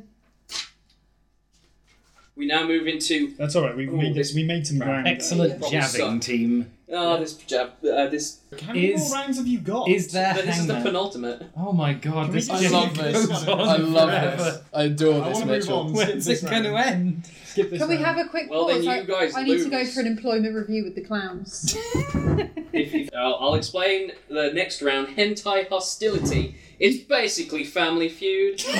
We now move into
That's all right. We, we,
Ooh, this-
we made some rounds.
Excellent
Probably
jabbing
suck.
team.
oh this jab uh, this
How many
Is-
more rounds have you got?
Is there
this is the
hangman?
penultimate.
oh my god!
Can
This
we
I
just-
game
love this.
goes on
I love
forever.
this. I adore
I
this,
want to move on.
Mitchell.
Skip
When's
this
it going to
round.
end?
Skip this
Can we
round.
have a quick
Well, then
pause?
you
I,
guys
I need to go
lose.
for an employment review with the clowns.
If you- I'll, I'll explain the next round. Hentai hostility. It's basically Family Feud. What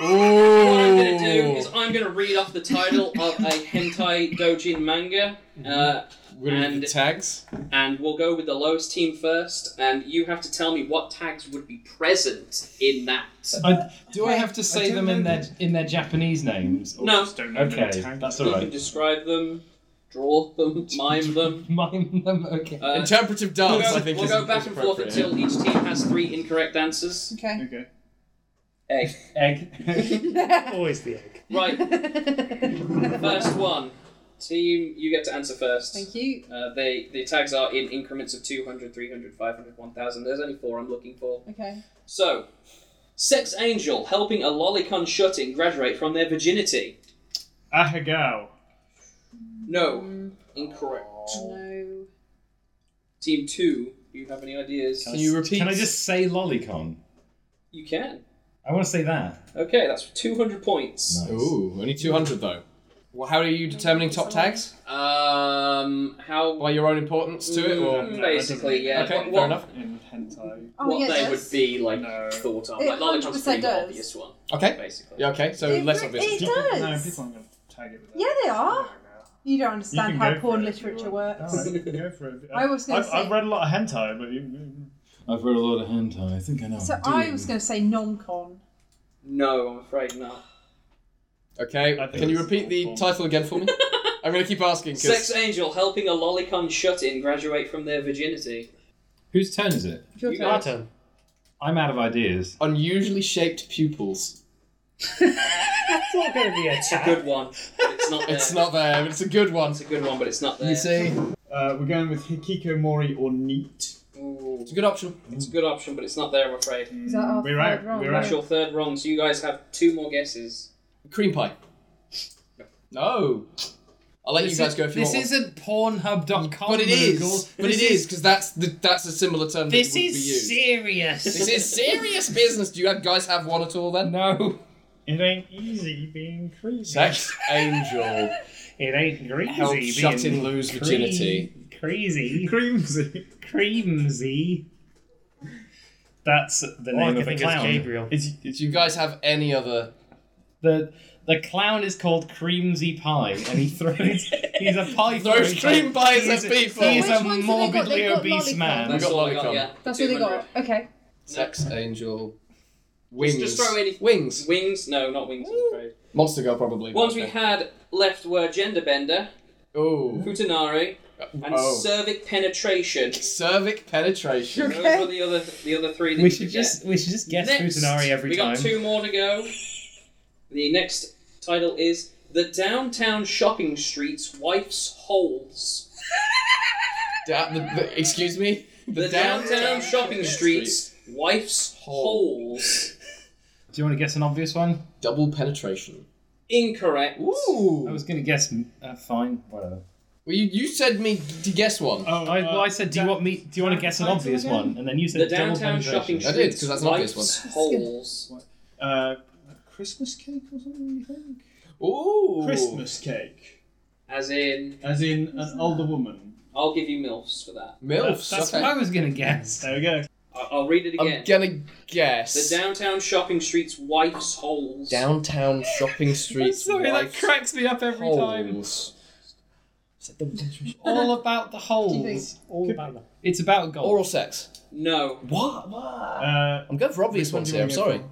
I'm gonna do is
Ooh.
I'm gonna read off the title of a hentai dojin manga,
Mm-hmm.
uh,
We're gonna do the
and-
tags.
and we'll go with the lowest team first. And you have to tell me what tags would be present in that.
I, do I have to
I
say
don't
them in
know
their in their Japanese names? Or-
No.
Oh, Just don't know the
Okay,
tag.
that's
You can
alright.
describe them, draw them, mime them.
Mime them. Okay.
Uh,
Interpretive
we'll
dance,
go,
I think,
we'll
is
go back
is
and forth
appropriate.
until each team has three incorrect answers.
okay.
Okay.
Egg.
Egg.
Always the egg.
Right,
Thank
first one. Team, you get to answer first.
you.
Uh, they the tags are in increments of 200, 300, 500, 1000. There's only four I'm looking for.
Okay.
So, sex angel helping a lolicon shutting graduate from their virginity.
Ahagao.
Mm.
No, incorrect.
No.
Team two, do you have any ideas?
Can you repeat?
Can I just say lolicon?
You can.
I want to say that.
Okay, that's 200 points.
Nice.
Ooh, only 200 though. Well, how are you determining top tags?
Um, how
By your own importance to it, or
Mm, basically, yeah.
okay,
What-
fair
what,
enough.
in hentai.
Oh,
what
yeah,
they
it
would
does.
be like
No.
thought of.
It
like Lollipops
100%
pretty the
does.
obvious one,
Okay,
basically.
yeah, okay. So
It
less
re-
obvious.
it-
People-
does.
No, people aren't going to tag it with that.
Yeah, they are.
No, no.
You don't
You
understand
can
how
go
porn
for it if you
literature works.
want. All right, you can go for it.
I was gonna
I've,
say-
I've read a lot of hentai, but you,
I've read a lot of hentai. I think I know.
So I was going to say non-con.
No, I'm afraid not.
Okay,
I think
can you
it's
repeat the
awful.
title again for me? I'm gonna keep asking. 'cause-
Sex angel helping a lolicon shut-in graduate from their virginity.
Whose turn is it?
Your
You
turn.
got-
turn.
I'm out of ideas.
unusually shaped pupils.
That's not going to be a
It's a good one. But it's not. There.
It's not there, but it's a good one.
It's a good one, but it's not there.
You see,
uh, we're going with Hikikomori or neat.
Ooh,
it's a good option.
it's a good option, but it's not there. I'm afraid.
Mm.
Is that our
We're
third
out.
roll?
We're
That's
out.
your third wrong, so you guys have two more guesses.
Cream pie. No. I'll let you guys go if you
this
want.
isn't Pornhub.com.
one. but it is.
Google.
But it
This
is because that's the, that's a similar term.
This
that would be
is
used.
serious.
This is serious business. Do you have- guys have one at all then?
No.
It ain't easy being creepy.
Sex angel.
It ain't greasy.
Help
being
shut in Lou's
cre-
virginity.
Crazy.
Creamsy.
Creamsy.
That's the
All I can think is Gabriel.
Is, is
Do you guys have any other?
The the clown is called Creamsy Pie, and he throws he's a pie.
Throws
throwing-
cream pies
He's
at
a-
people.
He is
Which ones
a
have they got?
morbidly
They've got
obese
lollipops.
man.
We've
That's
got
all I got.
lolicon.
Yeah,
That's what they
200.
got. Okay.
Sex angel. Wings.
just throw any-
Wings.
Wings? No, not wings. I'm afraid.
Monster girl probably.
Ones we had left were gender bender,
Oh.
futanari, and
oh.
cervic penetration.
Cervic penetration.
Those
Okay.
were the other the other three. That
We
you
should
could
just we should just
get.
guess
Next,
Futanari every
we
time.
got two more to go. The next title is the downtown shopping streets wife's holes.
Da- the, the, excuse me.
The, downtown, shopping streets wife's holes.
Do you want to guess an obvious one?
Double penetration.
Incorrect.
I
Ooh.
was going to guess. Uh, fine, whatever.
Well, you, you said me to guess one.
Oh,
I, well,
uh,
I said, do you want me? Do you want to guess an
title
obvious
again?
one? And then you said
The
double
downtown
penetration.
shopping
I
streets.
did, 'cause that's an obvious
wife's
one.
Holes.
uh, Christmas cake or something, you think?
Ooh.
Christmas cake.
As in,
As in an older woman.
I'll give you milfs for that.
Milfs.
That's
okay.
what I was going to guess.
There we go.
I- I'll read it again.
I'm gonna guess.
The downtown shopping streets wife's holes.
downtown shopping streets.
Sorry, that
wife's
cracks me up every time.
holes.
All about the holes. All about the... It's about gold.
Oral sex.
No.
What? What?
Uh,
I'm going for obvious
Which one
ones
do
here.
you
I'm
wanna
sorry.
go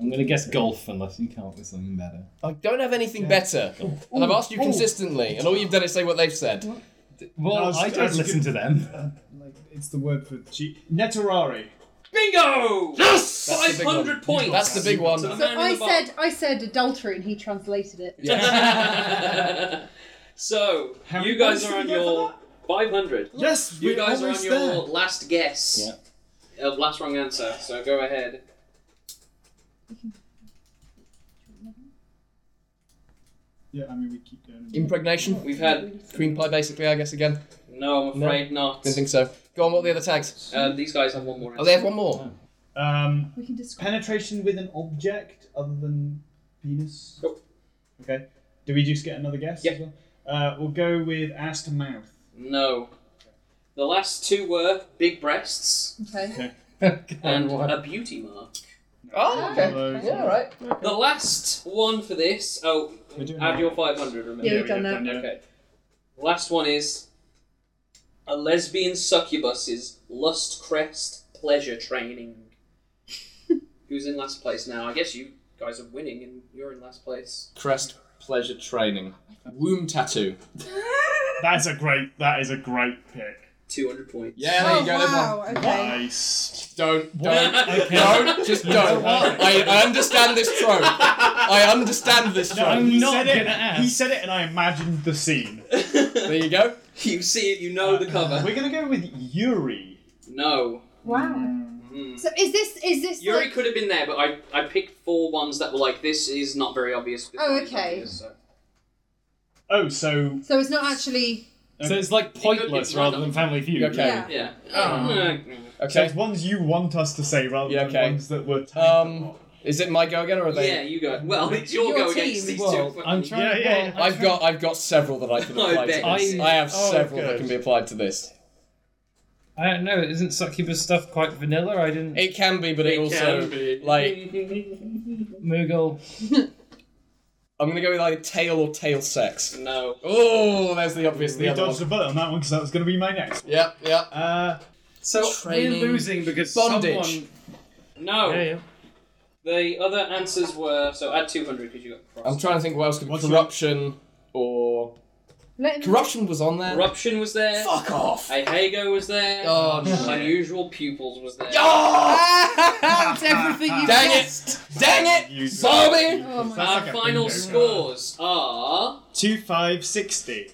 I'm going to guess golf unless you come up with something better.
I don't have anything better, and I've asked you consistently, and all you've done is say what they've said.
Well,
I was-
I
I
don't
was
listen to them.
like, it's the word for cheap. Netarari.
Bingo! Yes!
That's the big one.
500 points!
That's the big
To the
one.
So
man in
I
the bar.
said I said adultery and he translated it.
so,
How
you
many
guys
points
are
did
on
we get for
your 500.
Yes,
You
we're
guys are on
almost
your
there.
last guess of last wrong answer, so go ahead.
Yeah, I mean, we keep going.
Impregnation.
We've had.
Cream pie, basically, I guess, again.
No, I'm
No.
afraid not.
Didn't think so. Go on, what are the other tags?
Uh, these guys have one more answer.
Oh, they have one more.
Um,
We can describe
penetration with an object other than penis.
Nope.
Okay. Do we just get another guess?
Yep.
As well? Uh, we'll go with ass to mouth.
No. The last two were big breasts
okay.
and a beauty mark.
Oh, okay.
Those-
Yeah, all right.
The last one for this. Oh,
We're doing
add
that.
your 500, remember?
Yeah,
Yeah,
we've done that.
Okay. Last one is a lesbian succubus's lust crest pleasure training. Who's in last place now? I guess you guys are winning and you're in last place.
Crest pleasure training. Womb tattoo.
That's a great. That is a great pick.
200 points.
Yeah, there
oh
you go. there's one.
wow. Okay.
Nice.
Don't, don't,
Okay.
don't, just don't. I, I understand this trope. I understand this
No,
trope.
I'm
he
not
said it-
gonna ask.
He said it, and I imagined the scene.
There you go.
you see it, you know Oh, the cover.
We're gonna go with Yuri.
No.
Wow.
Mhm.
So is this is this
Yuri
like,
could have been there, but I, I picked four ones that were like, this is not very obvious. this
Oh,
one is
okay.
obvious, so.
Oh, so
so it's not actually
So it's like pointless
it's
rather than
random.
Family Feud.
Okay.
yeah.
Yeah.
Ah.
Mm.
so
Okay.
it's ones you want us to say rather
Yeah,
than
okay.
ones that were.
Um,
typed up.
Is it my go again, or are they?
Yeah, you go. Well, it's your,
Your
go against
team.
these
Well,
two.
I'm trying.
Yeah, yeah.
well, I'm
I've
trying-
got I've got several that I can
I
apply to
bet.
this.
I-
I have
oh,
several that
good.
can be applied to this.
I don't know. Isn't succubus stuff quite vanilla? I didn't.
It can be, but it, also like
Moogle.
I'm gonna go with either tail or tail sex.
no.
Oh, there's the obvious the
We
other
dodged a
one.
bullet on that one because that was going to be my next.
Yep, yep.
Uh,
So
Training.
we're losing because
Bondage. Oh,
someone.
No.
Yeah, yeah.
The other answers were so add 200 because you got
I'm
crossed.
trying to think what else could be
What's
corruption or
Let him-
corruption was on there.
Corruption was there.
Fuck off.
Ahago was there.
Oh, no.
Unusual pupils was there.
Oh!
It's everything you
Dang
got.
it! Dang
you-
it! Zombie!
Oh my
That's
Our
like a
final
bingo.
scores are.
Two five sixty.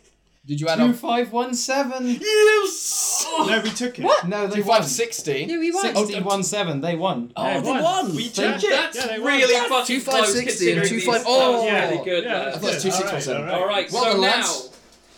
Did you add
Two
up?
five one seven.
Yes!
No, we took it.
No, they
Two
won.
five sixty.
No, we won.
Oh,
Sixty one seven. They won.
Oh,
Yeah,
they
won.
won!
We
They-
checked.
yeah.
That's
yeah, they won.
really
That's
fucking
2560 and
close,
25
considering
oh.
these- that was
Yeah,
really good.
yeah,
there.
that's
That's
good.
2617.
Alright,
All right,
Well
so
done,
now
lads.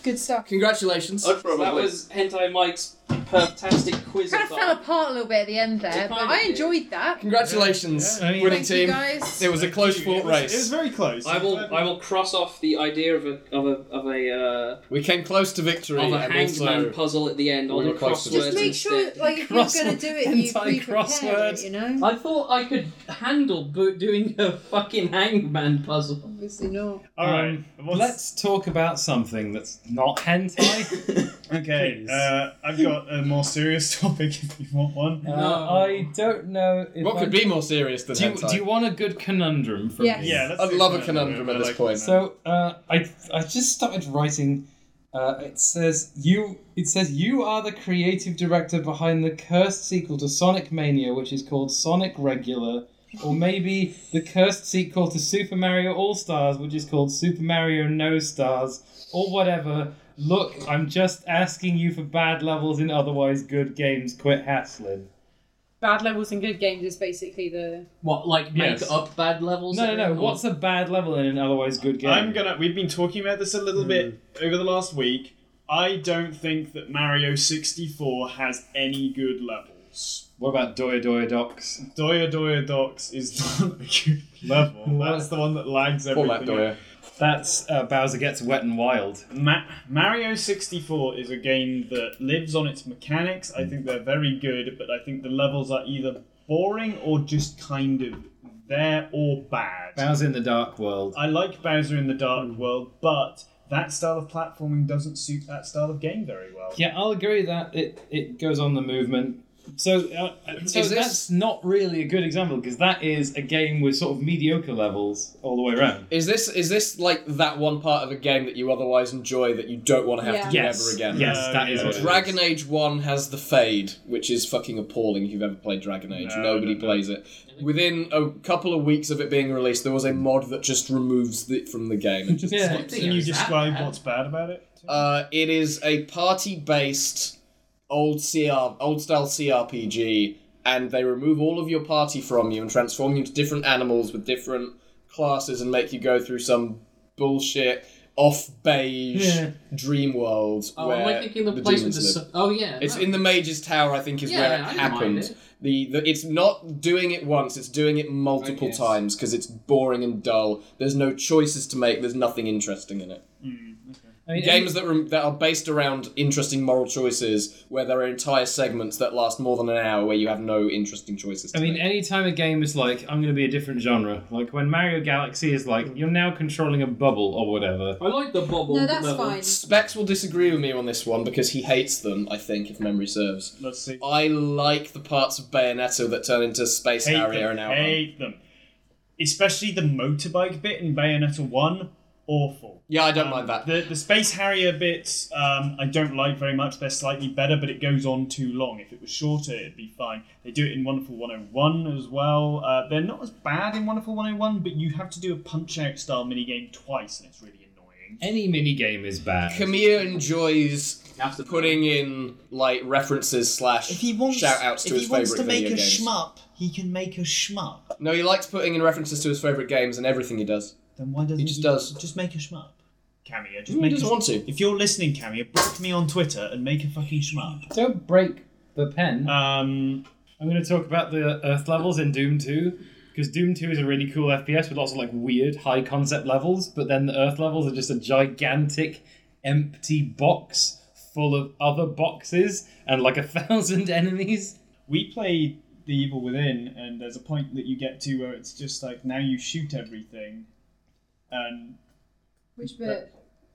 Good stuff.
Congratulations.
that was Hentai Mike's fantastic quiz.
Kind of fell apart a little bit at the end there,
It
but
kind
I
of did.
enjoyed that.
Congratulations,
Yeah, yeah. I mean-
winning
Thank you
team.
guys.
It was a close
It was-
fought race.
It was very close.
I will. I will cross off the idea of a of a of a
We came close to victory.
uh, of a
and
hanged man
also,
puzzle at the end.
We
I'll do
were close to
crosswords
it.
Just make sure,
instead.
like, if you're going to
Crossword-
do it, you pre-prepare
anti-crossword.
it, you know?
I thought I could handle bo- doing a fucking hangman puzzle.
Obviously not.
All right.
Um, Let's talk about something that's not hentai. Uh,
Okay.
please.
Uh, I've got a more serious topic if you want one.
Uh,
No.
I don't know. If
what
I-
could be more serious than
Do you,
hentai?
do you want a good conundrum from
Yes.
me?
Yeah. Let's
I'd
do
love a conundrum at
I
this
like
point.
So uh, I I just started writing. Uh, it says you. It says you are the creative director behind the cursed sequel to Sonic Mania, which is called Sonic Regular, or maybe the cursed sequel to Super Mario All Stars, which is called Super Mario No Stars, or whatever. Look, I'm just asking you for bad levels in otherwise good games. Quit hassling.
Bad levels and good games is basically the...
What, like make
Yes.
up bad levels?
No, no, no.
Or-
What's a bad level in an otherwise good game?
I'm gonna. We've been talking about this a little bit over the last week. I don't think that Mario 64 has any good levels.
What about Doya Doya Docs?
Doya Doya Docs is not a good level. That's the one that lags
Pull
everything.
that
out.
door.
That's uh, Bowser gets wet and wild.
Ma- Mario 64 is a game that lives on its mechanics. I think they're very good, but I think the levels are either boring or just kind of there or bad.
Bowser in the Dark World.
I like Bowser in the Dark World, but that style of platforming doesn't suit that style of game very well.
Yeah, I'll agree that it it goes on the movement. So, uh, so
Is this-
that's not really a good example because that is a game with sort of mediocre levels all the way around.
Is this is this like that one part of a game that you otherwise enjoy that you don't want to have
Yeah.
to do ever again?
yes,
No,
that is
yeah.
what it is.
Oh, Dragon Age One has the fade, which is fucking appalling. If you've ever played Dragon Age,
No,
nobody
no, no.
plays it. Within a couple of weeks of it being released, there was a mod that just removes it from the game. And just
Yeah.
skips it.
Think
Can you
Is that
describe
bad?
what's bad about it?
Uh, it is a party-based old CR, old-style CRPG, and they remove all of your party from you and transform you into different animals with different classes and make you go through some bullshit off beige
Yeah.
dream world
Oh,
where
am I thinking the,
the
place with
demons
the?
live.
so- oh yeah.
It's
no.
in the Mage's Tower, I think, is
Yeah,
where it
I don't mind
happened.
it.
The, the it's not doing it once; it's doing it multiple
guess.
times because it's boring and dull. There's no choices to make. There's nothing interesting in it
I mean,
games that, rem- that are based around interesting moral choices where there are entire segments that last more than an hour where you have no interesting choices to
I mean, eh,
make.
anytime a game is like, I'm going to be a different genre, like when Mario Galaxy is like, you're now controlling a bubble or whatever.
I like the bubble.
No, that's
level.
fine.
specs will disagree with me on this one because he hates them i think if memory serves
Let's see.
i like the parts of bayonetta that turn into space
hate
harrier
them,
and outrun
hate them. Especially the motorbike bit in Bayonetta 1, awful.
yeah i don't
Um,
mind that
The, the Space Harrier bits, um, I don't like very much. They're slightly better, but it goes on too long. If it was shorter, it'd be fine. They do it in Wonderful 101 as well. Uh, they're not as bad in Wonderful 101, but you have to do a punch out style minigame twice, and it's really annoying.
Any mini game is bad.
Kamiya enjoys
After
putting in like references slash shout outs to his favorite video games.
shmup, he can make a shmup.
no, he likes putting in references to his favorite games and everything he does.
Then why doesn't
He just does.
Just make a shmup. Cameo, just
He
make a
doesn't want to.
If you're listening, Cameo, block me on Twitter and make a fucking shmup.
Don't break the pen.
Um,
I'm going to talk about the Earth levels in Doom 2. Because Doom 2 is a really cool FPS with lots of like weird high concept levels, but then the Earth levels are just a gigantic empty box full of other boxes and like a thousand enemies.
we played the evil within and there's a point that you get to where it's just like now you shoot everything and
Which bit?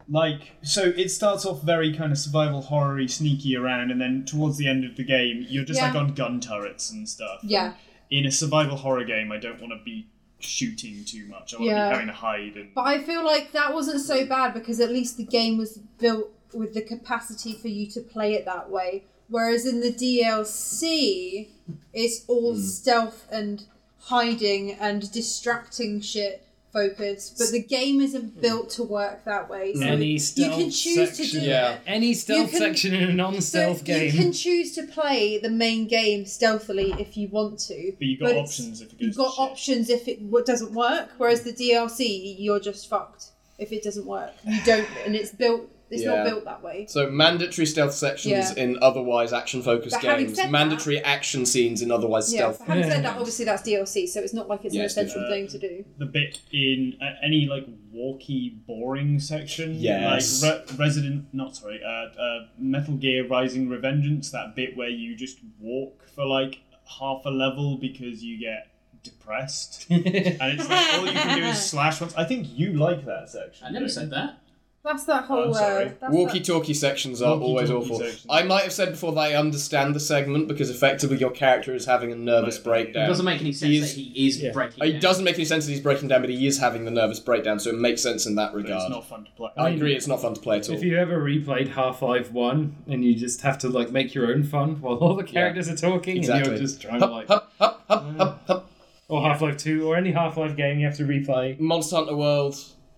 like so it starts off very kind of survival horror sneaky around and then towards the end of the game you're just
Yeah.
like on gun turrets and stuff
Yeah.
in a survival horror game i don't want to be shooting too much i want to
Yeah.
be having to hide and
But I feel like that wasn't so bad because at least the game was built with the capacity for you to play it that way. Whereas in the DLC, it's all stealth and hiding and distracting shit focus. But the game isn't built to work that way. So
Any
you
stealth
can choose
section.
to do
yeah.
it.
Any stealth
can-
section in a non
So
stealth
you
game.
can choose to play the main game stealthily if you want to.
but you got
but it's-
options if it goes
You've got
to shit.
options if it w- doesn't work, whereas the DLC, you're just fucked if it doesn't work. You don't, and it's built. It's
Yeah.
not built that way.
So mandatory stealth sections
Yeah.
in otherwise action-focused
But having
games,
said that-
mandatory action scenes in otherwise
Yeah.
stealth.
but having
Yeah.
said that, obviously that's DLC, so it's not like it's
Yeah,
an
it's different.
essential thing to do.
the bit in uh, any like walky, boring section.
Yes.
Like Re- Resident, not sorry, uh, uh, Metal Gear Rising Revengeance, that bit where you just walk for like half a level because you get depressed. and it's like all you can do is slash once. I think you like that section.
I never
don't
said
you?
that.
That's that
I'm
whole.
sorry.
Uh, that's that-
Walkie-talkie sections are always
Walkie-talkie
awful.
sections.
I might have said before that I understand the segment because effectively your character is having a nervous
Right.
breakdown.
It doesn't make any sense
He is-
that he is
Yeah.
breaking.
It
down.
doesn't make any sense that he's breaking down, but he is having the nervous breakdown, so it makes sense in that
But it's
regard.
not fun to play.
Oh I agree, it's not fun to play at all.
If you ever replayed Half Life One and you just have to like make your own fun while all the characters are talking, and
Exactly.
you're just trying to
Hup,
like,
hup, hup, hup, hup, hup.
or Half Life Two, or any Half Life game you have to replay.
Monster Hunter World,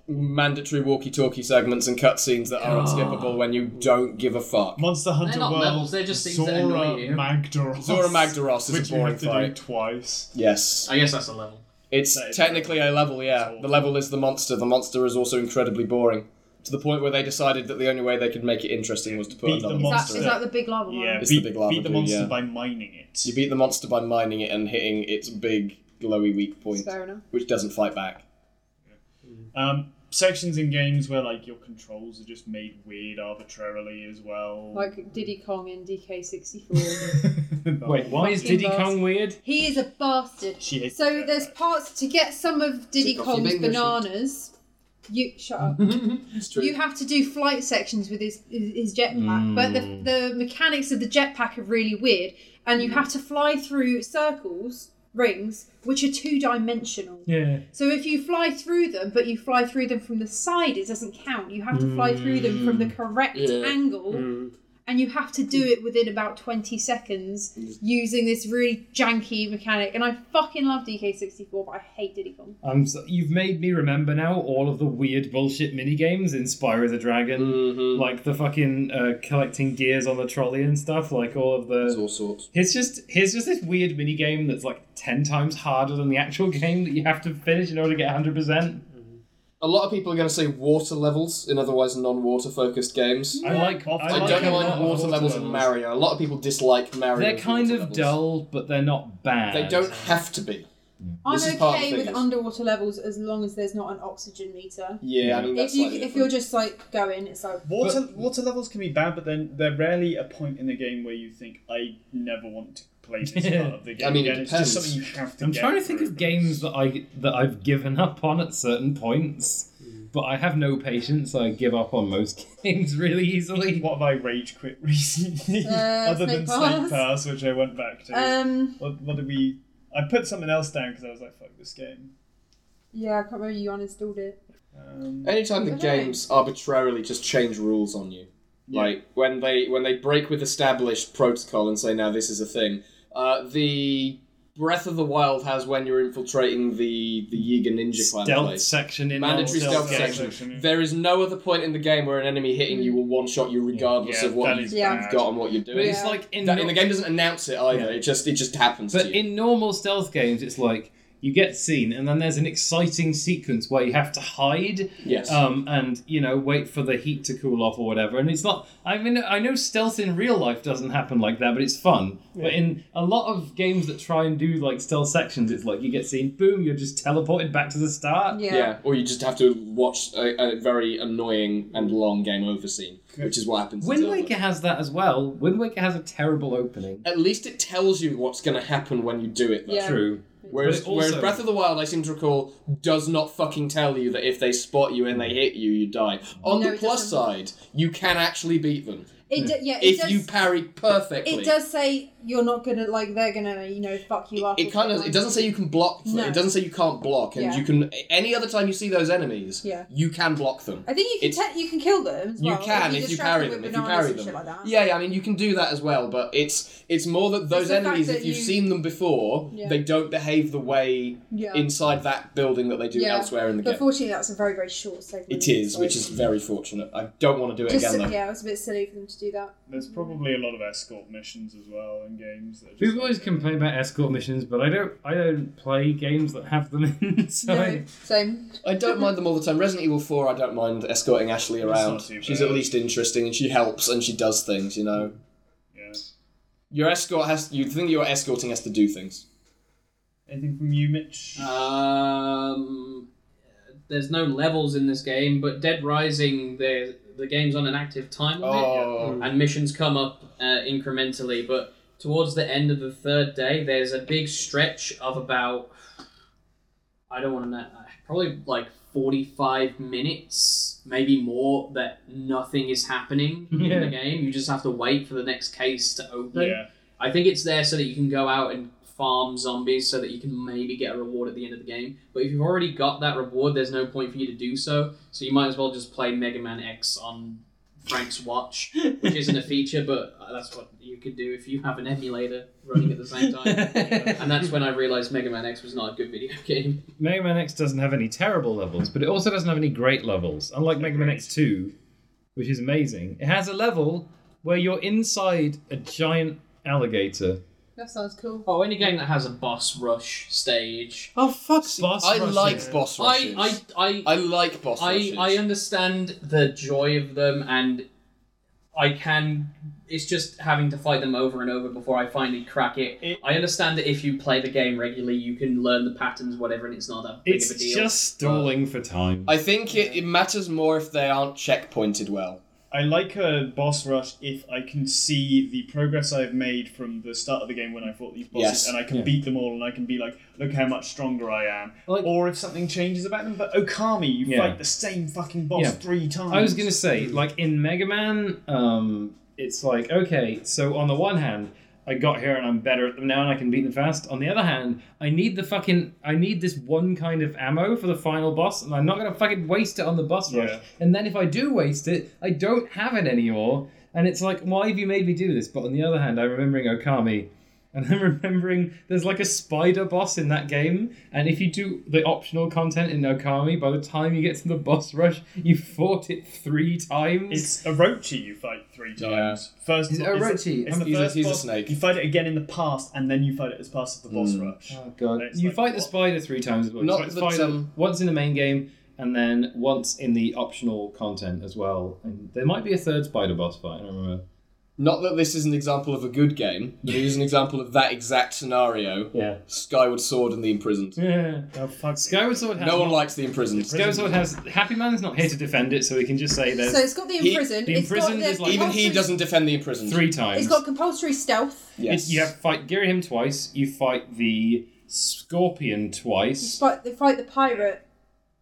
mandatory walkie-talkie segments and cutscenes that are unskippable when you don't give a fuck.
Monster Hunter
not
World.
levels, they're just things
Zora
that annoy you.
Magdaros.
Zora Magdaros is
which
a boring
you have to
fight.
do twice.
Yes.
I guess that's a level.
It's
That is-
technically a level, yeah.
awful.
The level is the monster. The monster is also incredibly boring. To the point where they decided that the only way they could make it interesting was to put
Beat the
another
Is
monster
that,
in.
is
monster.
that the big lava one?
Yeah,
It's the
beat,
big lava
beat the
dude,
monster
yeah.
by mining it.
You beat the monster by mining it and hitting its big glowy weak
That's
point,
fair enough.
which doesn't fight back.
Um, sections in games where like your controls are just made weird arbitrarily as well.
Like Diddy Kong in DK64.
Wait, why is
Fucking
Diddy
boss.
Kong weird?
he is a bastard.
She hates
So
that
there's
guy.
parts to get some of Diddy
Take off your
Kong's
bingo sheet.
bananas. You shut up.
It's true.
You have to do flight sections with his his jetpack, but
Mm.
the, the mechanics of the jetpack are really weird, and you have to fly through circles, rings, which are two dimensional.
Yeah.
So if you fly through them, but you fly through them from the side, it doesn't count. You have to fly through them from the
Mm.
correct angle, and you have to do it within about twenty seconds
Mm.
using this really janky mechanic. And I fucking love DK64, but I hate Diddy Kong.
I'm Um, so, you've made me remember now all of the weird bullshit minigames in Spyro the Dragon, like the fucking uh, collecting gears on the trolley and stuff, like all of the.
There's all sorts.
Here's just here's just this weird mini game that's like ten times harder than the actual game that you have to finish in order to get hundred percent.
A lot of people are going to say water levels in otherwise non-water focused games.
I like. I,
I,
like
don't
a
know
lot
like
of
water levels in Mario. A lot of people dislike Mario.
They're kind of
levels.
dull, but they're not bad.
They don't have to be.
I'm
This is part of
okay
the
with
thing is-
underwater levels as long as there's not an oxygen meter.
Yeah, I mean that's
If you
slightly
if you're
different.
just like going, it's like
Water water levels can be bad, but then they're rarely a point in the game where you think I never want to play this part of the game.
I mean, it
again." It's just
depends.
something you have to.
I'm
get
trying to think
through,
of
but it's-
games that I that I've given up on at certain points,
Hmm.
but I have no patience. I give up on most games really easily.
What have I rage quit recently?
Uh,
Other than
Snake
Snake
Pass.
Pass, which I went back to.
um
what, what did we? I put something else down because I was like, "Fuck this game."
yeah, I can't remember you uninstalled it.
Um,
Anytime the
Okay.
games arbitrarily just change rules on you, like when they when they break with established protocol and say now this is a thing. Uh, the Breath of the Wild has when you're infiltrating the the Yiga Ninja clan
Stealth
place.
section in
Mandatory
all
stealth,
games.
section.
section, yeah.
There is no other point in the game where an enemy hitting you will one shot you regardless
Yeah,
of what
that
you've
is
Yeah.
bad.
got and what you're
But
doing.
it's like in,
That, and
nor-
the game doesn't announce it either.
Yeah.
It just it just happens
but
to you.
in normal stealth games, it's like you get seen, and then there's an exciting sequence where you have to hide
Yes.
um, and you know wait for the heat to cool off or whatever. And it's not. I mean, I know stealth in real life doesn't happen like that, but it's fun. But in a lot of games that try and do like stealth sections, it's like you get seen, boom, you're just teleported back to the start.
Uh, yeah. Or you just have to watch a, a very annoying and long game over scene, which is what happens. in
Wind
Zelda.
Waker has that as well. Wind Waker has a terrible opening.
At least it tells you what's going to happen when you do it. Though.
Yeah.
True.
Whereas,
But it
whereas
also-
Breath of the Wild, I seem to recall, does not fucking tell you that if they spot you and they hit you, you die. On
No,
the
it
plus
doesn't.
side, you can actually beat them
It do, yeah, it
if
does,
you parry perfectly.
It does say you're not gonna like they're gonna you know fuck you up.
It
or
kind of
something.
it doesn't say you can block.
No.
It doesn't say you can't block, and
Yeah.
you can any other time you see those enemies,
Yeah.
you can block them.
I think you can
it's-
te- you can kill them. As
You
well,
can if you
distract
parry
with
them. If you
bananas
parry
and
them,
shit like that.
yeah, yeah. I mean, you can do that as well, but it's it's more that those
the fact
enemies,
that
if you've
you-
seen them before,
Yeah.
they don't behave the way
Yeah.
inside that building that they do
Yeah.
elsewhere in the
But
game.
fortunately, that's a very very short segment.
It is,
so-
which is very fortunate. I don't want to do it
Just,
again though.
yeah, it was a bit silly for them to do that.
There's probably a lot of escort missions as well in games. That are just
People always
like-
complain about escort missions, but I don't. I don't play games that have them in. So
No, same.
I don't mind them all the time. Resident Evil Four, I don't mind escorting Ashley
not
around.
too
She's
bad.
at least interesting, and she helps and she does things. You know,
Yeah.
your escort has you think you're escorting has to do things.
Anything from you, Mitch?
Uh, Um, there's no levels in this game, but Dead Rising, the the game's on an active time limit,
Oh.
and missions come up uh, incrementally. But towards the end of the third day, there's a big stretch of about I don't want to know, probably like forty five minutes, maybe more, that nothing is happening in
Yeah.
the game. You just have to wait for the next case to open.
yeah.
I think it's there so that you can go out and farm zombies so that you can maybe get a reward at the end of the game. But if you've already got that reward, there's no point for you to do so. So you might as well just play Mega Man X on Frank's watch, which isn't a feature, but that's what you could do if you have an emulator running at the same time. And that's when I realized Mega Man X was not a good video game.
Mega Man X doesn't have any terrible levels, but it also doesn't have any great levels. Unlike Mega Man X Two, which is amazing, it has a level where you're inside a giant alligator.
That sounds cool.
Oh, any game that has a boss rush stage.
Oh fuck! Boss
I
rushes.
like boss rushes.
I, I, I,
I like boss
I,
rushes.
I understand the joy of them and I can it's just having to fight them over and over before I finally crack it.
It-
I understand that if you play the game regularly you can learn the patterns, whatever, and it's not that big
It's
of a deal.
just stalling for time.
I think it, it matters more if they aren't checkpointed well.
I like a boss rush if I can see the progress I've made from the start of the game when I fought these bosses,
Yes.
and I can
Yeah.
beat them all, and I can be like, "Look how much stronger I am."
Like-
or if something changes about them, but Okami, you
Yeah.
fight the same fucking boss
Yeah.
three times. Hmm.
I was gonna say, like in Mega Man, um, it's like okay. So on the one hand, I got here and I'm better at them now, and I can beat them fast. On the other hand, I need the fucking I need this one kind of ammo for the final boss, and I'm not gonna fucking waste it on the boss rush.
Yeah.
And then if I do waste it, I don't have it anymore. And it's like, why have you made me do this? But on the other hand, I'm remembering Okami. And I'm remembering there's like a spider boss in that game, and if you do the optional content in Okami, by the time you get to the boss rush, you fought it three times.
It's Orochi you fight three times. First,
Is it
the-
Orochi?
It's the
He's a-
first
he's a
boss-
snake. Mm.
You fight it again in the past, and then you fight it as part of the boss rush.
oh god!
It's
You
like-
fight the spider three times as well. You
Not
fight the
that,
spider
um,
once in the main game, and then once in the optional content as well. And there might be a third spider boss fight. I don't remember.
Not that this is an example of a good game, but it is an example of that exact scenario.
Yeah.
Skyward Sword and the Imprisoned.
Yeah.
Oh fuck!
Skyward Sword has
No one likes the Imprisoned.
Skyward Sword has Happy Man's not here to defend it, so we can just say there's
So it's got the
He-
imprisoned.
the
it's got
imprisoned
the
is like-
Even he
compulsory-
doesn't defend the Imprisoned.
three times.
It's got compulsory stealth.
Yes.
It's- you have fight Geary him twice. You fight the scorpion twice.
Fight, they fight the pirate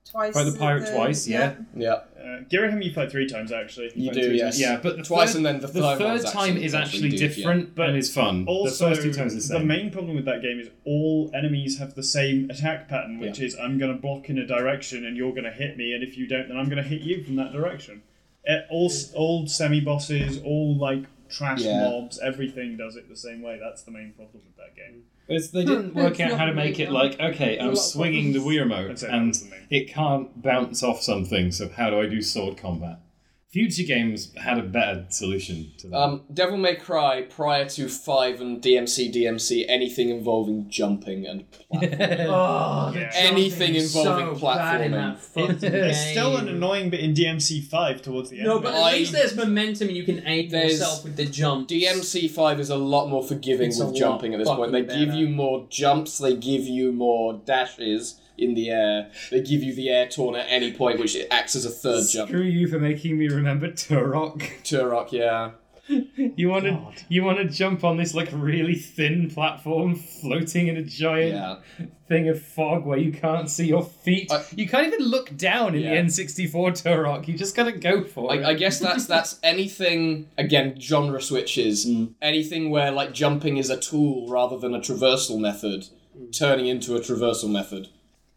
twice.
Fight the pirate
uh,
twice. Yeah.
Yeah.
Uh, Girahim, you fight three times actually.
You
Fight
do.
two
Yes.
times. Yeah, but the
twice
third,
and then the,
the
third,
third
one's
time is actually
deep, yeah.
different,
But
but and is fun.
Also,
the first two times is the same.
main problem with that game is all enemies have the same attack pattern, which is I'm going to block in a direction and you're going to hit me, and if you don't, then I'm going to hit you from that direction. Eh, all s- all semi bosses, all like trash
Yeah.
mobs, everything does it the same way. That's the main problem with that game.
It's, they didn't
Hmm,
work
It's
out
not
how to
really
make it
done.
like okay,
a
I'm
lot of
swinging the Wii remote
That's it,
and
that's the main-
it can't bounce off something. So how do I do sword combat? Future games had a better solution to that.
Um, Devil May Cry prior to Five and DMC DMC anything involving jumping and platform.
Oh, the jumping
Yeah.
Anything
is
involving
so bad in that fucking
There's still an
game.
annoying bit in DMC five towards the end.
No, but
I-
at least there's momentum and you can aim
There's-
yourself with the jump.
DMC Five is a lot more forgiving
It's a
with
lot
jumping at this point. They
fucking
give
better.
you more jumps. They give you more dashes in the air. They give you the air torn at any point, which acts as a third jump.
Screw you for making me remember Turok.
Turok, yeah.
You want to you want to jump on this like really thin platform floating in a giant
Yeah.
thing of fog where you can't see your feet.
I-
you can't even look down in
Yeah.
the N64 Turok. You just gotta go for it.
I, I guess that's that's anything again genre switches anything where like jumping is a tool rather than a traversal method turning into a traversal method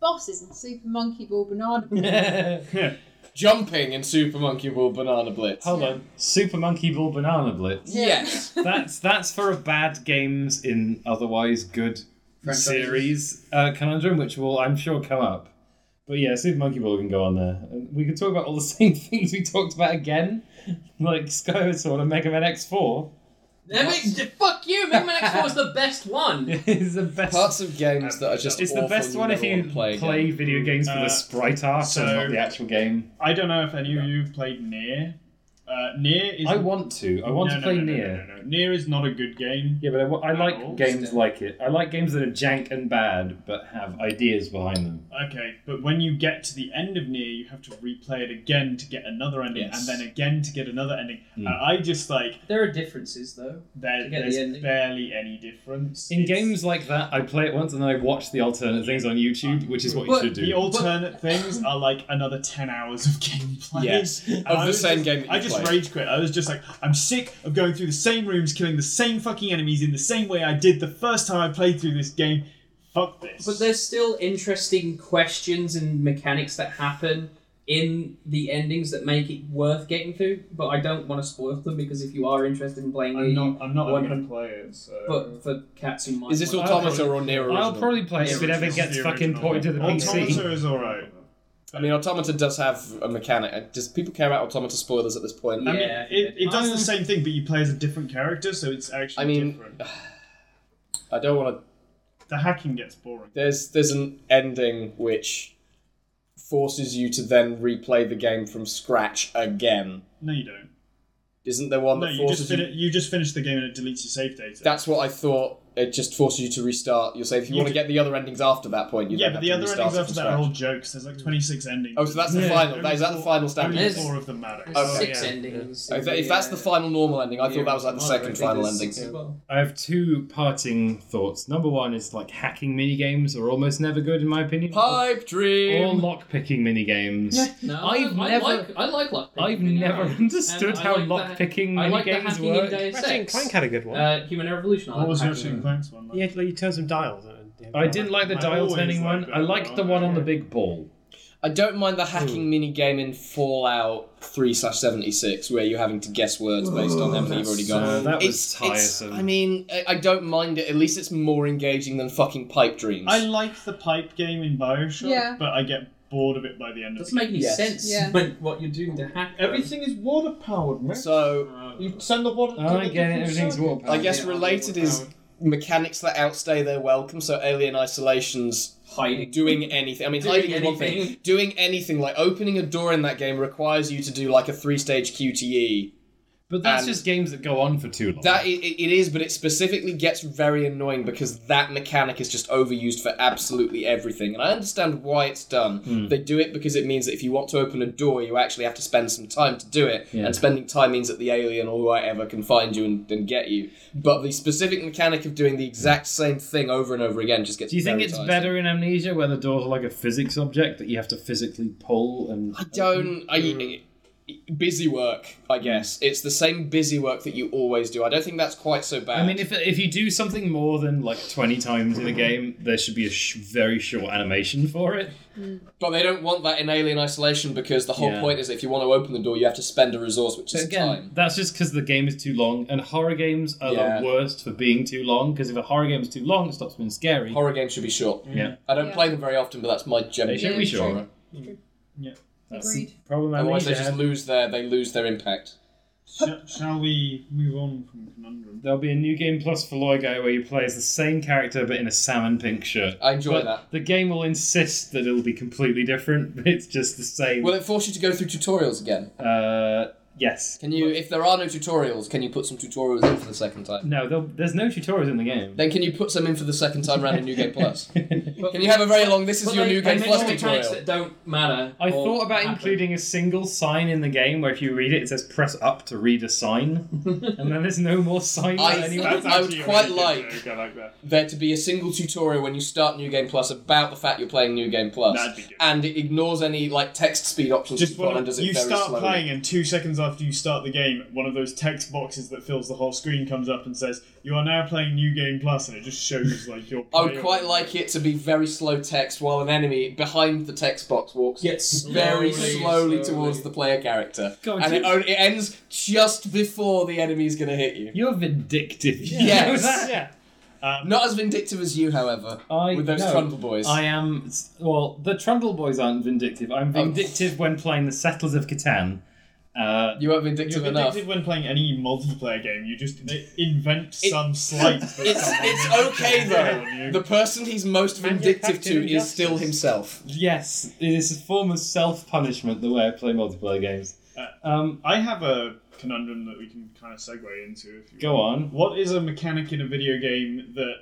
Bosses and Super Monkey Ball Banana.
jumping in Super Monkey Ball Banana Blitz
Hold on, Super Monkey Ball Banana Blitz.
yes
that's that's for a bad games in otherwise good
Franchises.
series uh, conundrum, which will I'm sure come up. But yeah, Super Monkey Ball can go on there. And We could talk about all the same things we talked about again, like Skyward Sword and Mega Man X4
That makes- fuck you, Mega Man X4 is the best one.
is the best.
parts of games that are just
it's the
awful
best
you
one if
never
you
wanna play,
play,
again.
video games for
Uh,
the sprite art and
so-
not the actual game.
I don't know if any of you have played Near. Uh, Near is
I want to. I want
No,
to
no,
play
no, no,
Nier.
No, no, no. Near is not a good game.
Yeah, but I wa- I, like
Oh,
games
still.
like it. I like games that are jank and bad, but have ideas behind them.
Okay, but when you get to the end of Near, you have to replay it again to get another ending,
Yes.
and then again to get another ending.
Hmm.
And I just like
There are differences though.
there,
To get the
there's
ending.
barely any difference
In
It's-
games like that, I play it once and then I watch the alternate things on YouTube, which is what you
But
should
The
do.
alternate things are like another ten hours of gameplay.
Yes.
And
Of
I
the
was
same
just-
game that you
I just
played.
rage quit. I was just like, I'm sick of going through the same rooms, killing the same fucking enemies in the same way I did the first time I played through this game. Fuck this.
But there's still interesting questions and mechanics that happen in the endings that make it worth getting through. But I don't want to spoil them because if you are interested in playing
I'm
it,
not. I'm not
One-
going to play it. So.
but for cats who might
is this
want-
Automata or Near original
I'll probably play it if it ever
original,
gets
the
fucking
original.
ported to the PC.
Automata is alright.
I mean Automata does have a mechanic Uh, does people care about Automata spoilers at this point
I mean,
Yeah,
it, it does
I'm-
the same thing, but you play as a different character, so it's actually
I mean-
different.
I don't want to
The hacking gets boring.
there's there's an ending which forces you to then replay the game from scratch again.
No, you don't.
Isn't there one
No,
that
you just
forces you?
finish. You just finish the game and it deletes your save data.
That's what I thought. It just forces you to restart your save. If you,
You
want to
ju-
get the other endings after that point, you
yeah,
then
but
have
the
to
other
restart
endings
it
after
from
that are all
scratch.
jokes. There's like 26 endings.
Oh, so that's the
Yeah.
final. That, is that the final standard?
Only
There's-
four of them matter.
There's
Oh,
six
yeah.
endings.
If, that- if that's the final normal ending, I thought that was like the second final ending.
I have two parting thoughts. Number one is like hacking minigames are almost never good in my opinion.
Pipe dream.
Or lockpicking minigames.
No,
I've
I,
never-
I like, I like lock picking.
I've never understood
And I
how
like the-
lockpicking
I like the
minigames
hacking in
work.
Deus
Ratchet and
Ex.
Clank had a good one.
Uh, Human Evolution. I
What
like
was
the
your
hacking in.
Thanks one? Like?
yeah, like you turn some dials. and-
I didn't like the
I
dial
always
turning
like
one.
that
I liked the
one,
one on
yeah.
the big ball.
I don't mind the hacking mini game in Fallout Three slash Seventy Six, where you're having to guess words based on how many you've already got.
so- that was tiresome.
I mean, I, I don't mind it. At least it's more engaging than fucking pipe dreams.
I like the pipe game in Bioshock,
Yeah.
but I get bored of it by the end of
Doesn't
it.
make any
Yes.
sense
Yeah.
when what you're doing to hack them.
Everything is water powered, man.
so
you send the water.
I get it. Everything's
water.
warped.
I guess related is mechanics that outstay their welcome. So Alien Isolation's
hiding.
doing anything. I mean,
Doing
hiding is one thing.
anything.
Doing anything like opening a door in that game requires you to do like a three-stage E. QTE.
But that's
and-
just games that go on for too long.
That i i- it is, but it specifically gets very annoying because that mechanic is just overused for absolutely everything. And I understand why it's done.
Hmm.
They do it because it means that if you want to open a door, you actually have to spend some time to do it.
Yeah.
And spending time means that the alien or whoever can find you and, and get you. But the specific mechanic of doing the exact same thing over and over again just gets.
Do you think
very
it's
tiresome.
better in Amnesia where the doors are like a physics object that you have to physically pull and?
I don't. I.
Hmm.
Busy work, I guess. It's the same busy work that you always do. I don't think that's quite so bad.
I mean, if, if you do something more than like twenty times in a game, there should be a sh- very short animation for it.
But they don't want that in Alien Isolation because the whole
Yeah.
point is if you want to open the door, you have to spend a resource, which is time.
that's just because the game is too long, and horror games are
Yeah.
the worst for being too long. Because if a horror game is too long, it stops being scary.
Horror games should be short.
Yeah.
I don't
Yeah.
play them very often, but that's my general.
They should be short.
True.
Yeah.
That's
Agreed.
the problem I
Otherwise,
need
they
to
just
have.
lose their they lose their impact.
Sh- shall we move on from conundrum?
There'll be a new game plus for Loigo where you play as the same character but in a salmon pink shirt.
I enjoy
But
that.
The game will insist that it'll be completely different, but it's just the same.
Will it force you to go through tutorials again?
uh, yes.
Can you, if there are no tutorials, can you put some tutorials in for the second time?
No, there'll- there's no tutorials in the game.
Then can you put some in for the second time round in New Game Plus?
But-
Can you have a very long? This is
but
your
they-
New
they
Game
make
Plus
mechanics
tutorial.
that don't matter.
I
or
thought about
happen.
including a single sign in the game where if you read it, it says press up to read a sign, and then there's no more sign
I-
anywhere.
That's
I would
actually a
quite
really
like-
good joke, I like that.
there to be a single tutorial when you start New Game Plus about the fact you're playing New Game Plus,
That'd be good.
and it ignores any like text speed options
Just
you've got
one
and does
of,
it
you
very
start
slowly.
playing, and two seconds after you start the game, one of those text boxes that fills the whole screen comes up and says, "You are now playing New Game Plus," and it just shows like your.
I would quite like it to be very slow text while an enemy behind the text box walks
Yes,
very slowly, towards the player character,
Go on,
and it,
Tim.
only, it ends just before the enemy's going to hit you.
You're vindictive. you know
Yes.
that?
Not as vindictive as you, however,
I-
with those
no.
Trundle boys.
I am. Well, the Trundle boys aren't vindictive. I'm
Oh.
vindictive when playing the Settlers of Catan. Uh,
you weren't
You're
vindictive enough.
addicted when playing any multiplayer game. You just i- invent some slight. that
It's,
someone
it's
can
okay
turn on you.
though. The person he's most vindictive to
Manufactured
is still
injustice.
himself.
yes, it is a form of self punishment the way I play multiplayer games.
Uh,
Um,
I have a conundrum that we can kind of segue into. If you
go on.
What is a mechanic in a video game that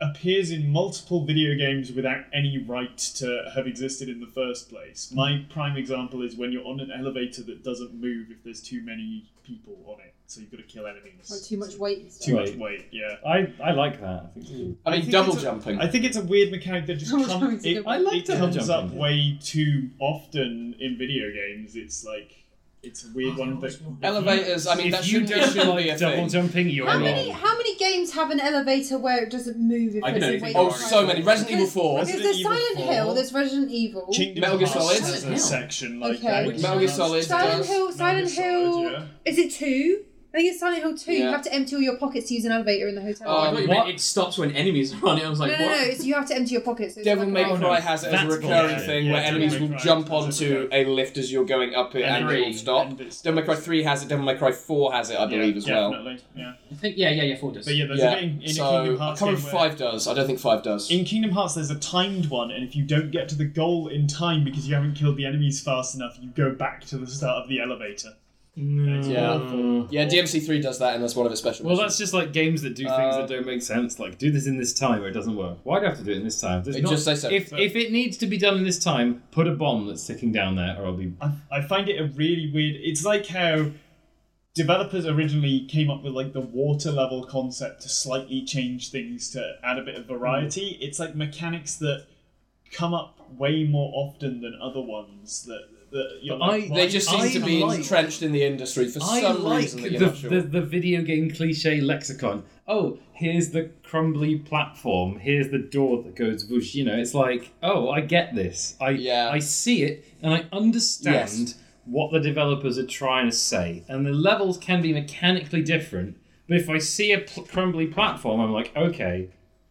appears in multiple video games without any right to have existed in the first place? My prime example is when you're on an elevator that doesn't move if there's too many people on it, so you've got to kill enemies.
Or too much weight. and
Too
stuff.
much
Right.
weight, yeah.
I, I like that. I think it's good.
I mean,
think
double
it's a-
jumping.
I think it's a weird mechanic that just
Double
comes.
jumping's a
It,
good one.
I like
it
double
comes up
jumping, yeah.
way too often in video games. It's like it's a weird one that
Elevators. I mean,
if
that
you
shouldn't, it
don't
shouldn't be a
like double
thing.
jumping, you're
How
wrong.
many how many games have an elevator where it doesn't move if
I can
there's a
only
weight?
think
Oh,
of
on it?
so many. Resident Evil
Because-
Four.
Because
Resident
there's
Evil
Silent
4.
Hill, there's Resident Evil.
Kingdom
Metal Gear
Hearts
Solid.
has a section like
Okay.
that.
Which
Metal Gear Solid
Silent
does.
Hill, Silent Hill.
Solid, yeah.
Is it two? I think it's Silent Hill two.
Yeah.
You have to empty all your pockets to use an elevator in the hotel.
Oh, I
Um,
thought you meant it stops when enemies are on it. I was like,
no, no,
what?
no, It's you have to empty your pockets. So it's
Devil
like
May
an
Oh, no.
Cry has it as a
That's
recurring
bullshit.
thing
Yeah,
where
Devil
enemies
May
will
Cry
jump
is a
onto
recurring-
a lift as you're going up it and,
Agreed.
it will stop.
And it's-
Devil May Cry Three has it. Devil May Cry Four has it, I believe, as well.
Definitely, yeah.
I think yeah, yeah, yeah. Four does.
But yeah, there's a game in
so
a Kingdom
I
Hearts
can't
game
remember if
where-
five does. I don't think five does.
In Kingdom Hearts, there's a timed one, and if you don't get to the goal in time because you haven't killed the enemies fast enough, you go back to the start of the elevator.
Yeah.
Awful.
yeah, DMC Three does that, and that's one of its special.
Well,
missions.
that's just like games that do things
Uh,
that don't make sense. Like, do this in this time where it doesn't work. Why do I have to do it in this time? There's
It
not-
just says so.
If, if it needs to be done in this time, put a bomb that's sticking down there, or I'll be.
I, I find it a really weird. It's like how developers originally came up with like the water level concept to slightly change things to add a bit of variety.
Mm.
It's like mechanics that come up way more often than other ones that that you're
But
like,
I-
why-
they just seem
I
to be
like-
entrenched in the industry for
I
some
like
reason that you're
the,
not sure.
the, the video game cliche lexicon. Oh, here's the crumbly platform. Here's the door that goes whoosh. You know, it's like, oh, I get this. I
Yeah.
I see it and I understand
Yes.
what the developers are trying to say. And the levels can be mechanically different, but if I see a pl- crumbly platform, I'm like, okay,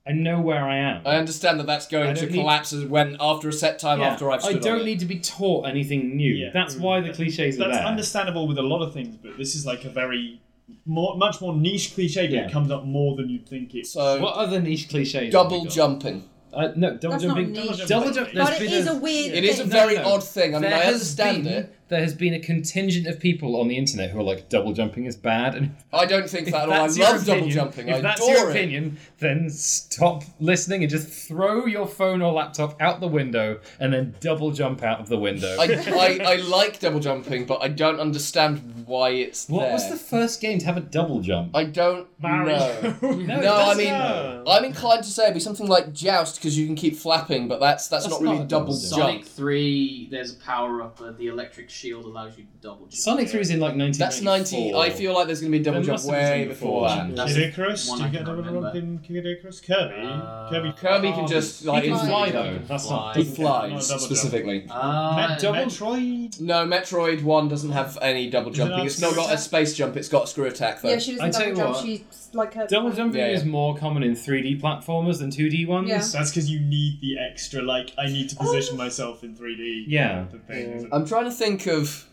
I know where I am.
I understand that that's
I
going to
don't need-
collapse as when after a set time
Yeah.
after I've stood
I don't
on
need to be taught anything new.
Yeah. Mm.
That's why the cliches are
that's
there.
understandable with a lot of things, but this is like a very more, much more niche cliche, but
Yeah.
it comes up more than you'd think it.
it. So
what other niche cliches? have
double
we got?
jumping.
Uh, no, double
That's not
jumping.
niche.
Double jump.
But
there's
it
been
is a weird.
It is a
thing.
very
no.
odd thing. I mean,
there
I
has
understand
been-
it.
There has been a contingent of people on the internet who are like, double jumping is bad. And
I don't think
if
that at all. I
that's your
love double
opinion-
jumping.
If
I
that's
adore
your
it.
opinion, then stop listening and just throw your phone or laptop out the window and then double jump out of the window.
I, I, I like double jumping, but I don't understand why it's
what
there.
was the first game to have a double jump?
I don't know.
no,
No, I
that's-
mean, I'm inclined to say it'd be something like joust because you can keep flapping, but that's that's,
That's
not really
not a
double
double
jump.
Sonic Three, there's a power up of the electric shield allows you to double jump.
Sonic 3 is in like 1994.
That's 90. I feel like there's going to be a double
There
jump
must have been
way
something
before
before.
that.
That's
Kid Icarus?
one
Do you
I
get
can
double
remember.
jump in Kid Icarus? Kirby?
Uh,
Kirby,
Kirby
can't.
can just,
He
like,
can
in-
fly though. That's not.
he
Fly. Not a
flies
double jump.
specifically.
Uh,
Met-
double
Metroid?
No, Metroid 1 doesn't have any double
Is it
jumping.
not
It's not got a
attack?
space jump, it's got a screw attack though.
Yeah, she
I
doesn't
tell
double
you
jump.
what.
She's like a
Double jumping
Yeah,
is
yeah.
more common in 3D platformers than 2D ones.
Yeah.
That's because you need the extra, like, I need to position myself in 3D.
Yeah.
The thing, isn't it?
I'm trying to think of.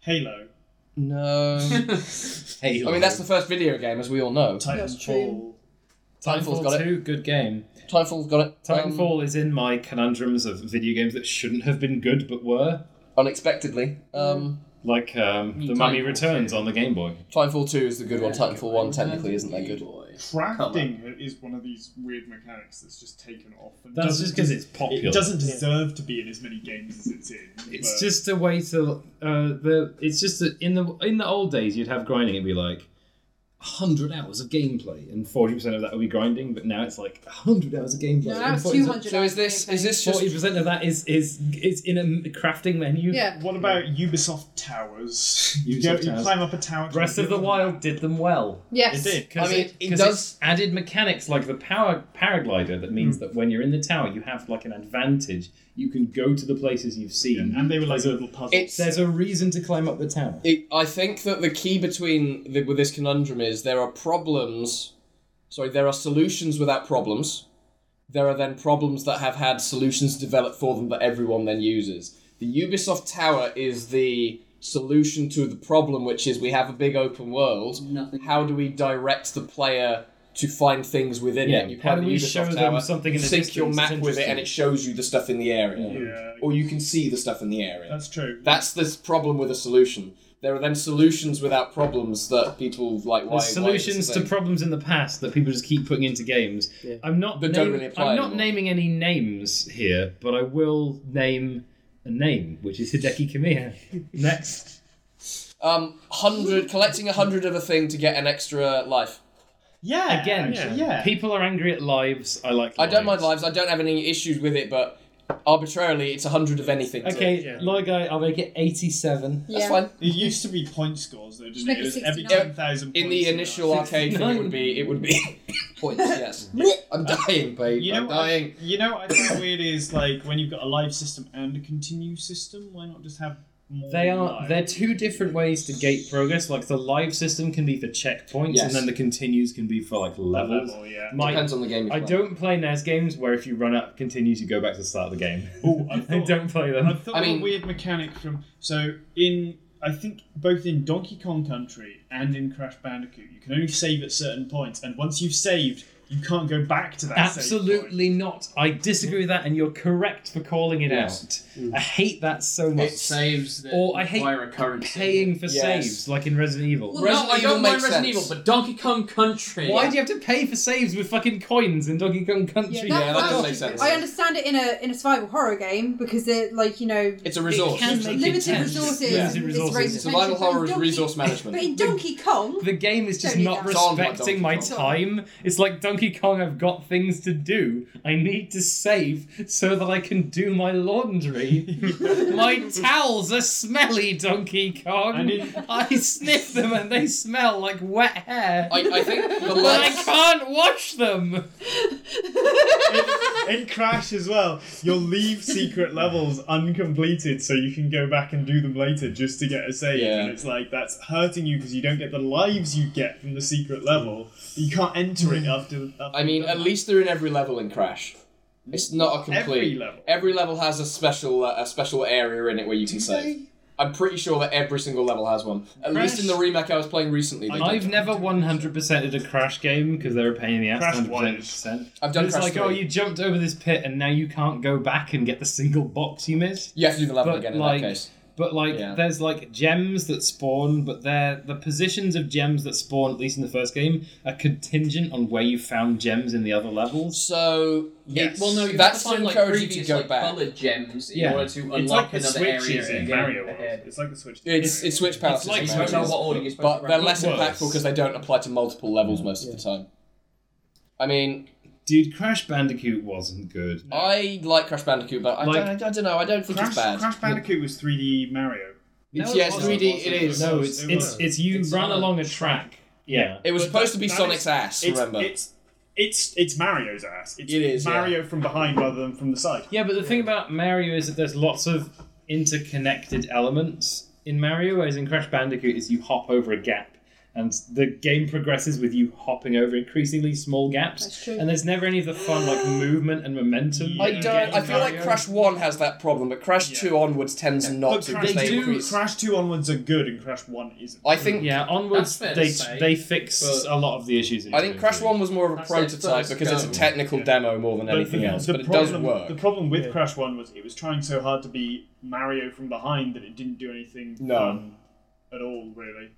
Halo.
No. I mean, that's the first video game, as we all know.
That's true.
Titanfall.
Titanfall's got
Titanfall
it.
2, good game.
Titanfall's got it. um,
Titanfall is in my conundrums of video games that shouldn't have been good but were,
unexpectedly. Um,
like um, The
Titanfall
Mummy Returns
2.
on the Game Boy.
Titanfall 2 is the good one. Titanfall 1 technically isn't that good.
Crafting is one of these weird mechanics that's just taken off. And
That's
doesn't
just because
des-
it's popular.
It doesn't deserve to be in as many games as it's in.
It's
but-
just a way to. Uh, the it's just that in the in the old days you'd have grinding and be like. 100 hours of gameplay and 40% of that would be grinding but now it's like 100 hours of gameplay
No,
and
that was
40%
200.
So is this is this just
40% of that is is is in a crafting menu
Yeah.
What about Ubisoft Towers? you,
Ubisoft
go, you
Towers.
climb up a tower. to
Breath
get
of the
to
Wild did them well
Yes.
It did.
I mean,
it,
it
'cause
does-
it's added mechanics like the power paraglider that means that when you're in the tower, you have like an advantage. You can go to the places you've seen.
And they were like
There's a-
little puzzles.
It's-
There's a reason to climb up the tower.
It, I think that the key between the, with this conundrum is there are problems. Sorry, there are solutions without problems. There are then problems that have had solutions developed for them that everyone then uses. The Ubisoft Tower is the solution to the problem, which is we have a big open world.
Nothing.
How do we direct the player to find things within
Yeah,
it? You
how
climb
do
the
we
Ubisoft
show them
Tower,
something
you
in the
sync your
distance that's
map with it,
interesting?
and it shows you the stuff in the area,
Yeah.
or you can see the stuff in the area.
That's true.
That's this problem with a solution. There are then solutions without problems that people like. Why?
There's solutions
why
to problems in the past that people just keep putting into games. I'm not
That don't really apply
I'm not
anymore.
naming any names here, but I will name a name, which is Hideki Kamiya. Next.
um hundred collecting a hundred of a thing to get an extra life.
yeah.
Again,
actually, yeah.
people are angry at lives. I like.
I don't mind lives. I don't have any issues with it, but arbitrarily it's a hundred of anything. to-
Okay,
Yeah.
log guy, I'll make it 87.
that's
Yeah.
fine.
It used to be point scores though, didn't
make
it?
it
It was every
69.
ten thousand.
In the initial arcade thing, it would be it would be points. Yes, I'm dying, babe.
You
I'm
know, I,
dying.
you know, what I find weird is like when you've got a live system and a continue system. Why not just have more?
They are
live?
they're two different ways to gate progress. Like the live system can be for checkpoints,
Yes.
and then the continues can be for like levels.
level, yeah.
My,
Depends on the game. You
I
play.
don't play NES games where if you run up continues, you go back to the start of the game.
Ooh, I
I
thought-
don't play
I
them.
thought
I
of
mean-
a weird mechanic from so in I think both in Donkey Kong Country and in Crash Bandicoot, you can only save at certain points, and once you've saved, you can't go back to that. save point.
Absolutely not. I disagree with that, and you're correct for calling it
Yes. Mm.
out. I hate that so much.
It saves that
Or I hate
require a currency.
Paying for
Yes.
saves, like in Resident Evil.
Well,
Resident
no, I
Evil
don't mind
makes
Resident
sense.
Evil, but Donkey Kong Country.
Why do you have to pay for saves with fucking coins in Donkey Kong Country?
Yeah, that
was
does make
stupid.
sense.
I understand it in a in a survival horror game because it like you know
It's a resource.
can make it
limited
tense.
resources.
Yeah.
it's
Limited
raised
resources.
Survival
tension, but
horror
in
is
Donkey-
resource management.
But in Donkey Kong,
The game is just
Don't need
not
that.
It's on my
respecting
Donkey
my
Kong.
time. It's like Donkey Kong, I've got things to do. I need to save so that I can do my laundry. my towels are smelly, Donkey Kong. I,
I need-
sniff them and they smell like wet hair.
I, I think the
but I
life.
can't wash them.
in Crash as well, you'll leave secret levels uncompleted so you can go back and do them later just to get a save.
Yeah.
And it's like that's hurting you because you don't get the lives you get from the secret level. You can't enter it after. after
Mm. I mean,
you've
at
done
least they're in every level in Crash. It's not a complete.
Every level.
Every level has a special uh, a special area in it where you can save. I'm pretty sure that every single level has one. At
Crash-
least in the remake I was playing recently, they
I've
did.
never 100%ed a Crash game because they're a pain in the ass.
Crash
100%.
I've done
it's
Crash
like,
3.
oh, you jumped over this pit and now you can't go back and get the single box you missed.
You have to do the level
but
again in
like-
that case.
But like,
Yeah.
there's like gems that spawn, but they're the positions of gems that spawn, at least in the first game, are contingent on where you found gems in the other levels.
So
Yes.
well, no,
you have
that's
to find,
to
like,
encourage you to
previous,
go
like,
back.
Colored gems in
Yeah.
order to
It's
unlock
like the
another
switches
area
in
again
Mario World.
ahead.
It's like the switch.
It's it's switch powers.
It's like
in
Switch
Mario.
powers,
but they're less
Worse.
impactful because they don't apply to multiple levels most of the time. I mean,
Dude, Crash Bandicoot wasn't good.
I like Crash Bandicoot, but I,
Like-
don't, I don't know. I don't think
Crash,
it's bad.
Crash Bandicoot was 3D Mario.
No,
It's-
it
yeah, it's
wasn't.
3D, it is.
No, it's
It
it's
was.
it's you
It's
run
not.
along a track. Yeah.
It was
But
supposed
that-
to be
that
Sonic's
is-
ass,
It's,
remember?
it's it's it's Mario's ass. It's
It is, yeah.
Mario from behind rather than from the side.
Yeah, but the thing about Mario is that there's lots of interconnected elements in Mario, whereas in Crash Bandicoot is you hop over a gap, and the game progresses with you hopping over increasingly small gaps.
That's true.
And there's never any of the fun like movement and momentum.
Yeah.
that
I
you get
don't.
in
I feel like
Mario.
Crash One has that problem, but Crash
Yeah.
Two onwards tends not
But
to.
Crash
because they
two,
increase-
Crash two onwards are good, and Crash one isn't.
I think.
Yeah, onwards
That's fair
they
to say,
they fix
but-
a lot of the issues. in
I think Crash
2.
One was more of a
That's their
prototype
first
because it's a
go.
technical
Yeah.
demo more than anything
the,
else,
the
but it
problem,
does work.
The problem with
Yeah.
Crash one was it was trying so hard to be Mario from behind that it didn't do anything
No.
fun at all, really.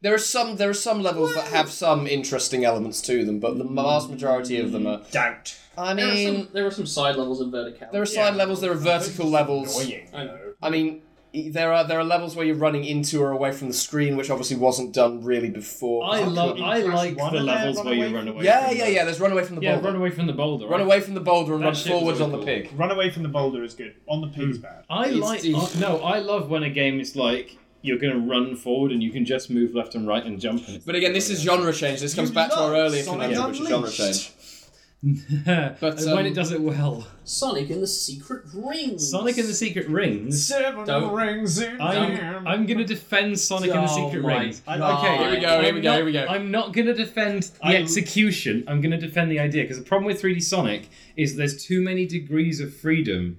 There are some. There are some levels that have some interesting elements to them, but the vast majority of them
Mm.
are.
Doubt.
I
There are,
mean,
some, there are some side levels in vertical.
there are side levels. There are vertical levels.
Annoying. though.
I mean, e- there are there are levels where you're running into or away from the screen, which obviously wasn't done really before.
I love. I
Crash
like
one
the
and then
levels
run
where you
away
run
from-
away.
yeah,
from
yeah,
the-
yeah. There's run away from the
Yeah,
boulder.
run away from the boulder.
Run
right?
away from the boulder and
That
run
shit was
forwards on
always
the
cool.
pig.
Run away from the boulder is good. On the pig's bad.
I
It's
like
the-
uh, no, I love when a game is like you're going to run forward and you can just move left and right and jump. And it's-
But again, this is genre change. This comes
You
back to our
love
earlier
Sonic
conundrum, which is genre
Unleashed.
change.
but
um,
when it does it well,
Sonic and the Secret Rings.
Sonic and the Secret Rings.
Seven
Don't.
rings in
I'm,
hand.
I'm going to defend Sonic and the
Oh
Secret
my
Rings.
I-
God.
okay,
Here we go. Here we
I'm
go.
not-
Here we go.
I'm not going to defend the
I-
execution. I'm going to defend the idea because the problem with 3D Sonic is there's too many degrees of freedom.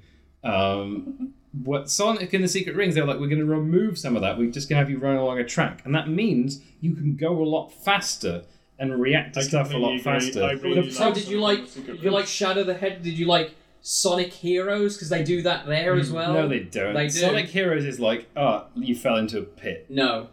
Um, what Sonic and the Secret Rings, they're like, we're going to remove some of that. We're just going to have you run along a track, and that means you can go a lot faster and react to
I
stuff a lot
completely agree.
faster.
I really
The-
like
So did you like?
Secret
Did you
Rings.
like Shadow the Head? Did you like Sonic Heroes? Because they do that there as well.
Mm. no, they don't.
They do.
Sonic Heroes is like, oh, you fell into a pit.
No,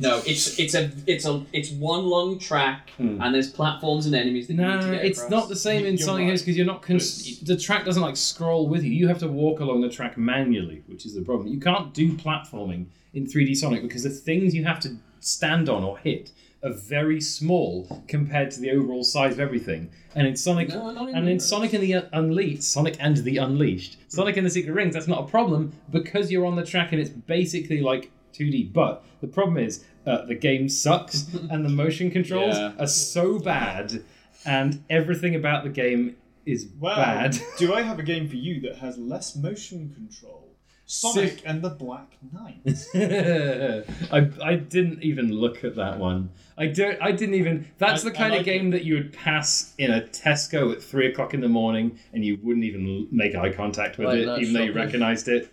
no. It's it's a it's a it's one long track,
Hmm.
and there's platforms and enemies that you need
No,
to get
it's
across.
not the same in
You're
Sonic
right.
Heroes because you're not cons-
It's-
the track doesn't like scroll with you. You have to walk along the track manually, which is the problem. You can't do platforming in 3D Sonic because the things you have to stand on or hit are very small compared to the overall size of everything. And in Sonic
No, not in
and in
Heroes.
Sonic and the Un- Unleashed, Sonic and the Unleashed, Sonic and the Secret Rings, that's not a problem because you're on the track and it's basically like 2D. But the problem is uh, the game sucks and the motion controls
Yeah.
are so bad and everything about the game is
Wow.
bad.
Do I have a game for you that has less motion control? Sonic and the Black Knight.
I, I didn't even look at that one. I don't. I didn't even. That's
I-
the kind
I
of
like
game that you would pass in a Tesco at three o'clock in the morning, and you wouldn't even l- make eye contact with
Like
it,
that
even though you
shopping.
recognised it.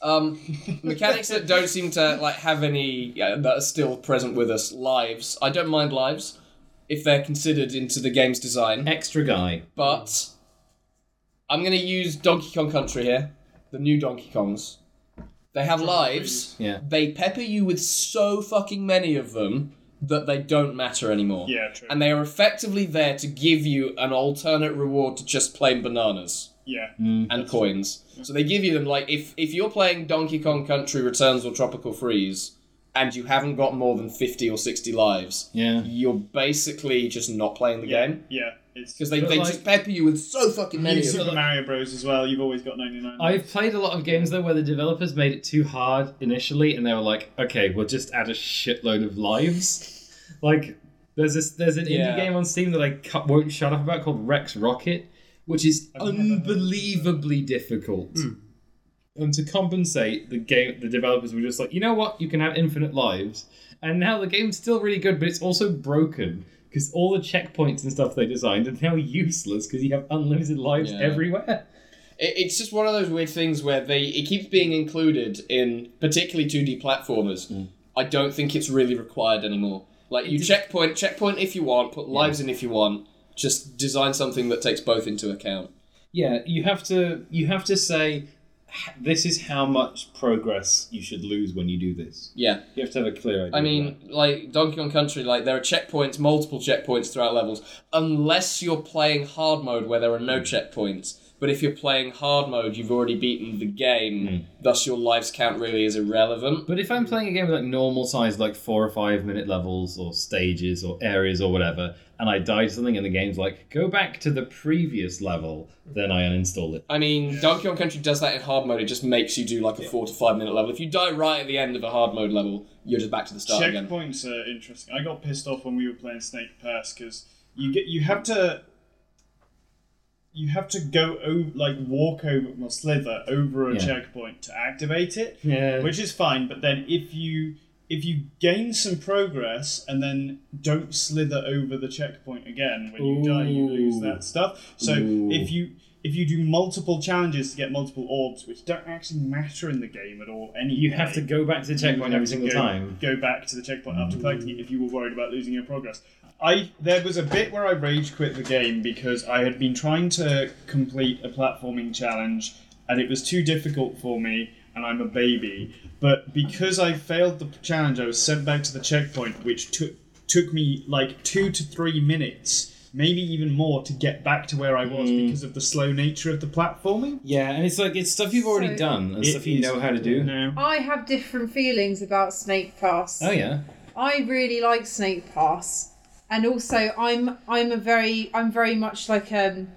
Um, mechanics that don't seem to like have any yeah, that are still present with us. Lives. I don't mind lives if they're considered into the game's design,
Extra guy.
but I'm going to use Donkey Kong Country here. The new Donkey Kongs. They have lives.
Yeah.
They pepper you with so fucking many of them that they don't matter anymore.
yeah, true.
And they are effectively there to give you an alternate reward to just plain bananas
yeah.
and coins. So they give you them like if if you're playing Donkey Kong Country Returns or Tropical Freeze and you haven't got more than 50 or 60 lives,
Yeah.
you're basically just not playing the
Yeah.
game
Yeah. It's
because they,
But,
they
like-
just pepper you with so fucking many
you
of
Super
them.
Mario Bros. as well. You've always got ninety nine.
I've played a lot of games though where the developers made it too hard initially, and they were like, "Okay, we'll just add a shitload of lives." Like, there's this, there's an
Yeah.
indie game on Steam that I cu- won't shut up about called Rex Rocket, which is unbelievably difficult.
Hmm.
And to compensate, the game, the developers were just like, "You know what? You can have infinite lives." And now the game's still really good, but it's also broken. Because all the checkpoints and stuff they designed are now useless because you have unlimited lives
Yeah.
everywhere.
It, it's just one of those weird things where they it keeps being included in particularly 2D platformers. I don't think it's really required anymore. Like you checkpoint checkpoint if you want, put lives in if you want. Just design something that takes both into account.
Yeah, you have to you have to say "H- this is how much progress you should lose when you do this.
Yeah.
You have to have a clear idea.
I
of
mean, like Donkey Kong Country, like there are checkpoints, multiple checkpoints throughout levels, unless you're playing hard mode where there are no checkpoints. But if you're playing hard mode, you've already beaten the game, thus your lives count really is irrelevant.
But if I'm playing a game with like normal size, like four or five minute levels or stages or areas or whatever, and I die to something and the game's like, go back to the previous level, then I uninstall it.
I mean, Donkey Kong Country does that in hard mode. It just makes you do like a four to five minute level. If you die right at the end of a hard mode level, you're just back to the start again.
Checkpoints are interesting. I got pissed off when we were playing Snake Pass because you get you have to you have to go over like walk over well slither over a
Yeah.
checkpoint to activate it,
Yeah.
which is fine. But then if you if you gain some progress and then don't slither over the checkpoint again when you die, you lose that stuff. So if you if you do multiple challenges to get multiple orbs, which don't actually matter in the game at all, anyway,
You have to go back to the checkpoint
you
every
have
single
to go,
time.
Go back to the checkpoint
Mm.
after collecting it if you were worried about losing your progress. I there was a bit where I rage quit the game because I had been trying to complete a platforming challenge and it was too difficult for me and I'm a baby. But because I failed the challenge, I was sent back to the checkpoint, which took took me like two to three minutes, maybe even more, to get back to where I was
Mm.
because of the slow nature of the platforming.
Yeah, and it's like it's stuff you've already
So-
done and
It
stuff you
is-
know how to do.
No.
I have different feelings about Snake Pass.
Oh yeah.
I really like Snake Pass, and also I'm I'm a very I'm very much like um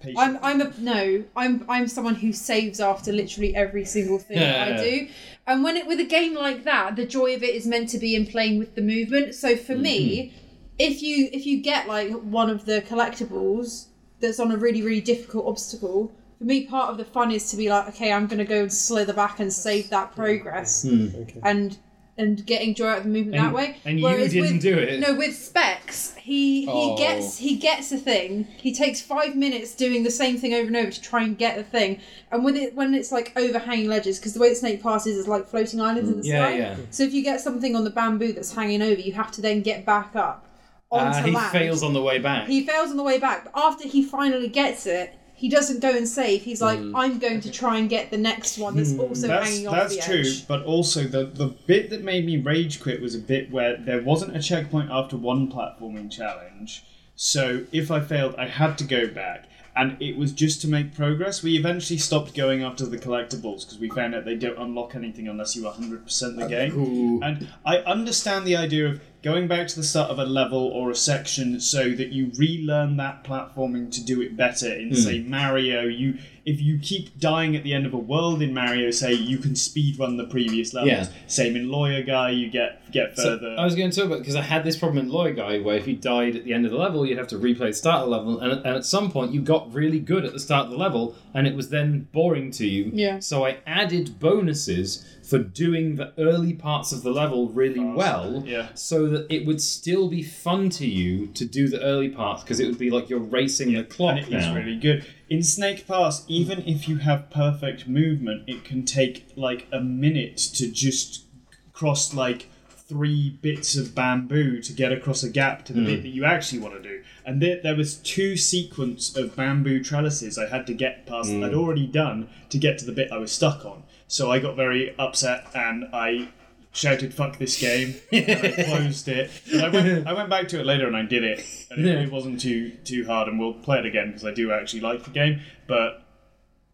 Patient.
I'm I'm a no I'm I'm someone who saves after literally every single thing that I do, and when it with a game like that, the joy of it is meant to be in playing with the movement. So for me, if you if you get like one of the collectibles that's on a really really difficult obstacle. For me, part of the fun is to be like, okay, I'm going to go and slither back and save that progress, and and getting joy out of the movement that
And-
way.
and you
Whereas
didn't
with,
do it.
No, with Specs, he he
Oh.
gets he gets a thing. He takes five minutes doing the same thing over and over to try and get the thing. And when it when it's like overhanging ledges, because the way that Snake passes is like floating islands in the
Yeah,
sky.
yeah.
So if you get something on the bamboo that's hanging over, you have to then get back up onto
Uh, he
land.
fails on the way back.
He fails on the way back, but after he finally gets it. He doesn't go and save. He's like,
Mm.
I'm going to try and get the next one
Hmm.
that's also
that's
hanging off
that's
the
true
edge.
but also the the bit that made me rage quit was a bit where there wasn't a checkpoint after one platforming challenge so if i failed i had to go back and it was just to make progress we eventually stopped going after the collectibles because we found out they don't unlock anything unless you 100% the game and i understand the idea of going back to the start of a level or a section so that you relearn that platforming to do it better in say mario you if you keep dying at the end of a world in mario say you can speed run the previous levels
Yeah.
same in lawyer guy you get get
So,
further
I was going to talk about because I had this problem in Lawyer Guy where if you died at the end of the level, you'd have to replay the start of the level, and, and at some point you got really good at the start of the level, and it was then boring to you.
Yeah.
So I added bonuses for doing the early parts of the level really
Faster,
well,
yeah.
so that it would still be fun to you to do the early parts because it would be like you're racing the clock
and it is
now.
really good in snake pass even if you have perfect movement it can take like a minute to just cross like three bits of bamboo to get across a gap to the bit that you actually want to do and there, there was two sequence of bamboo trellises i had to get past that i'd already done to get to the bit i was stuck on so i got very upset and i shouted fuck this game and I closed it. But I went, I went back to it later and I did it. And it, it wasn't too too hard and we'll play it again because I do actually like the game, but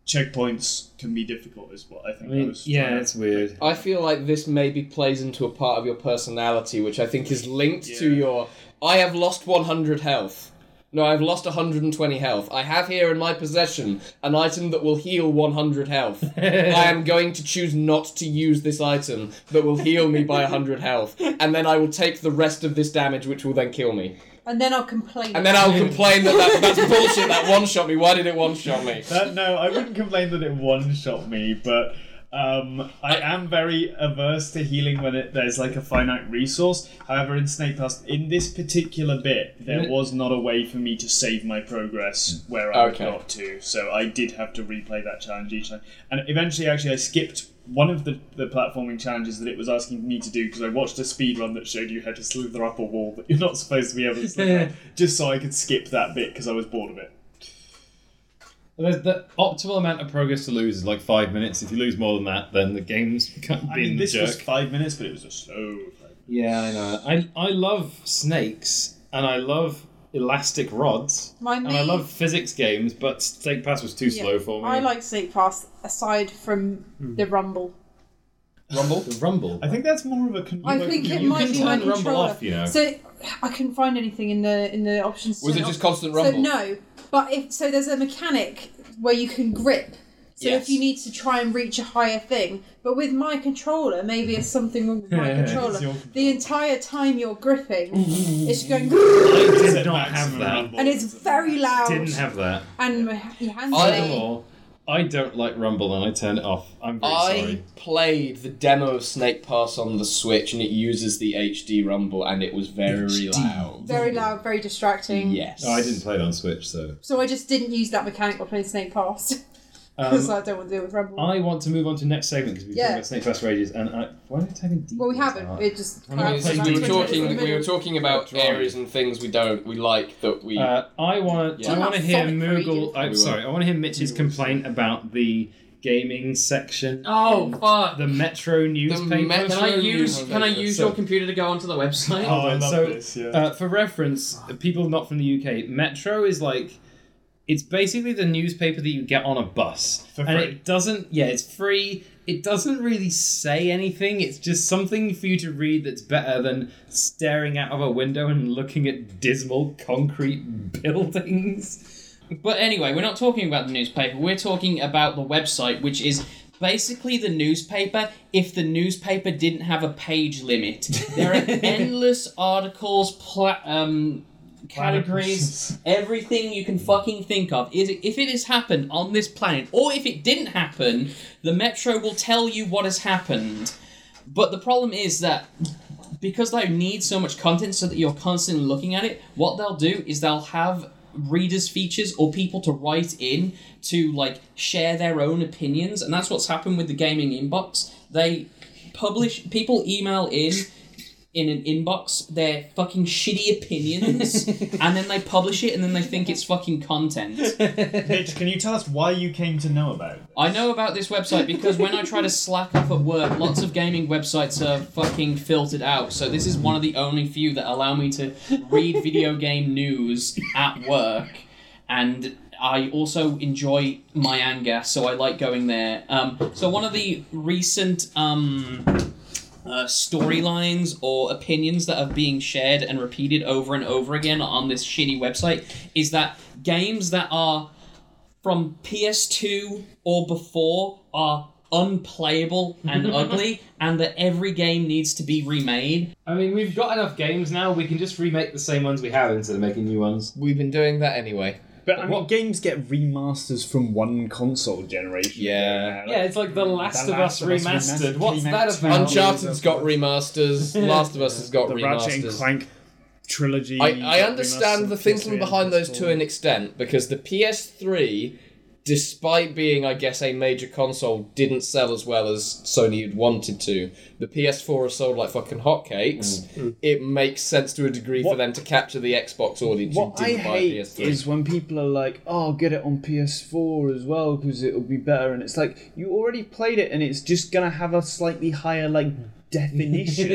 checkpoints can be difficult is what I think
I
I,
mean,
was
yeah,
trying to-
it's weird.
I feel like this maybe plays into a part of your personality, which I think is linked to
Yeah.
your. I have lost 100 health. No, I've lost 120 health. I have here in my possession an item that will heal 100 health. I am going to choose not to use this item that will heal me by 100 health, and then I will take the rest of this damage, which will then kill me.
And then I'll complain.
And then I'll complain that, that that's bullshit. That one shot me. Why did it one shot me?
That- no, I wouldn't complain that it one shot me, but um, I am very averse to healing when it, there's like a finite resource. However, in Snake Pass, in this particular bit, there was not a way for me to save my progress where I
Okay.
got to, so I did have to replay that challenge each time. And eventually, actually, I skipped one of the, the platforming challenges that it was asking me to do because I watched a speed run that showed you how to slither up a wall that you're not supposed to be able to slither, up, just so I could skip that bit because I was bored of it.
The, the optimal amount of progress to lose is like five minutes. If you lose more than that, then the game's being
I mean, this
jerk.
was five minutes, but it was a slow. five minutes.
Yeah, I know. I I love snakes and I love elastic rods.
My
And
main,
I love physics games, but Snake Pass was too
Yeah.
slow for me.
I like Snake Pass aside from the Rumble.
Rumble. the Rumble.
I think that's more of a. Con-
I think it
you
might
can
be my
turn Rumble
controller.
off, you know.
So I couldn't find anything in the in the options. to
Was
turn
it just
off.
constant rumble?
So no, but if so, there's a mechanic where you can grip. So
Yes.
if you need to try and reach a higher thing, but with my controller, maybe it's something wrong with my
Yeah, it's
controller.
your
The entire time you're gripping, it's going
I did
Said
not have
maximum
that.
rumble.
and it's very loud.
Didn't have that.
and my, ha- your hands.
I-
are-
Furthermore, I don't like Rumble and I turn it off. I'm very
I
sorry.
played the demo of Snake Pass on the Switch, and it uses the HD rumble, and it was very loud.
very loud, very distracting.
Yes.
Oh, I didn't play it on Switch, so.
So I just didn't use that mechanic while playing Snake Pass because
Um,
I don't want to deal with Rumble.
I want to move on to the next segment because we've been
Yeah.
talking about Snake Pass Rages, and I, why are we taking
well, we haven't.
details Oh, out?
It just.
I'm not
It's just
playing
Uh, we were
Nintendo.
talking. We were talking about
Drawing.
areas and things we don't we like that we.
Uh, I want.
Yeah.
I want to hear
Sonic
Moogle.
Rages.
I'm
We
sorry. I want to hear Mitch's complaint about the gaming section.
Oh fuck!
The Metro newspaper.
Metro
Can I use Can I
newspaper,
use
so-
your computer to go onto the website?
Oh,
Oh, I
and
love
so,
this. Yeah.
Uh, for reference, people not from the UK, Metro is like it's basically the newspaper that you get on a bus,
For
and
free.
it doesn't. Yeah, it's free. It doesn't really say anything. It's just something for you to read that's better than staring out of a window and looking at dismal concrete buildings.
But anyway, we're not talking about the newspaper. We're talking about the website, which is basically the newspaper if the newspaper didn't have a page limit. There are endless articles, pla- um, categories, everything you can fucking think of. Is if it has happened on this planet, or if it didn't happen, the Metro will tell you what has happened. But the problem is that because they need so much content so that you're constantly looking at it, what they'll do is they'll have readers features or people to write in to like share their own opinions and that's what's happened with the gaming inbox. They publish people email in in an inbox their fucking shitty opinions and then they publish it and then they think it's fucking content.
Mitch, can you tell us why you came to know about it?
I know about this website because when I try to slack off at work, lots of gaming websites are fucking filtered out. So this is one of the only few that allow me to read video game news at work. And I also enjoy my Angas, so I like going there. Um, so one of the recent um, uh, storylines or opinions that are being shared and repeated over and over again on this shitty website is that games that are from PS2 or before are unplayable and ugly, and that every game needs to be remade.
I mean, we've got enough games now. We can just remake the same ones we have instead of making new ones.
We've been doing that anyway.
But I mean,
What-
games get remasters from one console generation.
Yeah.
Yeah, it's like The Last, of, Us remastered. What's
came
that
out
about?
Uncharted's got remasters. Last of Us has got
The Ratchet and
remasters.
Clank trilogy.
I, I
got
understand
remastered
the
on
thinking
PS3
behind
and
those to an extent because the PS3, despite being, I guess, a major console, didn't sell as well as Sony had wanted to. The PS4 has sold like fucking hotcakes. It makes sense to a degree for
Mm. What-
them to capture the Xbox audience who
What I
didn't buy a
hate
PS3.
is when people are like, "Oh, get it on PS4 as well because it'll be better," and it's like you already played it, and it's just gonna have a slightly higher like definition.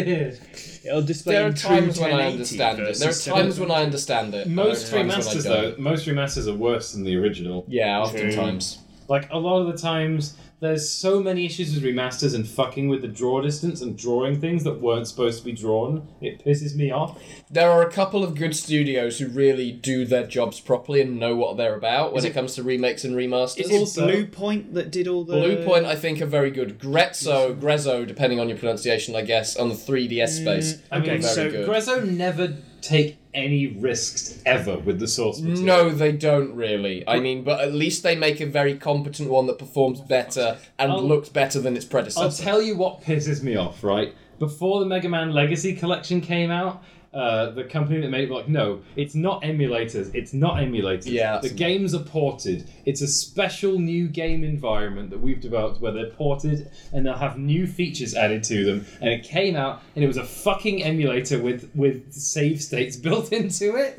It'll display.
there are
in true
times when I
1080
understand it. There are
versus
times
720p.
when I understand it. and there are
Most
times when I
remasters,
don't.
though, most remasters are worse than the original.
Yeah, oftentimes.
Like a lot of the times, there's so many issues with remasters and fucking with the draw distance and drawing things that weren't supposed to be drawn. It pisses me off.
There are a couple of good studios who really do their jobs properly and know what they're about when it, comes to remakes and remasters.
Is it also-
Blue Point that did all the
Blue Point, I think, are very good. Grezzo, Grezzo, depending on your pronunciation, I guess, on the 3DS space.
I mean,
very
so
good.
Grezzo never take any risks ever with the source material.
no, they don't really. I mean, but at least they make a very competent one that performs better and
I'll-
looks better than its
I'll
predecessor.
tell you what pisses me off, right? Before the Mega Man Legacy Collection came out, uh, the company that made it were like, no, it's not emulators. It's not emulators.
Yeah, that's
the
amazing.
games are ported. It's a special new game environment that we've developed where they're ported and they'll have new features added to them. And it came out and it was a fucking emulator with with save states built into it.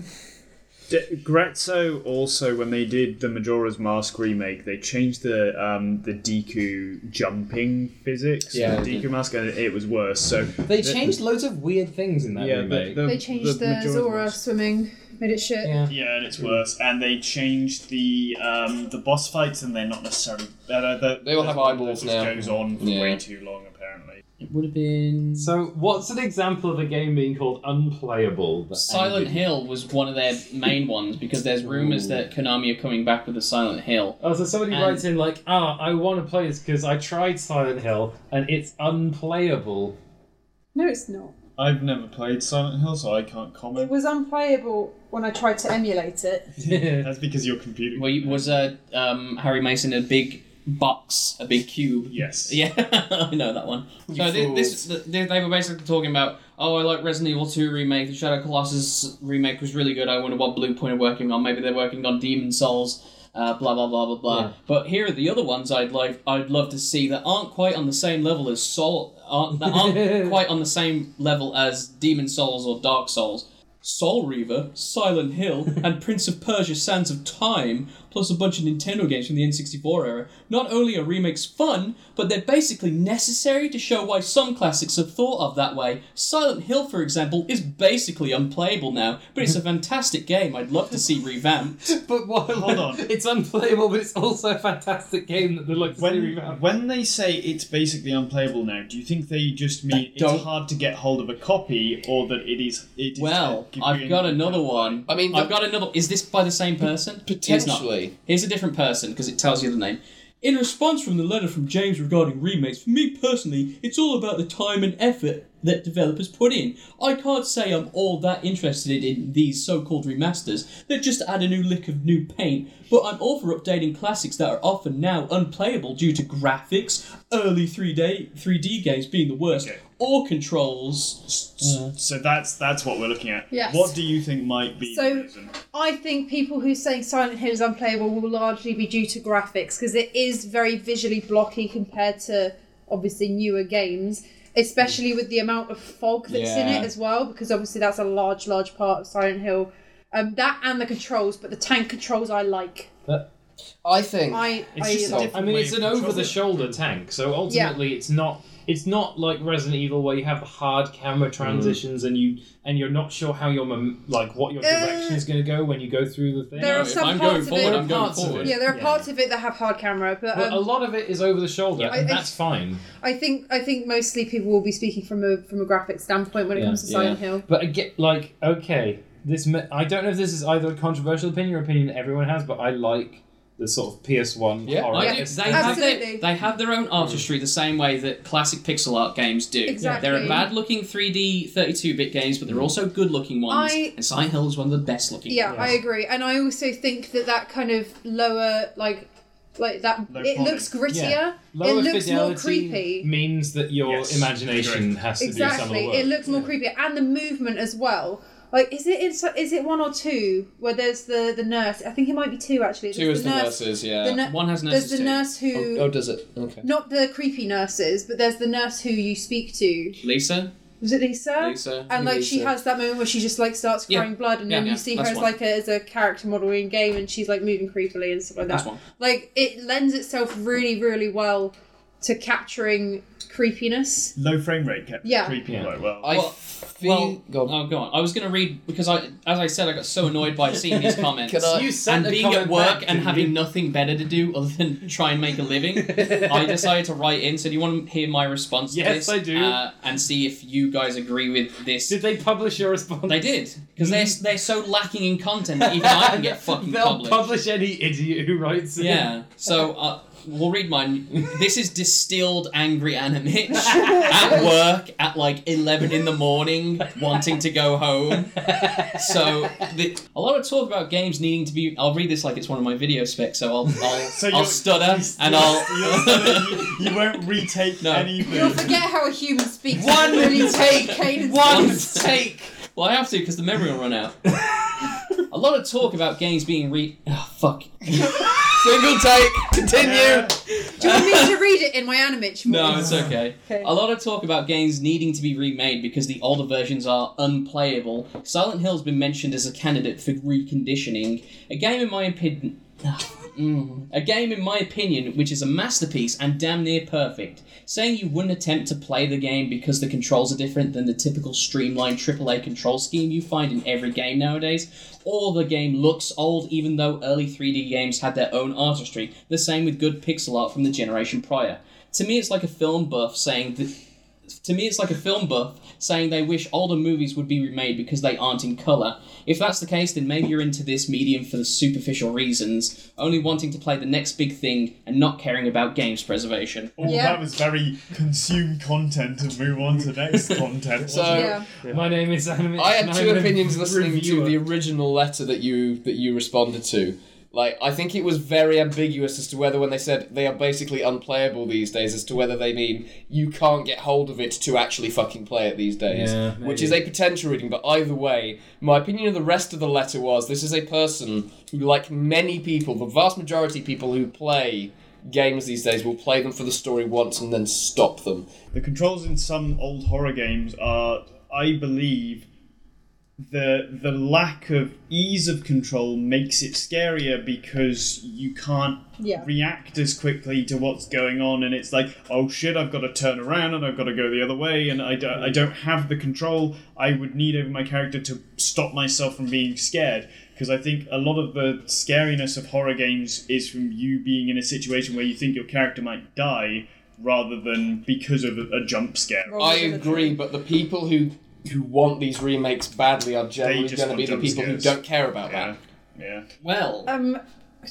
D- Grezzo also, when they did the Majora's Mask remake, they changed the um, the Deku jumping physics. for
Yeah.
the Deku Mask, and it was worse. So
They changed loads of weird things in that
yeah,
remake.
the, the,
They changed the,
Majora's
Zora
Mask-
swimming Made it shit.
Yeah.
Yeah, and it's worse. And they changed the um, the boss fights, and they're not necessarily. Uh, the,
They all have
the-
eyeballs
that just
now.
goes on for
Yeah.
way too long, apparently.
It would have been.
So, what's an example of a game being called unplayable? that
Silent
ended-
Hill was one of their main ones because there's rumors
Ooh.
that Konami are coming back with a Silent Hill.
Oh, so somebody
And-
writes in like, "Ah, I want to play this because I tried Silent Hill and it's unplayable."
No, it's not.
I've never played Silent Hill, so I can't
It
comment.
was unplayable when I tried to emulate it.
That's because your computer.
Wa- Was uh, um, Harry Mason a big box, a big cube?
yes.
Yeah, I know that one. So thi- this, th they, they were basically talking about, oh, I like Resident Evil 2 remake. The Shadow Colossus remake was really good. I wonder what Bluepoint are working on. Maybe they're working on Demon Souls. Uh, blah blah blah blah blah.
Yeah.
But here are the other ones I'd like. I'd love to see that aren't quite on the same level as Soul. Aren't, that aren't quite on the same level as Demon Souls or Dark Souls. Soul Reaver, Silent Hill, and Prince of Persia: Sands of Time, plus a bunch of Nintendo games from the N64 era. Not only are remakes fun, but they're basically necessary to show why some classics are thought of that way. Silent Hill, for example, is basically unplayable now, but it's a fantastic game. I'd love to see revamped.
but what?
Hold on.
It's unplayable, but it's also a fantastic game that they like to see
When,
revamped.
when they say it's basically unplayable now, do you think they just mean it's
don't-
hard to get hold of a copy, or that it is? It is
Well,
uh,
I've got another one.
I mean,
I've
the-
got another. Is this by the same person? It's not.
Potentially.
Here's a different person because it tells you the name. In response from the letter from James regarding remakes, for me personally, it's all about the time and effort that developers put in. I can't say I'm all that interested in these so called remasters that just add a new lick of new paint, but I'm all for updating classics that are often now unplayable due to graphics, early 3D, 3D games being the worst,
Okay.
or controls.
Mm.
So that's that's what we're looking at.
Yes.
What do you think might be
So-
the reason?
I think people who say Silent Hill is unplayable will largely be due to graphics because it is very visually blocky compared to obviously newer games, especially with the amount of fog that's in
Yeah.
it as well. Because obviously that's a large, large part of Silent Hill. Um, that and the controls, but the tank controls I like.
I think.
I
It's
I
just
like.
I mean,
way
it's
of
an
controlling
over-the-shoulder tank, so ultimately, it's not. It's not like Resident Evil where you have hard
Mm.
camera transitions and you and you're not sure how your mom, like what your direction is going to go when you go through the thing.
Uh, There are
if
some
I'm going
parts of
forward,
it.
I'm going
Parts of it.
forward.
Yeah, there are
Yeah.
parts of it that have hard camera, but
But
um,
a lot of it is over the shoulder,
I-
and
I-
that's fine.
I think I think mostly people will be speaking from a from a graphic standpoint when it
Yeah,
comes to Silent Hill.
But again, like, okay, this ma- I don't know if this is either a controversial opinion or opinion that everyone has, but I like the sort of PS1
Yeah,
horror.
I
Yeah,
do. They
aesthetic.
have, their,
absolutely.
they have their own artistry the same way that classic pixel art games do.
Exactly.
There are bad looking 3D 32 bit games,
Mm.
but they're also good looking ones.
I-
And Silent Hill is one of the best looking
Yeah,
Yeah.
I agree, and I also think that that kind of lower like like that
Low
it
poly.
looks grittier.
Yeah.
it
Lower
looks more
fidelity
creepy.
means that your
Yes,
imagination
agree.
has to do some of the
Exactly,
work.
it looks more creepy, and the movement as well. Like, is it in, is it one or two where there's the the nurse? I think it might be two actually.
Two
There's
is the nurses, yeah.
The nu-
One has
there's
nurses
the
too.
nurse who.
Oh, oh, does it? Okay.
Not the creepy nurses, but there's the nurse who you speak to.
Lisa?
Was it Lisa?
Lisa.
And like she
Lisa.
has that moment where she just like starts
Yeah.
crying blood, and
Yeah,
then
yeah,
you see her
that's
as
one.
like a, as a character model in game, and she's like moving creepily and stuff like
That's
that.
one.
Like it lends itself really, really well to capturing creepiness.
Low frame rate kept
Yeah.
creepy
Yeah.
quite well.
I
Well-
feel. God.
Oh, go on. I was going to read because I, as I said, I got so annoyed by seeing these comments.
Can I-
You
Uh, and
sent a
being at
comment
work
back,
and
didn't
having
you?
nothing better to do other than try and make a living, I decided to write in. So, do you want to hear my response to
Yes,
this?
I do.
Uh, and see if you guys agree with this.
Did they publish your response?
They did because they're they're so lacking in content that even I can get fucking
They'll
published.
publish any idiot who writes it.
Yeah. So uh, we'll read mine. This is distilled angry Anna Mitch at work at like eleven in the morning, wanting to go home. So the, a lot of talk about games needing to be. I'll read this like it's one of my video specs. So I'll I'll,
So
I'll
you're-
stutter and
You'll still-
I'll.
you- you won't retake
No.
You'll
anything.
forget how a human speaks.
One
Really
take,
cadence.
one
take. Well, I have to because the memory will run out. A lot of talk about games being re. Oh, fuck.
Single take. Continue.
Yeah.
Do you want me to read it in my animage?
No,
voice?
it's okay.
Okay.
A lot of talk about games needing to be remade because the older versions are unplayable. Silent Hill's been mentioned as a candidate for reconditioning. A game, in my opinion. Mm. A game, in my opinion, which is a masterpiece and damn near perfect. Saying you wouldn't attempt to play the game because the controls are different than the typical streamlined AAA control scheme you find in every game nowadays, or the game looks old even though early 3D games had their own artistry, the same with good pixel art from the generation prior. To me, it's like a film buff saying that to me, it's like a film buff saying they wish older movies would be remade because they aren't in colour. If that's the case, then maybe you're into this medium for the superficial reasons, only wanting to play the next big thing and not caring about games preservation.
Oh,
Yeah.
that was very consume content and move on to next content.
So-
wasn't it?
yeah.
My name is Anime.
I had two
I'm a
opinions listening to
reviewer.
the original letter that you that you responded to. Like, I think it was very ambiguous as to whether when they said they are basically unplayable these days, as to whether they mean you can't get hold of it to actually fucking play it these days,
Yeah,
which is a potential reading. But either way, my opinion of the rest of the letter was this is a person who, like many people, the vast majority of people who play games these days, will play them for the story once and then stop them.
The controls in some old horror games are, I believe, the the lack of ease of control makes it scarier because you can't
Yeah.
react as quickly to what's going on, and it's like, oh shit, I've got to turn around and I've got to go the other way, and I don't, I don't have the control I would need over my character to stop myself from being scared. Because I think a lot of the scariness of horror games is from you being in a situation where you think your character might die rather than because of a, a jump scare.
Rolls
I
of the
agree,
tree.
but the people who who want these remakes badly are generally
They just
going to be the
want
people who
jump scares.
don't care about
Yeah.
that.
Yeah.
Well,
Um,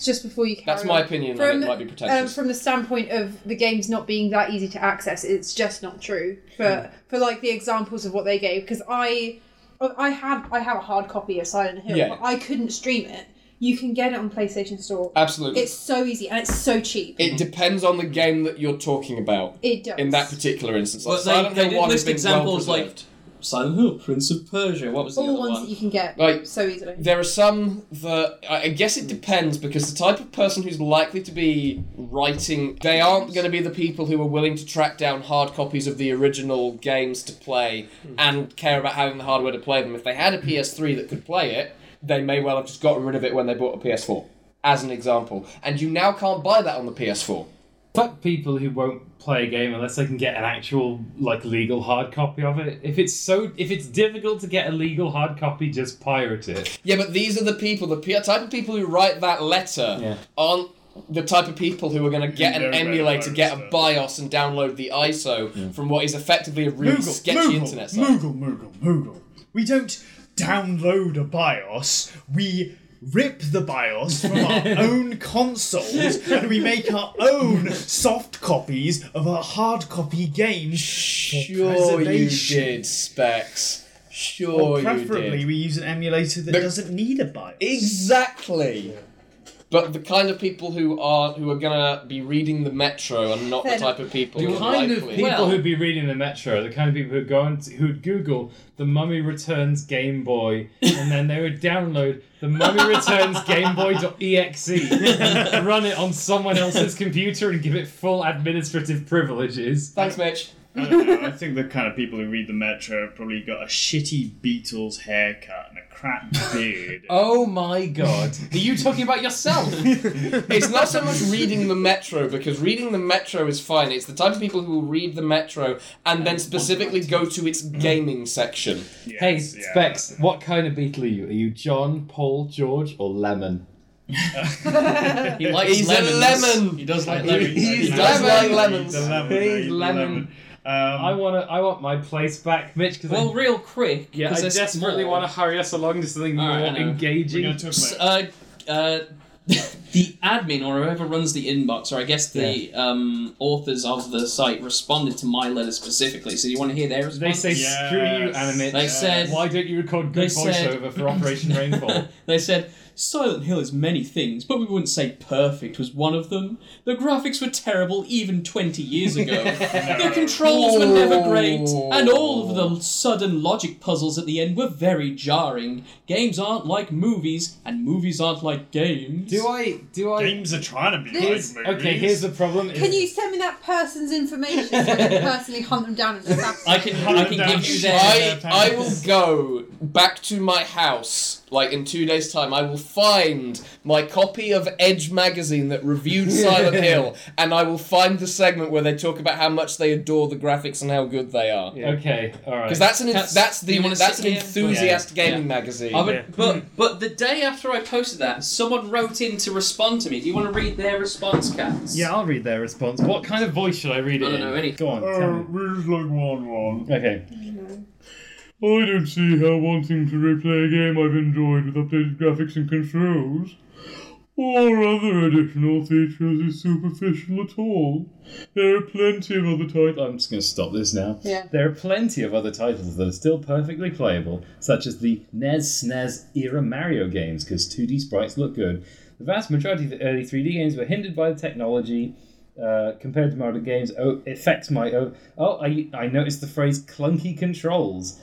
just before you. Carry
That's my
on.
opinion,
From,
and it might be
um,
pretentious.
from the standpoint of the games not being that easy to access, it's just not true.
Hmm.
For for like the examples of what they gave, because I, I had I have a hard copy of Silent Hill,
Yeah.
but I couldn't stream it. You can get it on PlayStation Store.
Absolutely,
It's so easy and it's so cheap.
it depends on the game that you're talking about.
It does.
In that particular instance, like
But they-
Silent
they
Hill
did
One
list
has been well
examples like-
preserved.
Silent Hill, Prince of Persia. What was the
all
other
ones
one?
that you can get
Like,
so easily.
There are some that I I guess it depends because the type of person who's likely to be writing, they aren't going to be the people who are willing to track down hard copies of the original games to play and care about having the hardware to play them. If they had a PS3 that could play it, they may well have just gotten rid of it when they bought a PS4, as an example. And you now can't buy that on the PS4.
Fuck people who won't play a game unless they can get an actual like legal hard copy of it. If it's so, if it's difficult to get a legal hard copy, just pirate it.
Yeah, but these are the people, the pe- type of people who write that letter
Yeah.
aren't the type of people who are going to get an
They're very
emulator, get a
virus,
BIOS, and download the ISO from what is effectively a really sketchy internet site.
Moogle, Moogle, Moogle. We don't download a BIOS. We rip the BIOS from our own consoles and we make our own soft copies of our hard copy games.
Sure, you
preservation.
did, Specs. Sure,
Or
you
preferably,
did.
we use an emulator that
But-
doesn't need a BIOS.
Exactly. But the kind of people who are who are gonna be reading the Metro are not the
Fair
type of people.
The
who are
kind of
likely-
people
Well-
who'd be reading the Metro, the kind of people who'd go on to, who'd Google the Mummy Returns Game Boy, and then they would download the Mummy Returns Game Boy.exe and run it on someone else's computer and give it full administrative privileges.
Thanks, Mitch.
I don't know. I think the kind of people who read the Metro have probably got a shitty Beatles haircut and a crap beard.
Oh my god. Are you talking about yourself?
It's not so much reading the Metro because reading the Metro is fine. It's the type of people who will read the Metro and then specifically go to its gaming section.
hey,
Yes, yeah.
Specs, what kind of beetle are you? Are you John, Paul, George, or Lemon?
He likes
He's
lemons.
a lemon.
He does like
Lemon.
lemons.
He
I
does like
the
lemons.
lemon,
He's
I eat the
lemon.
Um,
I wanna I want my place back, Mitch, because
Well,
I,
real quick,
yeah, I
because there's
desperately
more.
want to hurry us along to something
All right, I
more
know.
engaging.
We're gonna talk
S-
about-
uh, uh, the admin or whoever runs the inbox, or I guess the um, authors of the site responded to my letter specifically. So do you want to hear their
They
response?
say
Yes.
screw you, Animate.
They said-
why don't you record
They
good
said-
voiceover for Operation Rainfall?
they said Silent Hill is many things, but we wouldn't say perfect was one of them. The graphics were terrible even 20 years ago. the controls were never great, and all of the sudden logic puzzles at the end were very jarring. Games aren't like movies, and movies aren't like games.
do I do I
Games are trying to be
Here's-
like movies.
Okay, here's the problem.
Can
is-
you send me that person's information so I can personally hunt them down and
I
assassinate
can, I can give you their.
I, I will go back to my house, like in two days' time. I will find my copy of Edge magazine that reviewed Silent Hill, and I will find the segment where they talk about how much they adore the graphics and how good they are.
Okay, all right.
Because that's an
Cats,
that's
do
the
you wanna
that's
sit
an
here?
enthusiast
Yeah.
gaming magazine.
I would,
Yeah.
But but the day after I posted that, someone wrote in to respond to me. Do you want to read their response, cats?
yeah, I'll read their response. What kind of voice should I read it
I don't
in?
know any-
Go on, tell
Uh,
me.
we just like one one.
Okay.
I don't see how wanting to replay a game I've enjoyed with updated graphics and controls or other additional features is superficial at all.
There are plenty of other titles. I'm just going to stop this now.
Yeah.
There are plenty of other titles that are still perfectly playable, such as the E NES SNES era Mario games, because 2D sprites look good. The vast majority of the early 3D games were hindered by the technology. Uh, compared to modern games, oh, it affects my own. Oh, I, I noticed the phrase clunky controls.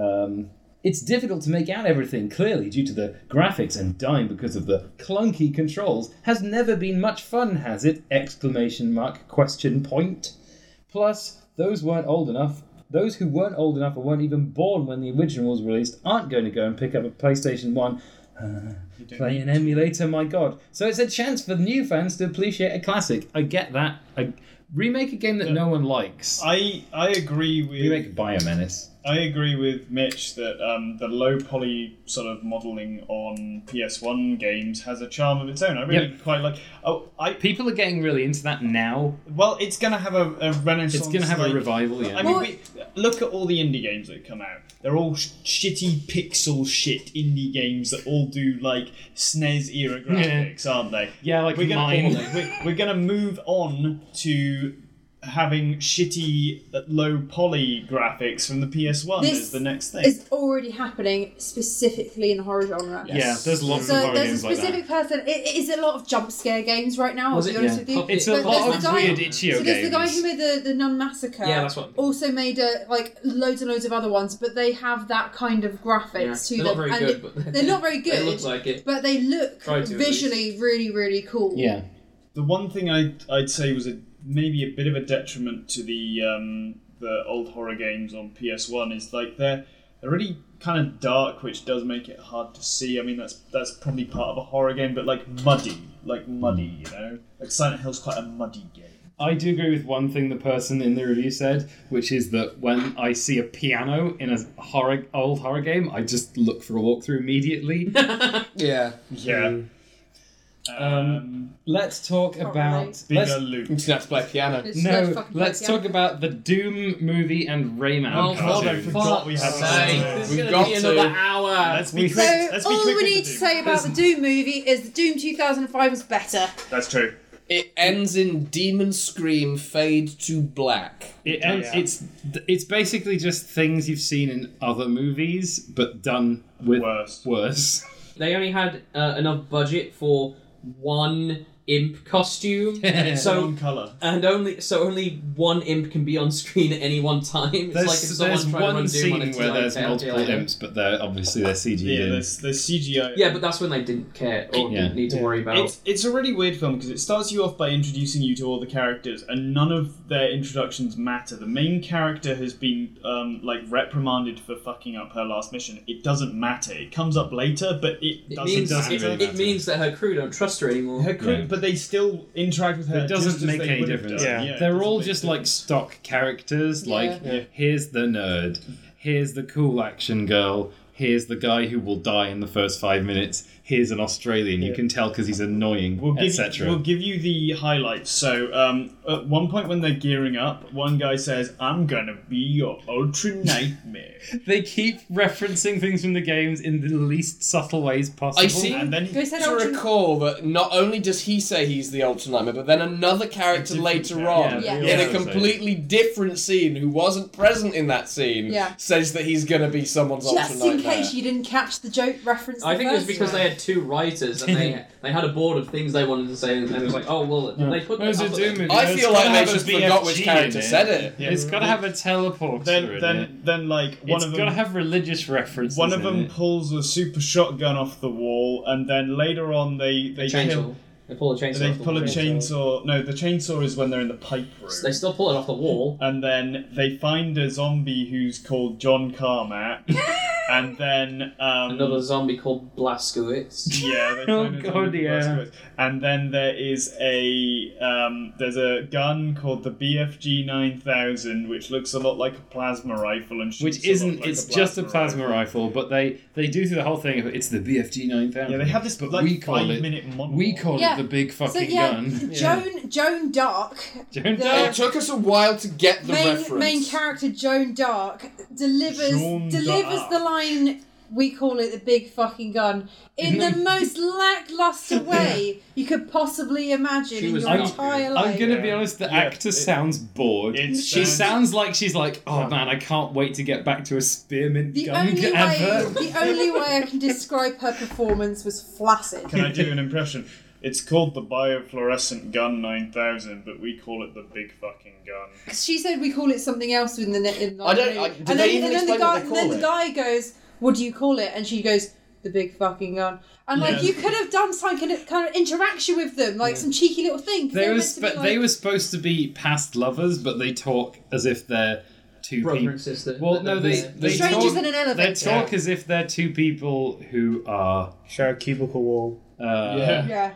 Um, it's difficult to make out everything clearly due to the graphics and dying because of the clunky controls. Has never been much fun, has it? Exclamation mark question point. Plus, those weren't old enough. Those who weren't old enough or weren't even born when the original was released aren't going to go and pick up a PlayStation 1. Uh, play an emulator, my god. So it's a chance for new fans to appreciate a classic. I get that. I, remake a game that no one likes.
I I agree with
Remake Biomenace.
I agree with Mitch that um, the low poly sort of modeling on PS1 games has a charm of its own. I really quite like. Oh, I
People are getting really into that now.
well, it's gonna have a, a renaissance.
It's going to have a
like-
revival, yeah.
I mean, we, look at all the indie games that come out. They're all sh- shitty pixel shit indie games that all do like SNES era graphics, aren't they?
Yeah, like
we're gonna
mine.
we're, we're gonna move on to having shitty uh, low poly graphics from the PS1
This
is the next thing.
It's already happening specifically in the horror genre.
Yeah, there's lots of
So
horror
there's a
games like that.
specific person. It, it is a lot of jump scare games right now.
Was
I'll be
it-
honest
yeah.
with you.
Pop-
It's a
But
lot
there's
of
the guy-
weird itch.io
So there's the guy
games.
who made the, the Nun Massacre.
Yeah, that's what I'm thinking.
Also made a, like loads and loads of other ones, but they have that kind of graphics
Yeah,
to
they're not
them. and
very good, but
they're not very
It
good,
looks like it.
but they look
Try to, at
visually really, really cool.
Yeah.
The one thing I'd, I'd say was a, maybe a bit of a detriment to the um, the old horror games on PS1 is like they're they're really kind of dark, which does make it hard to see. I mean, that's that's probably part of a horror game, but like muddy, like muddy, you know. Like Silent Hill's quite a muddy game.
I do agree with one thing the person in the review said, which is that when I see a piano in a horror old horror game, I just look for a walkthrough immediately.
yeah,
Yeah. Um,
let's talk about
bigger
let's,
you
loop.
just have to play piano.
It's so
no.
fucking
Let's
crazy.
talk about the Doom movie and Rayman.
Oh,
cartoon.
God, I forgot we had
Fuck's
that.
sake,
Yeah.
There's
We've
gonna
got
be
to.
another hour.
Let's be
So,
quick.
So
Let's be
all
quick
we
with
need
the
to
Doom.
say about the Doom movie is the Doom 2005 was better.
That's true.
It ends in demon scream, fade to black.
It, and
Yeah.
It's it's basically just things you've seen in other movies, but done with
Worse.
worse.
They only had uh, enough budget for one imp costume, so
One color.
and only so only one imp can be on screen at any one time. It's
There's,
like if someone's
there's
trying to
one
run Doom on
scene
its
where
own
there's
tail,
multiple
yeah.
imps, but they're obviously they're CG.
Yeah,
in.
there's there's CGI.
Yeah, but that's when they didn't care or
Yeah.
didn't need to worry about.
It's, it's a really weird film because it starts you off by introducing you to all the characters, and none of their introductions matter. The main character has been um, like reprimanded for fucking up her last mission. It doesn't matter. It comes up later, but it,
it
doesn't
means
matter.
it,
really
it means that her crew don't trust her anymore.
her crew,
Yeah.
but they still interact with her.
It doesn't
just as
make
they
any
would have
difference.
done.
Yeah.
it
They're
doesn't
all
make
just
a
like
difference.
stock characters. Like, here's the nerd, here's the cool action girl, here's the guy who will die in the first five minutes, here's an Australian. You can tell because he's annoying,
We'll give, you,
etc.
we'll give you the highlights. So, um, at one point when they're gearing up, one guy says, I'm gonna be your ultra nightmare.
They keep referencing things from the games in the least subtle ways possible.
I seem
and then he
They said
to
Ultra-
recall that not only does he say he's the Ultra Nightmare, but then another character
different
later
character.
on,
Yeah,
yeah.
in a completely different scene, who wasn't present in that scene,
Yeah.
says that he's going to be someone's
Just
Ultra
in
Nightmare.
case you didn't catch the joke reference.
I
the
think it was
first
because
time.
they had two writers and they they had a board of things they wanted to say, and it was like, oh well, they put.
Those
they
are
put-
Doom movies.
I
It's
feel
gotta
like
have
they
a
just forgot
BFG
which
in
character
it.
said it.
Yeah.
it's got to have a teleporter in
then
it.
then then like one
it's
of
got to
them
have religious references.
one of
in
them
it.
pulls a super shotgun off the wall and then later on they they
chainsaw.
kill,
They pull a chainsaw.
they
off the
pull a
wall.
chainsaw no the chainsaw is when they're in the pipe room
They still pull it off the wall.
and then they find a zombie who's called John Carmack and then um,
Another zombie called Blaskowitz.
yeah, they
Oh,
find a
God,
zombie
yeah.
Blaskowitz. And then there is a um, there's a gun called the BFG nine thousand, which looks a lot like a plasma rifle and shoots
Which
a lot
isn't,
like
it's just a plasma rifle, but they, they do through the whole thing of it's the BFG 9000.
Yeah, they have this
but
like
we call
five
it,
minute monologue.
we call
Yeah.
it the big fucking
So yeah,
gun.
Joan Joan Dark,
Don't-
the-
It took us a while to get the
main
reference.
main character Joan Dark delivers
Joan
delivers
Dark.
the line. We call it the big fucking gun in the most lackluster way you could possibly imagine
She
in
was
your
not
entire life.
I'm gonna be honest. The
Yeah,
actor
it-
sounds bored.
it
she
sounds-
sounds like she's like, oh man, I can't wait to get back to a spearmint
The
gun
only
advert.
way the only way I can describe her performance was flaccid.
Can I do an impression? It's called the biofluorescent gun nine thousand, but we call it the big fucking gun.
Because she said we call it something else in the net. In
I don't- I-
and
did
then,
they even
and then the
explain
guy,
what they
and
call
then the guy goes, "What do you call it?" And she goes, "The big fucking gun." And like
Yeah.
you could have done some kind of, kind of interaction with them, like some cheeky little thing. 'cause
They
were
were
meant to be
sp-
like-
they were supposed to be past lovers, but they talk as if they're two
Brother
people.
and sister.
Well, no, they they
strangers
talk,
in an
they
elevator.
talk as if they're two people who are.
Share a cubicle wall.
Uh,
Yeah.
Yeah,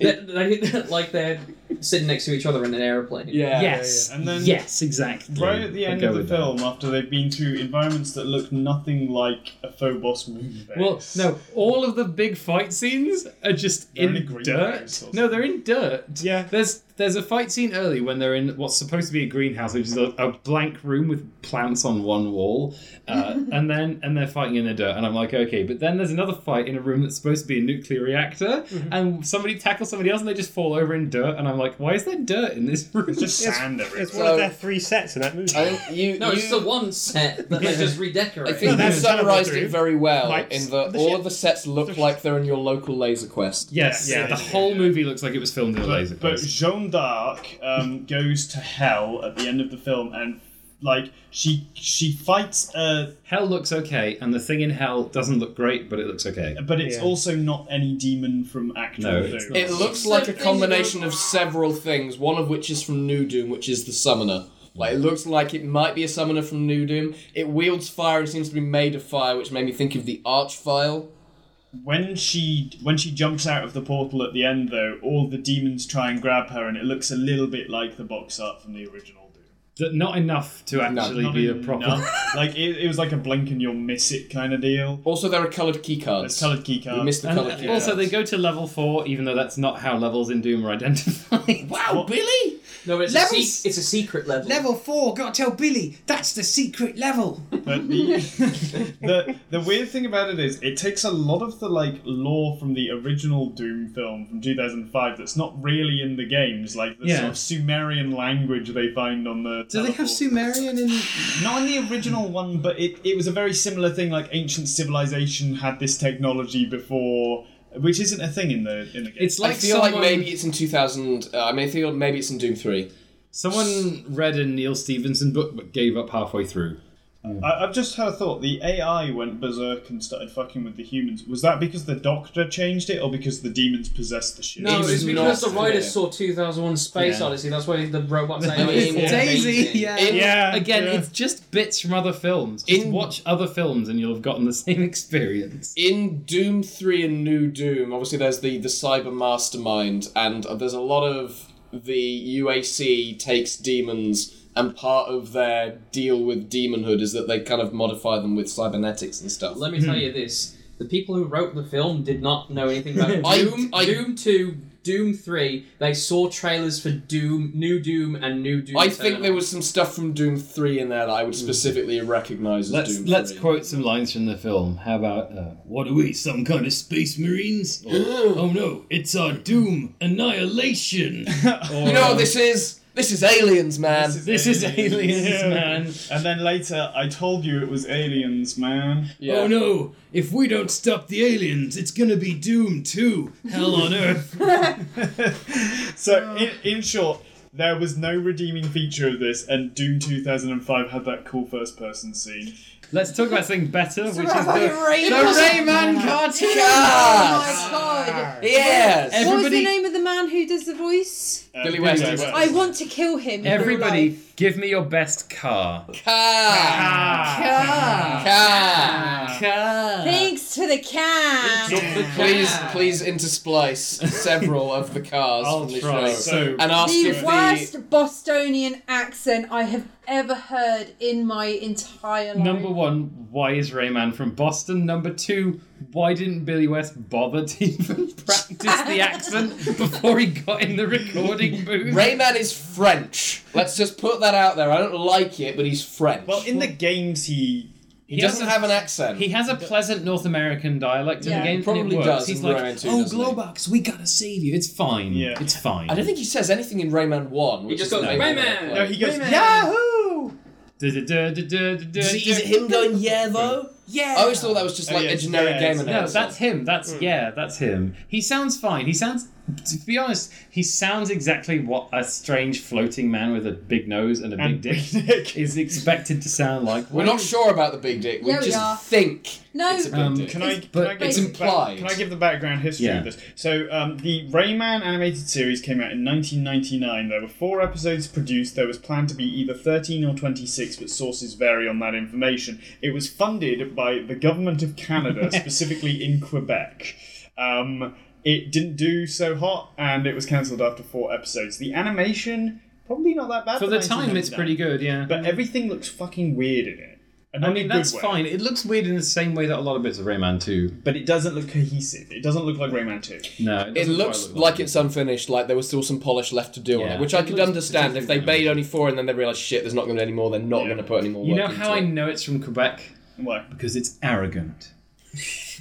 They- they- like they're sitting next to each other in an airplane.
Yeah.
Yes.
yeah. And then-
yes, exactly.
Right at the
I'll
end
go
of the
with that.
film, after they've been through environments that look nothing like a Phobos movie base.
Well, no, all of the big fight scenes are just
They're in
in,
a greenhouse or
dirt.
something.
No, they're in dirt.
Yeah.
There's there's a fight scene early when they're in what's supposed to be a greenhouse, which is a, a blank room with plants on one wall, uh, and then and they're fighting in the dirt, and I'm like, okay. But then there's another fight in a room that's supposed to be a nuclear reactor,
Mm-hmm.
and somebody tackles somebody else, and they just fall over in dirt, and I'm like, why is there dirt in this room?
It's just sand everywhere.
It's one of
So-
their three sets in that movie.
I think you,
No,
you,
it's the one set that they just
I
redecorate.
think
No,
you
that's
summarised
terrible,
it
dude.
very well
Like,
in that
the
all
shit-
of the sets look
the-
like they're in your local laser quest.
yes,
Yeah,
yeah.
yeah,
The
yeah,
whole
yeah.
movie looks like it was filmed in a laser.
But, but
place.
Joan d'Arc um, goes to hell at the end of the film, and like she she fights, uh,
Hell looks okay, and the thing in hell doesn't look great, but it looks okay.
but it's
Yeah.
also not any demon from actual
No,
Doom.
it's not.
It looks like a combination of several things, one of which is from New Doom, which is the summoner. Like, it looks like it might be a summoner from New Doom. It wields fire and seems to be made of fire, which made me think of the arch file.
when she when she jumps out of the portal at the end, though, all the demons try and grab her, and it looks a little bit like the box art from the original Doom.
That not enough to actually
Not
be a
enough.
proper.
like it, it was like a blink and you'll miss it kind of deal.
Also, there are coloured
There's
keycards.
coloured key
we missed the
And
coloured keycards.
also, they go to level four, even though that's not how levels in Doom are identified.
Wow, Billy!
no, but it's a,
Levels-
sec- it's a secret level.
four, gotta tell Billy, that's the secret level.
But the, the the weird thing about it is it takes a lot of the like lore from the original Doom film from 2005 that's not really in the games, like the sort
Yeah.
of Sumerian language they find on the.
Do they have
teleport.
Sumerian in.
Not in the original one, but it, it was a very similar thing. Like ancient civilization had this technology before, which isn't a thing in the in the game.
It's
I
like
feel
someone,
like maybe it's in 2000. Uh, I mean, I feel maybe it's in Doom 3.
someone read a Neil Stevenson book but gave up halfway through.
I, I've just had a thought. The AI went berserk and started fucking with the humans. Was that because the Doctor changed it, or because the demons possessed the ship?
No,
It's
it's
not
because the
clear.
writers saw 2001 Space
Yeah.
Odyssey. That's why the robots.
I mean,
Yeah.
Daisy,
Amazing.
yeah.
In-
yeah.
Again,
yeah.
it's just bits from other films. Just
In-
watch other films and you'll have gotten the same experience.
in Doom 3 and New Doom, obviously there's the, the cyber mastermind, and uh, there's a lot of the UAC takes demons, and part of their deal with demonhood is that they kind of modify them with cybernetics and stuff.
Let me tell you this: the people who wrote the film did not know anything about
I-
Doom,
I-
Doom Two, Doom Three. They saw trailers for Doom, New Doom, and New Doom.
I think
Eternal.
there was some stuff from Doom 3 in there that I would specifically recognise as
Hmm. Let's
Doom
let's
3.
quote some lines from the film. How about uh, what are we, some kind of space marines? Or, oh no, it's our doom annihilation. Or,
You know
uh,
what this is? This is aliens, man!
This is aliens,
Yeah.
man.
And then later, I told you it was aliens, man.
Yeah.
Oh no, if we don't stop the aliens, it's gonna be doom too. Hell on earth.
So, in, in short, there was no redeeming feature of this, and Doom 2005 had that cool first person scene.
Let's talk about something better, which is
Surrounding
the, the
Rayman.
Rayman
Oh
cartoon.
my god.
Yes.
What was the
Everybody-
name of the man who does the voice?
Uh,
Billy
Billy
West.
West.
I want to kill him. in real
Everybody,
life.
give me your best car.
Car.
Car.
Car.
Car.
Thanks for the car.
Please, please intersplice several of the cars
I'll
from the
try.
show
So
and ask
The
if
worst
the
Bostonian accent I have ever heard in my entire life.
Number one, why is Rayman from Boston? Number two, why didn't Billy West bother to even practice the accent before he got in the recording booth?
Rayman is French. Let's just put that out there. I don't like it, but he's French.
well, in the games, he
he, doesn't have an accent.
He has a pleasant North American dialect in
Yeah.
the game. and
Probably
it works.
does
He's
in
like,
Rayman 2,
oh,
doesn't he?"
Glowbox, we gotta save you. It's fine.
Yeah.
It's fine.
I don't think he says anything in Rayman One. which
just
is
goes,
the main one I
"Rayman!"
play.
no, he goes
Rayman.
Yahoo.
Is it- is it him going yeah though?
Yeah.
I always thought that was just
Oh,
like
yeah,
a generic
yeah,
game
it's-
No,
announcement.
that's him. That's yeah, that's him. He sounds fine. He sounds to be honest, he sounds exactly what a strange floating man with a big nose and a big
And
dick
Big Dick.
is expected to sound like.
We're not sure about the big dick. We
Yeah, we
just
are.
think
No.
it's a big
Um,
dick.
Can I? Can
but
I give
it's
the
implied.
Back, can I give the background history
Yeah.
of this? So, um, the Rayman animated series came out in 1999. There were four episodes produced. There was planned to be either 13 or 26, but sources vary on that information. It was funded by the government of Canada, specifically in Quebec. Um, it didn't do so hot, and it was cancelled after four episodes. The animation probably not that bad
For the time, it's
1999,
pretty good. Yeah.
But everything looks fucking weird in it. And
I
not in
mean,
a good
that's
way
fine. It looks weird in the same way that a lot of bits of Rayman 2.
but it doesn't look cohesive. It doesn't look like Rayman 2.
No, doesn't
It
quite
looks
look
like it's unfinished, like there was still some polish left to do on
Yeah.
it, which I
It
could
looks
understand if they
particularly
made only four and then they realised, shit, there's not going to be any more, they're not
Yeah.
going to put any more
You
work
know how I
into
know it's from Quebec
Why?
because it's arrogant.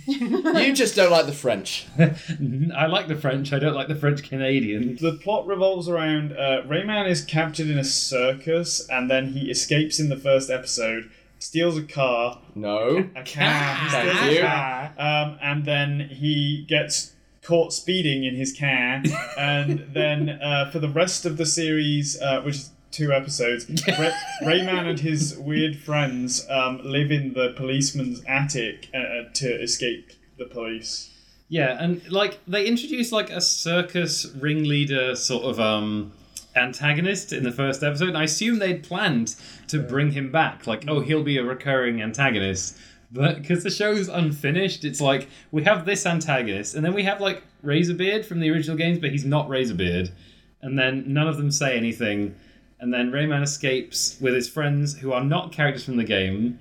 it. You just don't like the French.
Mm-hmm. I like the French. I don't like the French Canadian.
The plot revolves around uh, Rayman is captured in a circus and then he escapes in the first episode, steals a car,
No.
a cab, he steals
Thank
a
you.
car, um, and then he gets caught speeding in his car. and then uh, for the rest of the series, uh, which is two episodes, Ray- Rayman and his weird friends um, live in the policeman's attic uh, to escape the police.
Yeah, and like they introduced like a circus ringleader sort of um antagonist in the first episode, and I assume they'd planned to bring him back. Like, oh, he'll be a recurring antagonist. But because the show's unfinished, it's like we have this antagonist, and then we have like Razorbeard from the original games, but he's not Razorbeard. And then none of them say anything. And then Rayman escapes with his friends who are not characters from the game.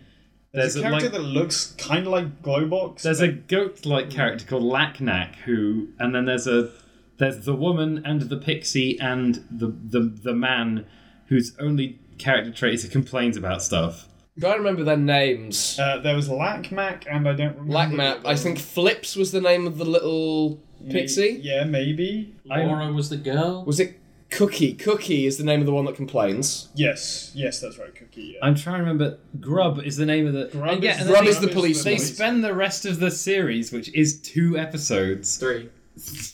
There's a character
like-
that looks kind of like Glowbox.
there's a goat-like character called Lacknack who, and then there's a there's the woman and the pixie and the the, the man whose only character trait is he complains about stuff.
Don't remember their names.
uh, there was Lackmac, and I don't remember.
Black Map, I think Flips was the name of the little
May-
pixie.
Yeah, maybe.
Laura was the girl.
Was it Cookie? Cookie is the name of the one that complains.
Yes, yes, that's right. Cookie. Yeah.
I'm trying to remember. Grub is the name of the.
Grub
and yeah,
is-
and then
Grub
they,
is the police.
They
one.
spend the rest of the series, which is two episodes.
Three.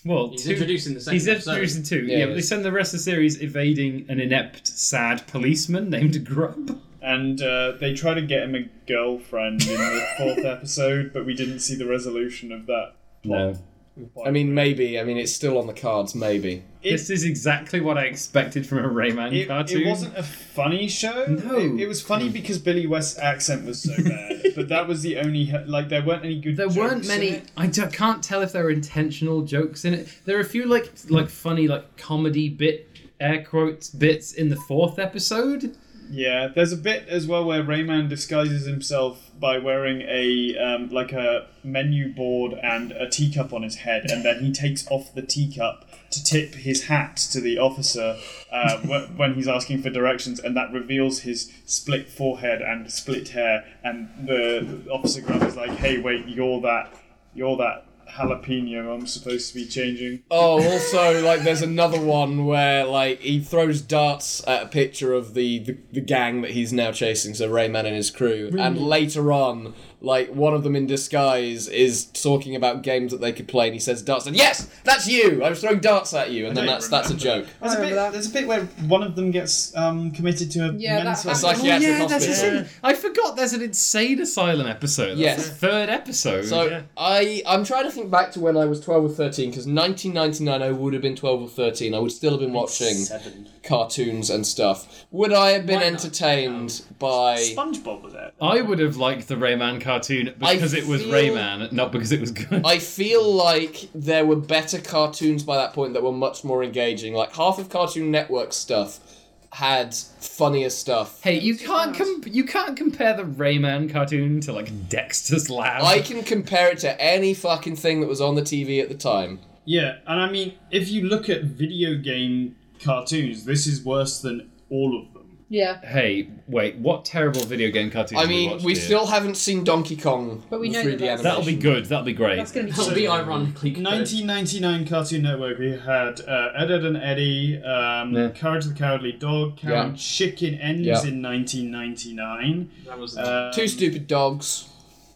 Well,
He's
two.
introduced in the second
He's
episode.
introduced in two.
Yeah,
Yeah,
yeah.
but they spend the rest of the series evading an inept, sad policeman named Grub.
And uh, they try to get him a girlfriend in the fourth episode, but we didn't see the resolution of that.
No,
I mean, maybe. I mean, it's still on the cards, maybe.
It-
this is exactly what I expected from a Rayman
It,
cartoon.
it wasn't a funny show.
No.
It, it was funny because Billy West's accent was so bad, but that was the only like there weren't any good.
There
jokes
weren't
in
many.
it.
I d- can't tell if there were intentional jokes in it. There are a few like like funny like comedy bit air quotes bits in the fourth episode.
Yeah, there's a bit as well where Rayman disguises himself by wearing a um, like a menu board and a teacup on his head, and then he takes off the teacup to tip his hat to the officer uh, wh- when he's asking for directions, and that reveals his split forehead and split hair, and the officer grabs is like, "Hey, wait, you're that, you're that." jalapeno I'm supposed to be changing.
Oh, also, like, there's another one where, like, he throws darts at a picture of the, the, the gang that he's now chasing, so Rayman and his crew. And later on, like, one of them in disguise is talking about games that they could play, and he says darts, and yes, that's you! I was throwing darts at you, and then
I don't
that's that's a joke.
There's a, bit,
remember that.
there's a bit where one of them gets um, committed to a
Yeah, that
mental
happened.
It's like, yeah, it's
yeah,
a
that's
hospital.
insane. I forgot there's an insane asylum episode. That's
Yes.
the third episode.
So
Yeah.
I I'm trying to think back to when I was 12 or 13 because 1999 I would have been 12 or 13. I would still have been watching cartoons and stuff. Would I have been
Why not?
entertained by?
SpongeBob was there.
I would have liked the Rayman cartoon
I
because it was
feel-
Rayman, not because it was good.
I feel like there were better cartoons by that point that were much more engaging. Like half of Cartoon Network stuff had funnier stuff.
Hey, you can't com- you can't compare the Rayman cartoon to like Dexter's Lab.
I can compare it to any fucking thing that was on the TV at the time.
Yeah, and I mean, if you look at video game cartoons, this is worse than all of them.
Yeah,
hey, wait, what terrible video game cartoon?
I
have we,
mean,
watched
we
here?
still haven't seen Donkey Kong
But we
the
know
3D
that that's-
animation.
that'll be good. That'll be great.
that's gonna be.
That'll be ironically good.
1999 Cartoon Network, we had uh, Ed, Ed and Eddie, um,
Yeah.
Courage the Cowardly Dog, Cow and
Yeah.
Chicken ends
Yeah.
in 1999.
That was
Uh,
Um,
Two stupid dogs.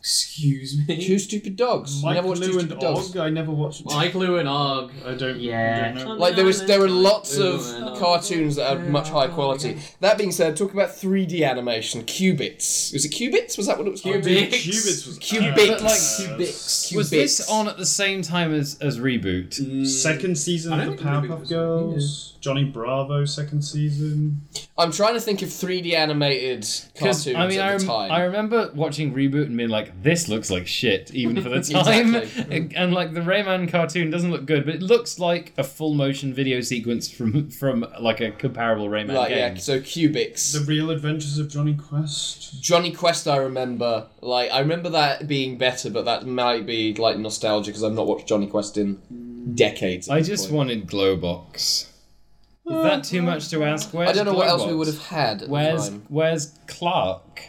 Excuse me.
Two Stupid Dogs.
Mike
Never watched Two
Lou and
Stupid Dogs.
Og. I never watched.
Mike Lou and Og.
I don't.
Yeah.
don't know.
Like there was, there were lots
Lou and
of
Og.
cartoons that had much higher quality. That being said, talking about three D animation, Cubits. Was it Cubits? Was that what it was? called?
Cubics.
Cubits was
Cubics.
But, like,
Cubits.
Was this on at the same time as as reboot?
Mm,
Second season
I don't
of the
think it
Powerpuff
was-
Girls. Johnny Bravo second season.
I'm trying to think of three D animated
Because
cartoons
I mean,
at
I,
the
rem-
time.
I remember watching reboot and being like, "This looks like shit," even for the time.
Exactly.
and, and, like the Rayman cartoon doesn't look good, but it looks like a full motion video sequence from from like a comparable Rayman
Right,
game.
yeah. So Cubits.
The Real Adventures of Johnny Quest.
Johnny Quest, I remember. Like, I remember that being better, but that might be like nostalgia because I've not watched Johnny Quest in decades. at
I
this
just
point.
wanted Glowbox. Is that too much to ask? Where's
Uh, I don't know what else we
Glowbox?
would have had. At
Where's
the time.
Where's Clark?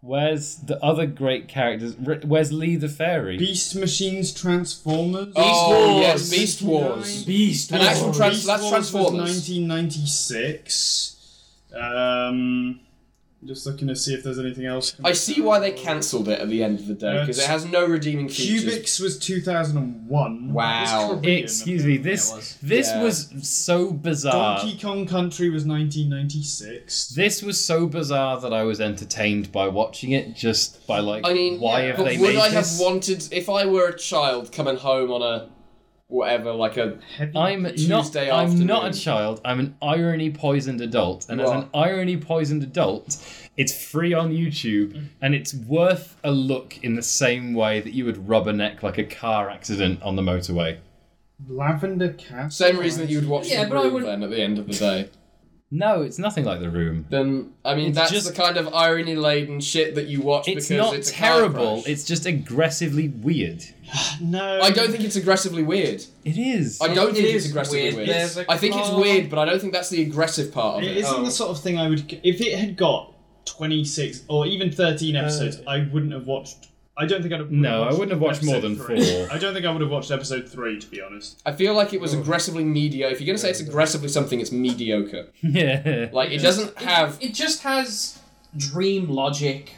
Where's the other great characters? R- Where's Lee the fairy?
Beast Machines Transformers.
oh,
Wars.
Yes, Beast Wars.
Beast.
And actual
Wars.
trans-
Beast
that's
Wars
Transformers.
Was 1996. Um, just looking to see if there's anything else.
I see why they cancelled it at the end of the day because it has no redeeming features.
Cubics was 2001.
Wow.
It was Korean.
Excuse me. This
Yeah,
uh,
it was.
this
Yeah.
was so bizarre.
Donkey Kong Country was 1996.
This was so bizarre that I was entertained by watching it. Just by like,
I mean,
why have
but
they
would
made
I
this?
have wanted if I were a child coming home on a whatever like a
Heavy
I'm
Rain.
not.
Tuesday
I'm not a
afternoon.
child. I'm an irony poisoned adult, and as
Right.
an irony poisoned adult, it's free on
Mm.
YouTube, and it's worth a look in the same way that you would rubberneck like a car accident on the motorway.
Lavender Cat.
same reason that you would watch
Yeah,
the
but I
room
would-
then at the end of the day.
No, it's nothing like the room.
Then I mean
It's
that's
just-
the kind of irony laden shit that you watch
It's
because
not
it's a car
terrible.
crash.
It's just aggressively weird.
No.
I don't think it's aggressively weird.
It is.
I don't
It
think it's
is
aggressively
weird.
weird.
There's a
I think it's
car-
weird, but I don't think that's the aggressive part of
It
it.
isn't
Oh.
the sort of thing I would. If it had got 26 or even 13 episodes, I wouldn't have watched. I don't think I'd have.
No, I wouldn't have watched more
episode
than
three.
four.
I don't think I would have watched episode three, to be honest.
I feel like it was aggressively mediocre. If you're gonna say it's aggressively something, it's mediocre.
yeah.
Like it doesn't have
It just has dream logic.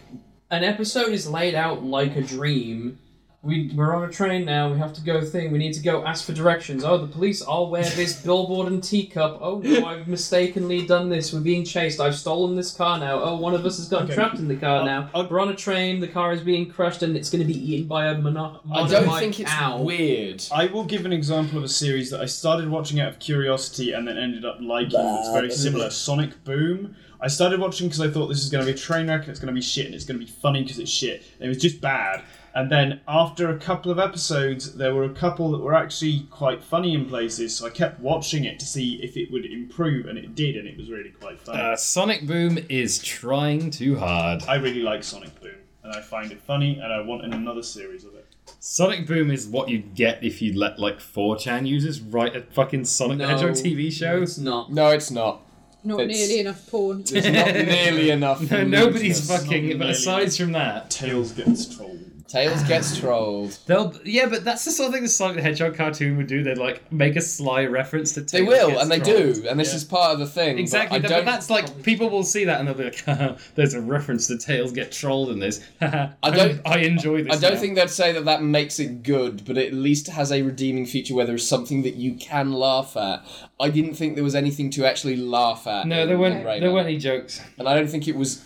An episode is laid out like a dream. We, we're on a train now. We have to go thing. We need to go ask for directions. Oh, the police! I'll wear this billboard and teacup. Oh no, I've mistakenly done this. We're being chased. I've stolen this car now. Oh, one of us has gotten
Okay.
trapped in the car now.
I'll-
we're on a train. The car is being crushed and it's going to be eaten by a mono-
I
motorbike.
don't think it's
Ow.
weird.
I will give an example of a series that I started watching out of curiosity and then ended up liking. It's very similar. Sonic Boom. I started watching because I thought this is going to be a train wreck and it's going to be shit and it's going to be funny because it's shit. And it was just bad. And then after a couple of episodes, there were a couple that were actually quite funny in places, so I kept watching it to see if it would improve, and it did, and it was really quite funny.
Uh, Sonic Boom is trying too hard.
I really like Sonic Boom, and I find it funny, and I want another series of it.
Sonic Boom is what you'd get if you let like 4chan users write a fucking Sonic the
No,
Hedgehog TV show.
It's not.
No, it's not.
not
It's-
nearly enough porn.
It's not nearly enough.
No, nobody's
lewdness.
fucking.
Not
But
really.
aside from that,
Tails gets trolled.
Tails gets trolled.
They'll yeah, but that's the sort of thing the Sonic the Hedgehog cartoon would do. They'd like make a sly reference to.
They
Tails
will,
Gets
and they
Trolled.
do, and this
Yeah.
is part of the thing. but
Exactly,
I
but,
don't,
that's like people will see that and they'll be like, "Haha, "There's a reference to Tails get trolled in this." I
don't-
I enjoy this.
I don't
now.
think they'd say that that makes it good, but it at least has a redeeming feature where there is something that you can laugh at. I didn't think there was anything to actually laugh at.
No,
in
there weren't.
Rayman.
There weren't any jokes.
and I don't think it was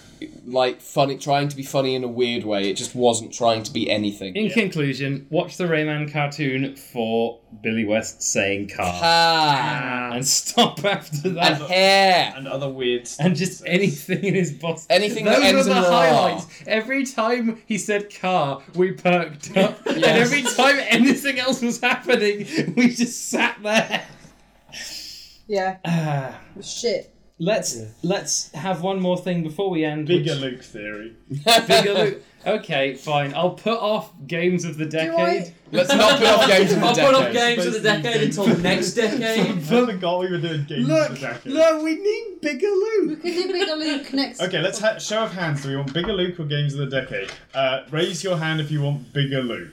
like funny, trying to be funny in a weird way. It just wasn't trying to be anything.
In conclusion, watch the Rayman cartoon for Billy West saying "car"
Ah,
and stop after
and
that.
hair.
and other weird stuff.
and just anything in his box.
Anything
Those
that ends
were the
in a R.
highlights. Every time he said car, we perked up, and
Yes.
every time anything else was happening, we just sat there.
Yeah.
Ah,
Shit.
let's let's have one more thing before we end.
Bigger
which-
Luke theory.
bigger loop. Okay, fine. I'll put off games of the decade.
Let's not put off games of the
I'll put up
decade.
games of the decade until next decade.
I forgot we were doing games of the
Look,
decade.
look, we need bigger loop.
Could do Bigger Luke next.
Okay, let's ha- show of hands. Do we want Bigger Luke or Games of the Decade? Uh, raise your hand if you want Bigger Luke.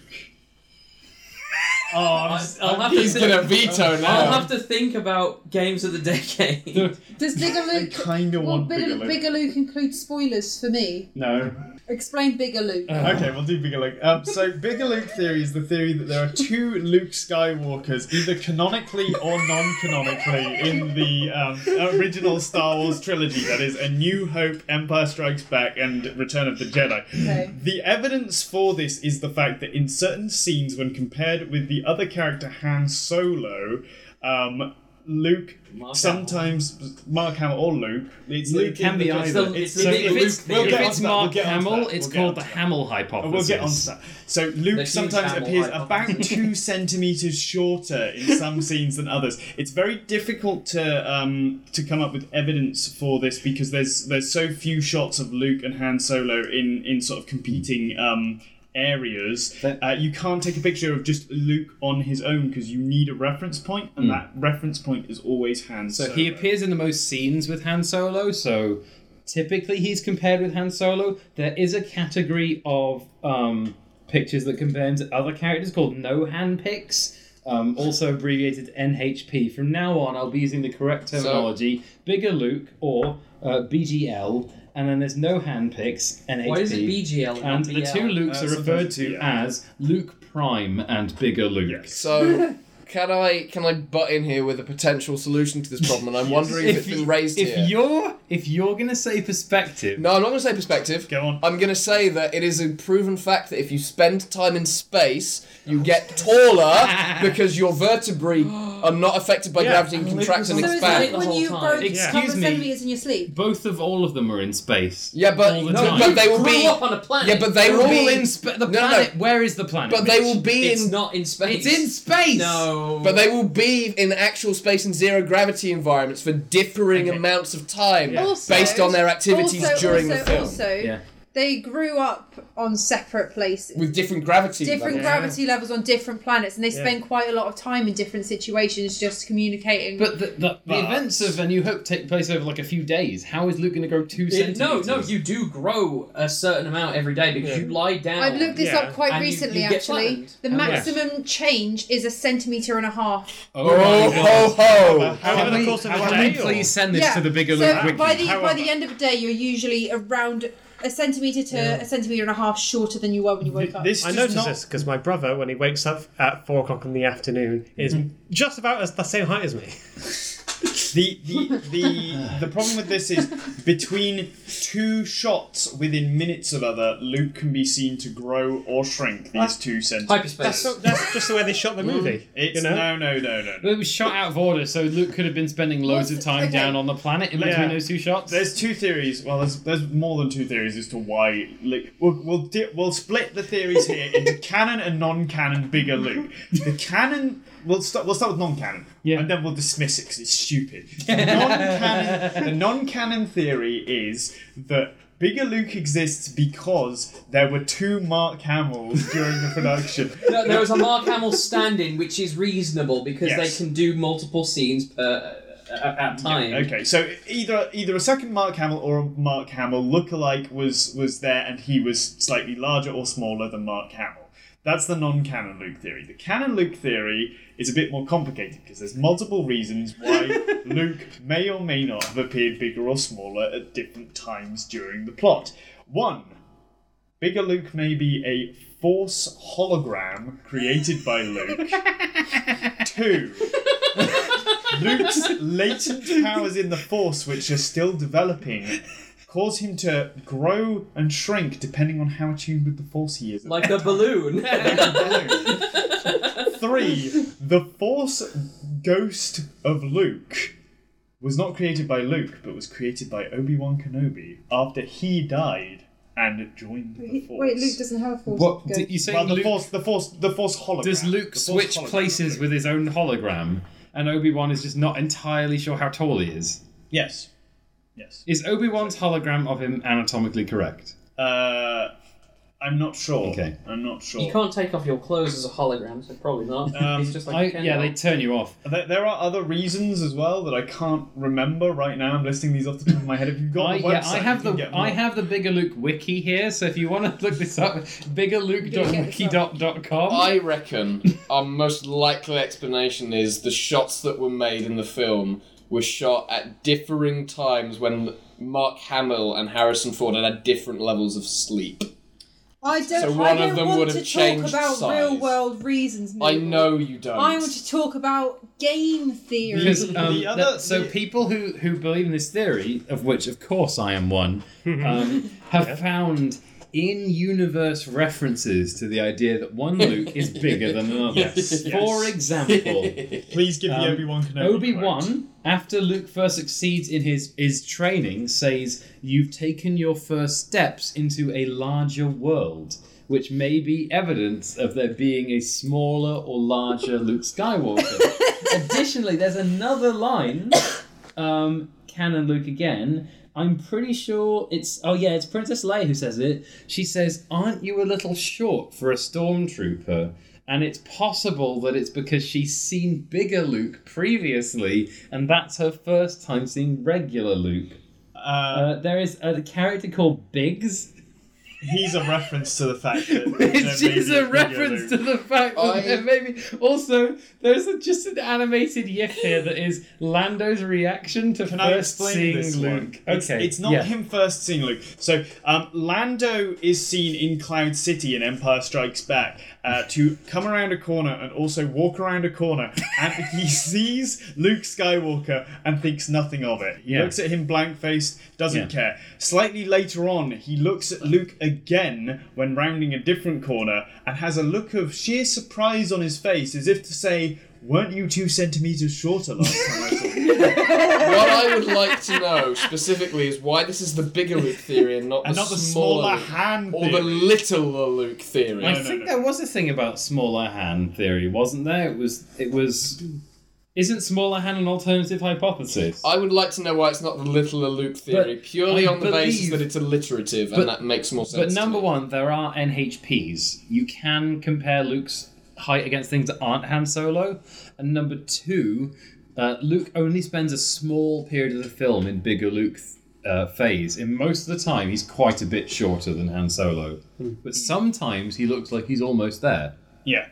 Oh, I'm, s-
I'll have
He's
to
gonna
think,
veto
I'll
Um,
now.
have to think about games of the decade.
Does Bigger
I
Luke?
kind of
Well,
want Bigger
Bigger,
Luke.
Bigger Luke includes spoilers for me.
No.
Explain Bigger Luke.
Okay, we'll do Bigger Luke. Um, so, Bigger Luke theory is the theory that there are two Luke Skywalkers, either canonically or non canonically, in the um, original Star Wars trilogy that is, A New Hope, Empire Strikes Back, and Return of the Jedi.
Okay.
The evidence for this is the fact that in certain scenes, when compared with the other character Han Solo, um, Luke
Mark
sometimes Mark Hamill or Luke. It's Luke,
It can
in
be
the-
either.
the- it's
so
the
if
Luke
it's,
theory. We'll
if
get
it's
onto that, we'll
Mark
get onto
Hamill,
that,
it's
we'll get
called the
onto that.
Hamill
Oh,
hypothesis.
we'll get on to that. So Luke
huge
sometimes
Hamill
appears about
hypothesis.
two centimeters shorter in some scenes than others. It's very difficult to um, to come up with evidence for this because there's there's so few shots of Luke and Han Solo in in sort of competing. Um, areas
That-
uh, you can't take a picture of just luke on his own because you need a reference point and that reference point is always han
So
solo
he appears in the most scenes with Han Solo, so typically he's compared with Han Solo. There is a category of um, pictures that compare him to other characters called no Han pics, um, also abbreviated NHP. From now on, I'll be using the correct terminology bigger Luke or uh, BGL, and then there's no Han pics, NHP.
Why is it BGL?
and
not
the
BL?
two Lukes
Uh,
are referred to
yeah.
as Luke Prime and Bigger Luke.
Yes.
So can I can I butt in here with a potential solution to this problem? And I'm wondering if, it's
y-
been raised
if
here.
you're if you're gonna say perspective,
No, I'm not going to say perspective.
Go on.
I'm going to say that it is a proven fact that if you spend time in space, you get taller because your vertebrae are not affected by
Yeah.
gravity and contract
So
and
is it
expand.
like when
whole
you
time.
broke
Excuse
a couple of
me.
centimeters in your sleep?
Both of all of them are in space.
Yeah, but
all the
no,
time.
but they will
Grew
be.
up on a planet.
Yeah, but they
They're
will
all
be.
in space. The
No, no, no.
planet. Where is the planet?
but they
Mitch?
will be
it's
in.
not in space.
It's in space.
No.
But they will be in actual space and zero gravity environments for differing amounts of time
Also-
based on their activities
also,
during
also,
the film.
Also,
Yeah.
they grew up on separate places.
With different gravity.
different
levels.
gravity levels on different planets, and they spend quite a lot of time in different situations just communicating.
But the, the, the events of A New Hope take place over like a few days. How is Luke going to grow two
It-
centimeters?
no, no, you do grow a certain amount every day because you lie down.
I've looked this
Yeah.
up quite
And you-
recently,
you get
actually.
flattened.
The
Oh,
yes.
maximum change is a centimeter and a half.
Oh,
Oh
my God.
ho ho!
Can
Over
we-
the course of
can
a
we
day, or-
please send this
yeah.
to the bigger
so
Luke wiki?
by the by
However-
the end of the day, you're usually around a centimeter to a centimeter and a half shorter than you were when you woke up.
this
I
does
noticed
not
this because my brother, when he wakes up at four o'clock in the afternoon, is just about as the same height as me.
The the the the problem with this is between two shots within minutes of other, Luke can be seen to grow or shrink these two centimeters.
hyperspace.
That's, not, that's just the way they shot the movie.
It's
you know?
no no no no. no.
it was shot out of order, so Luke could have been spending loads of
What's-
time
okay.
down on the planet in between
Yeah.
those two shots.
There's two theories. Well, there's, there's more than two theories as to why. Like, we'll we'll, di- we'll split the theories here into canon and non-canon. Bigger Luke. The canon. We'll start. We'll start with non-canon.
Yeah.
And then we'll dismiss it because it's stupid. The non-canon. the non-canon theory is that. Bigger Luke exists because there were two Mark Hamills during the production.
No, there was a Mark Hamill stand-in, which is reasonable because
Yes.
they can do multiple scenes per uh, at, at time.
Okay, so either either a second Mark Hamill or a Mark Hamill lookalike was was there, and he was slightly larger or smaller than Mark Hamill. That's the non-canon Luke theory. The canon Luke theory is a bit more complicated because there's multiple reasons why Luke may or may not have appeared bigger or smaller at different times during the plot. One, bigger Luke may be a force hologram created by Luke. Two. Luke's latent powers in the Force, which are still developing, cause him to grow and shrink depending on how tuned with the Force he is.
Like a balloon.
Three, the Force ghost of Luke was not created by Luke, but was created by Obi Wan Kenobi after he died and joined the Force.
Wait, Luke doesn't have a force.
What
ghost.
did you say?
well, the
Luke-
Force, the Force, the Force hologram.
does Luke
The Force
switch
hologram.
places with his own hologram, and Obi Wan is just not entirely sure how tall he is?
Yes. Yes.
Is Obi Wan's hologram of him anatomically correct?
Uh, I'm not sure.
Okay.
I'm not sure.
you can't take off your clothes as a hologram, so probably not.
Um,
it's just
I,
like a
yeah, they
Ken
turn you off.
There, there are other reasons as well that I can't remember right now. I'm listing these off the top of my head. If you've got
I,
the
yeah,
website,
I have
you can
the
get more.
I have the Bigger Luke wiki here, so if you want to look this up, biggerluke.wiki.com.
I reckon our most likely explanation is the shots that were made in the film were shot at differing times when Mark Hamill and Harrison Ford had had different levels of sleep.
I don't.
So
I
one
don't
of them
want
would
to
have
talk
changed
about
size.
real world reasons.
I
Mabel.
know you don't.
I want to talk about game theory.
Because, um,
The other-
that- so
the-
people who, who believe in this theory, of which of course I am one, um, have found in-universe references to the idea that one Luke is bigger than another.
Yes, yes.
For example,
Please give the
Um,
Obi Wan Kenobi.
Obi Wan, after Luke first succeeds in his his training, says, "You've taken your first steps into a larger world." Which may be evidence of there being a smaller or larger Luke Skywalker. Additionally, there's another line, um, canon Luke again. I'm pretty sure it's oh yeah, it's Princess Leia who says it. She says, "Aren't you a little short for a stormtrooper?" And it's possible that it's because she's seen bigger Luke previously, and that's her first time seeing regular Luke.
Uh,
Uh, there is a character called Biggs,
he's a reference to the fact that.
which is a reference to the fact
I-
that there maybe also there's a, just an animated gif here that is Lando's reaction to
Can I
first
explain
seeing
this
Luke.
one?
Okay,
It's, it's not
yeah.
him first seeing Luke. So um, Lando is seen in Cloud City in Empire Strikes Back uh, to come around a corner and also walk around a corner, and he sees Luke Skywalker and thinks nothing of it. He
Yeah.
looks at him blank faced, doesn't
Yeah.
care. Slightly later on, he looks at Luke again when rounding a different corner and has a look of sheer surprise on his face, as if to say. Weren't you two centimeters shorter last time I saw you?
what I would like to know specifically is why this is the bigger Luke theory and not,
And
the,
not the
smaller,
smaller hand
or the
theory.
littler Luke theory.
I
No, no,
think
no.
there was a thing about smaller hand theory, wasn't there? It was. It was. Isn't smaller hand an alternative hypothesis?
I would like to know why it's not the littler Luke theory,
But
purely
I
on the basis
believe-
that it's alliterative
but-
and that makes more sense.
but
to
number
me.
one, there are NHPs. You can compare Luke's height against things that aren't Han Solo. And number two, uh, Luke only spends a small period of the film in bigger Luke uh, phase. In most of the time, he's quite a bit shorter than Han Solo,
Hmm.
but sometimes he looks like he's almost there.
Yeah,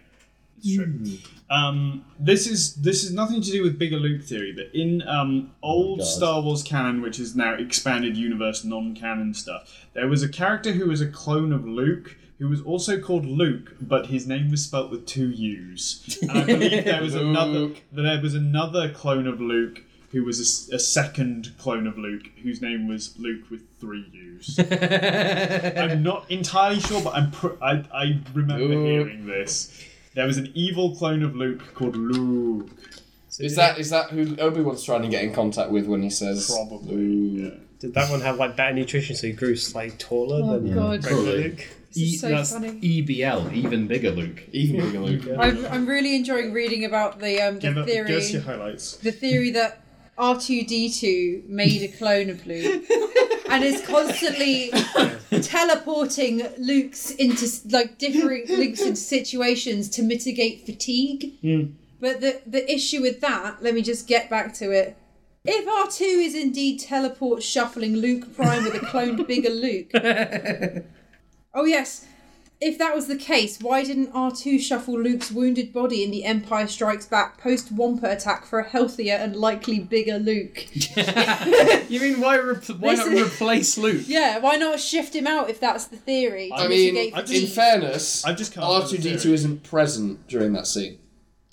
it's true. Um, this is this is nothing to do with bigger Luke theory, but in um, old
God.
Star Wars canon, which is now expanded universe non-canon stuff, there was a character who was a clone of Luke. Who was also called Luke, but his name was spelt with two U's. And I believe there was another
Luke.
there was another clone of Luke who was a s- a, second clone of Luke, whose name was Luke with three U's. I'm not entirely sure, but I'm pr- I, I remember
Luke.
hearing this. There was an evil clone of Luke called Luke.
Is that is that who Obi Wan's trying to get in contact with when he says
Probably,
"Ooh"?
Did that one have like better nutrition so he grew slightly taller
Oh,
than
God.
regular
Probably.
Luke?
is
E-
so
that's
funny.
EBL, even bigger Luke.
even bigger Luke?
I'm, I'm really enjoying reading about the um the
Give up,
theory
give us your highlights.
the theory that R2D2 made a clone of Luke and is constantly teleporting Luke's into like differing Luke's into situations to mitigate fatigue. But the the issue with that, let me just get back to it, If R2 is indeed teleport shuffling Luke Prime with a cloned bigger Luke. Oh, yes. If that was the case, why didn't R2 shuffle Luke's wounded body in the Empire Strikes Back post Wampa attack for a healthier and likely bigger Luke?
you mean why re- why
This
not
is-
replace Luke?
Yeah, why not shift him out if that's the theory?
I mean,
I've
in
just-
fairness,
I've just come up
R
with
two
a
D two
theory.
isn't present during that scene.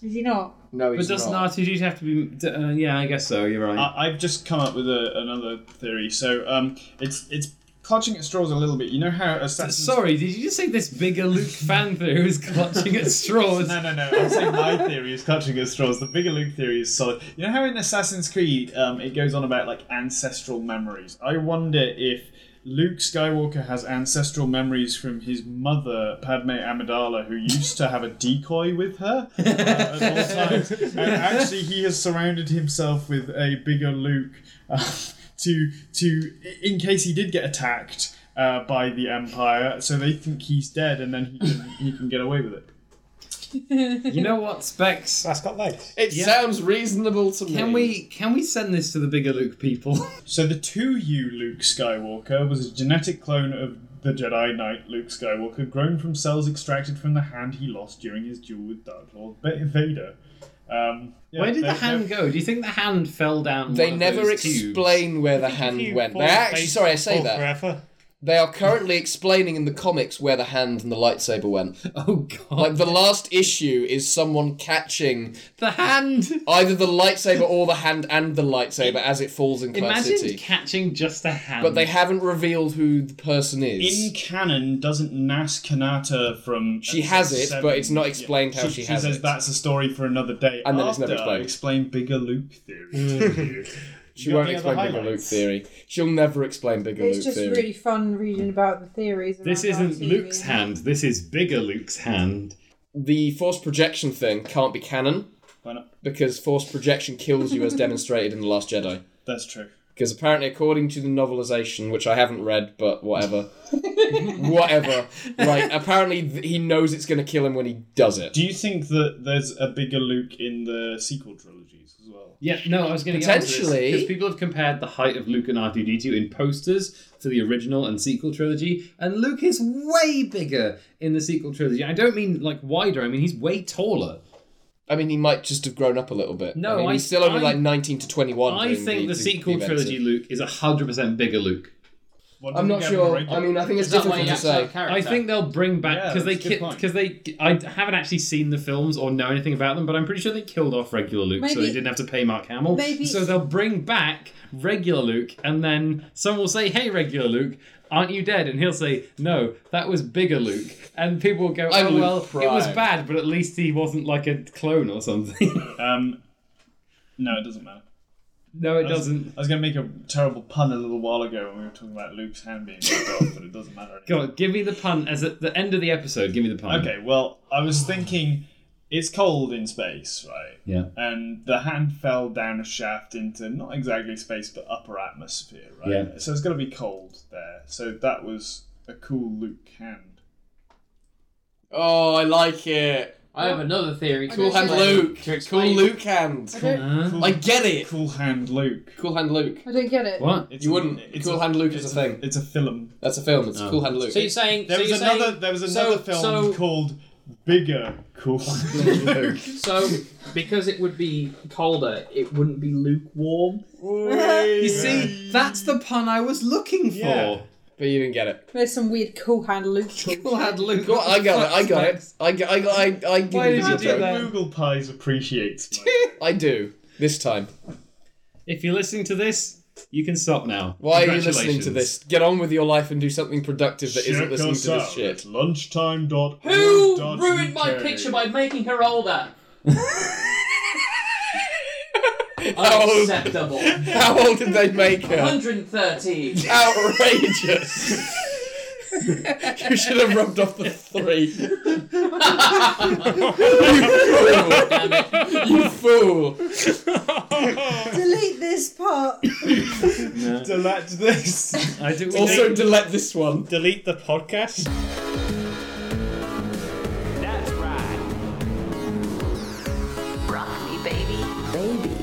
Is he not?
No,
But
he's
doesn't
not.
R2D2 have to be? Uh, yeah, I guess so. You're right.
I, I've just come up with a, another theory. So um, it's it's clutching at straws a little bit. You know how Assassin's
Uh, Sorry, did you just say this bigger Luke fan theory was clutching at straws?
No, no, no. I'm saying my theory is clutching at straws. The bigger Luke theory is solid. You know how in Assassin's Creed um, it goes on about like ancestral memories. I wonder if Luke Skywalker has ancestral memories from his mother Padme Amidala, who used to have a decoy with her uh, at all times, and actually he has surrounded himself with a bigger Luke uh, to to in case he did get attacked. Uh, by the Empire, so they think he's dead, and then he can, he can get away with it.
You know what, Specs?
That's got legs.
It
Yeah.
sounds reasonable to me.
Can we can we send this to the bigger Luke people?
So the 2U Luke Skywalker was a genetic clone of the Jedi Knight Luke Skywalker, grown from cells extracted from the hand he lost during his duel with Dark Lord Ba- Vader. Um, yeah,
Where did
they-
the hand go? Do you think the hand fell down?
They
one of
never
those tubes?
explain where the hand went. They actually, sorry, I say that
Forever.
they are currently explaining in the comics where the hand and the lightsaber went.
Oh god,
Like the last issue is someone catching
the hand.
either the lightsaber or the hand and the lightsaber as it falls in Cloud
Imagine
City.
catching just a hand.
But they haven't revealed who the person is.
In canon, doesn't Nas Kanata from
She
episode
has it, but it's not explained how she
she
has
says
it.
that's a story for another day.
And then it's never
After I
explained.
explain bigger Luke theory. to you.
she
You got
won't
any
explain
other
Bigger Luke
highlights?
theory. She'll never explain Bigger
It's
Luke
just
theory.
really fun reading about the theories.
This
around
isn't
R2
Luke's
being-
hand. This is bigger Luke's hand.
The force projection thing can't be canon
Why not?
because force projection kills you as demonstrated in The Last Jedi.
That's true.
Because apparently, according to the novelization, which I haven't read, but whatever, whatever, right? Apparently, th- he knows it's going to kill him when he does it.
Do you think that there's a bigger Luke in the sequel trilogies as well?
Yeah, no, I was going to
Potentially.
because people have compared the height of Luke and R2D2 in posters to the original and sequel trilogy, and Luke is way bigger in the sequel trilogy. I don't mean like wider; I mean he's way taller.
I mean, he might just have grown up a little bit.
No,
I mean,
I-
he's still only
I-
like nineteen to twenty-one.
I
during
think the, sequel
events.
trilogy Luke is hundred percent bigger Luke.
What do
I'm
you
not
think
sure.
happened to
I mean, I think it's
Is that why
difficult
you
to
have to have
say.
a character?
I think they'll bring back
Yeah,
because
that's a good
they
point.
because they I haven't actually seen the films or know anything about them, but I'm pretty sure they killed off regular Luke, so they
Maybe-
didn't have to pay Mark Hamill.
maybe-
so they'll bring back regular Luke, and then someone will say, "Hey, regular Luke." Aren't you dead? And he'll say, "No, that was bigger Luke." And people will go,
I'm
"Oh
Luke
well, it was
Prime."
bad, but at least he wasn't like a clone or something."
Um, no, it doesn't matter.
no, it
I was-
doesn't.
I was going to make a terrible pun a little while ago when we were talking about Luke's hand being ripped off, but it doesn't matter anymore.
God, give me the pun as at the end of the episode. Give me the pun.
Okay, well, I was thinking it's cold in space, right?
Yeah.
And the hand fell down a shaft into not exactly space, but upper atmosphere, right?
Yeah.
So it's going to be cold there. So that was a cool Luke hand.
Oh, I like it.
I have another theory. to
Cool hand
explain-
Luke.
To
Cool
explain.
Luke hand.
I don't,
Huh?
Cool,
Hmm? I get it.
cool hand Luke.
Cool hand Luke.
I don't get it.
What?
It's
You wouldn't. Cool hand Luke is
it's
a thing.
It's a film.
That's a film. It's Cool Hand Luke.
So you're saying
There
so
was
you're
another.
saying-
there was
so-
another film
so-
called Bigger Cool Hand Luke.
So, because it would be colder, it wouldn't be lukewarm.
You see, that's the pun I was looking for.
Yeah.
But you didn't get it.
There's some weird cool hand Luke.
People had Luke.
Go on, I got it. I got it. I got. I got. I.
Why
I give
did
you
you
the
do
joke.
that?
Google Pies appreciates. my-
I do this time.
If you're listening to this, you can stop now.
Why are you
Congratulations.
listening to this? Get on with your life and do something productive that not
Check
listening
us
to this
out
shit.
at Lunchtime.org.
Who ruined my picture by making her older?
Oh.
Unacceptable.
How old did they make her?
113.
Outrageous. you should have rubbed off the three. you fool. You fool.
Delete this part.
Delete this.
I do.
Also, delete this one.
Delete the podcast.
Rock me, baby. Baby.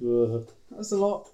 That was a lot.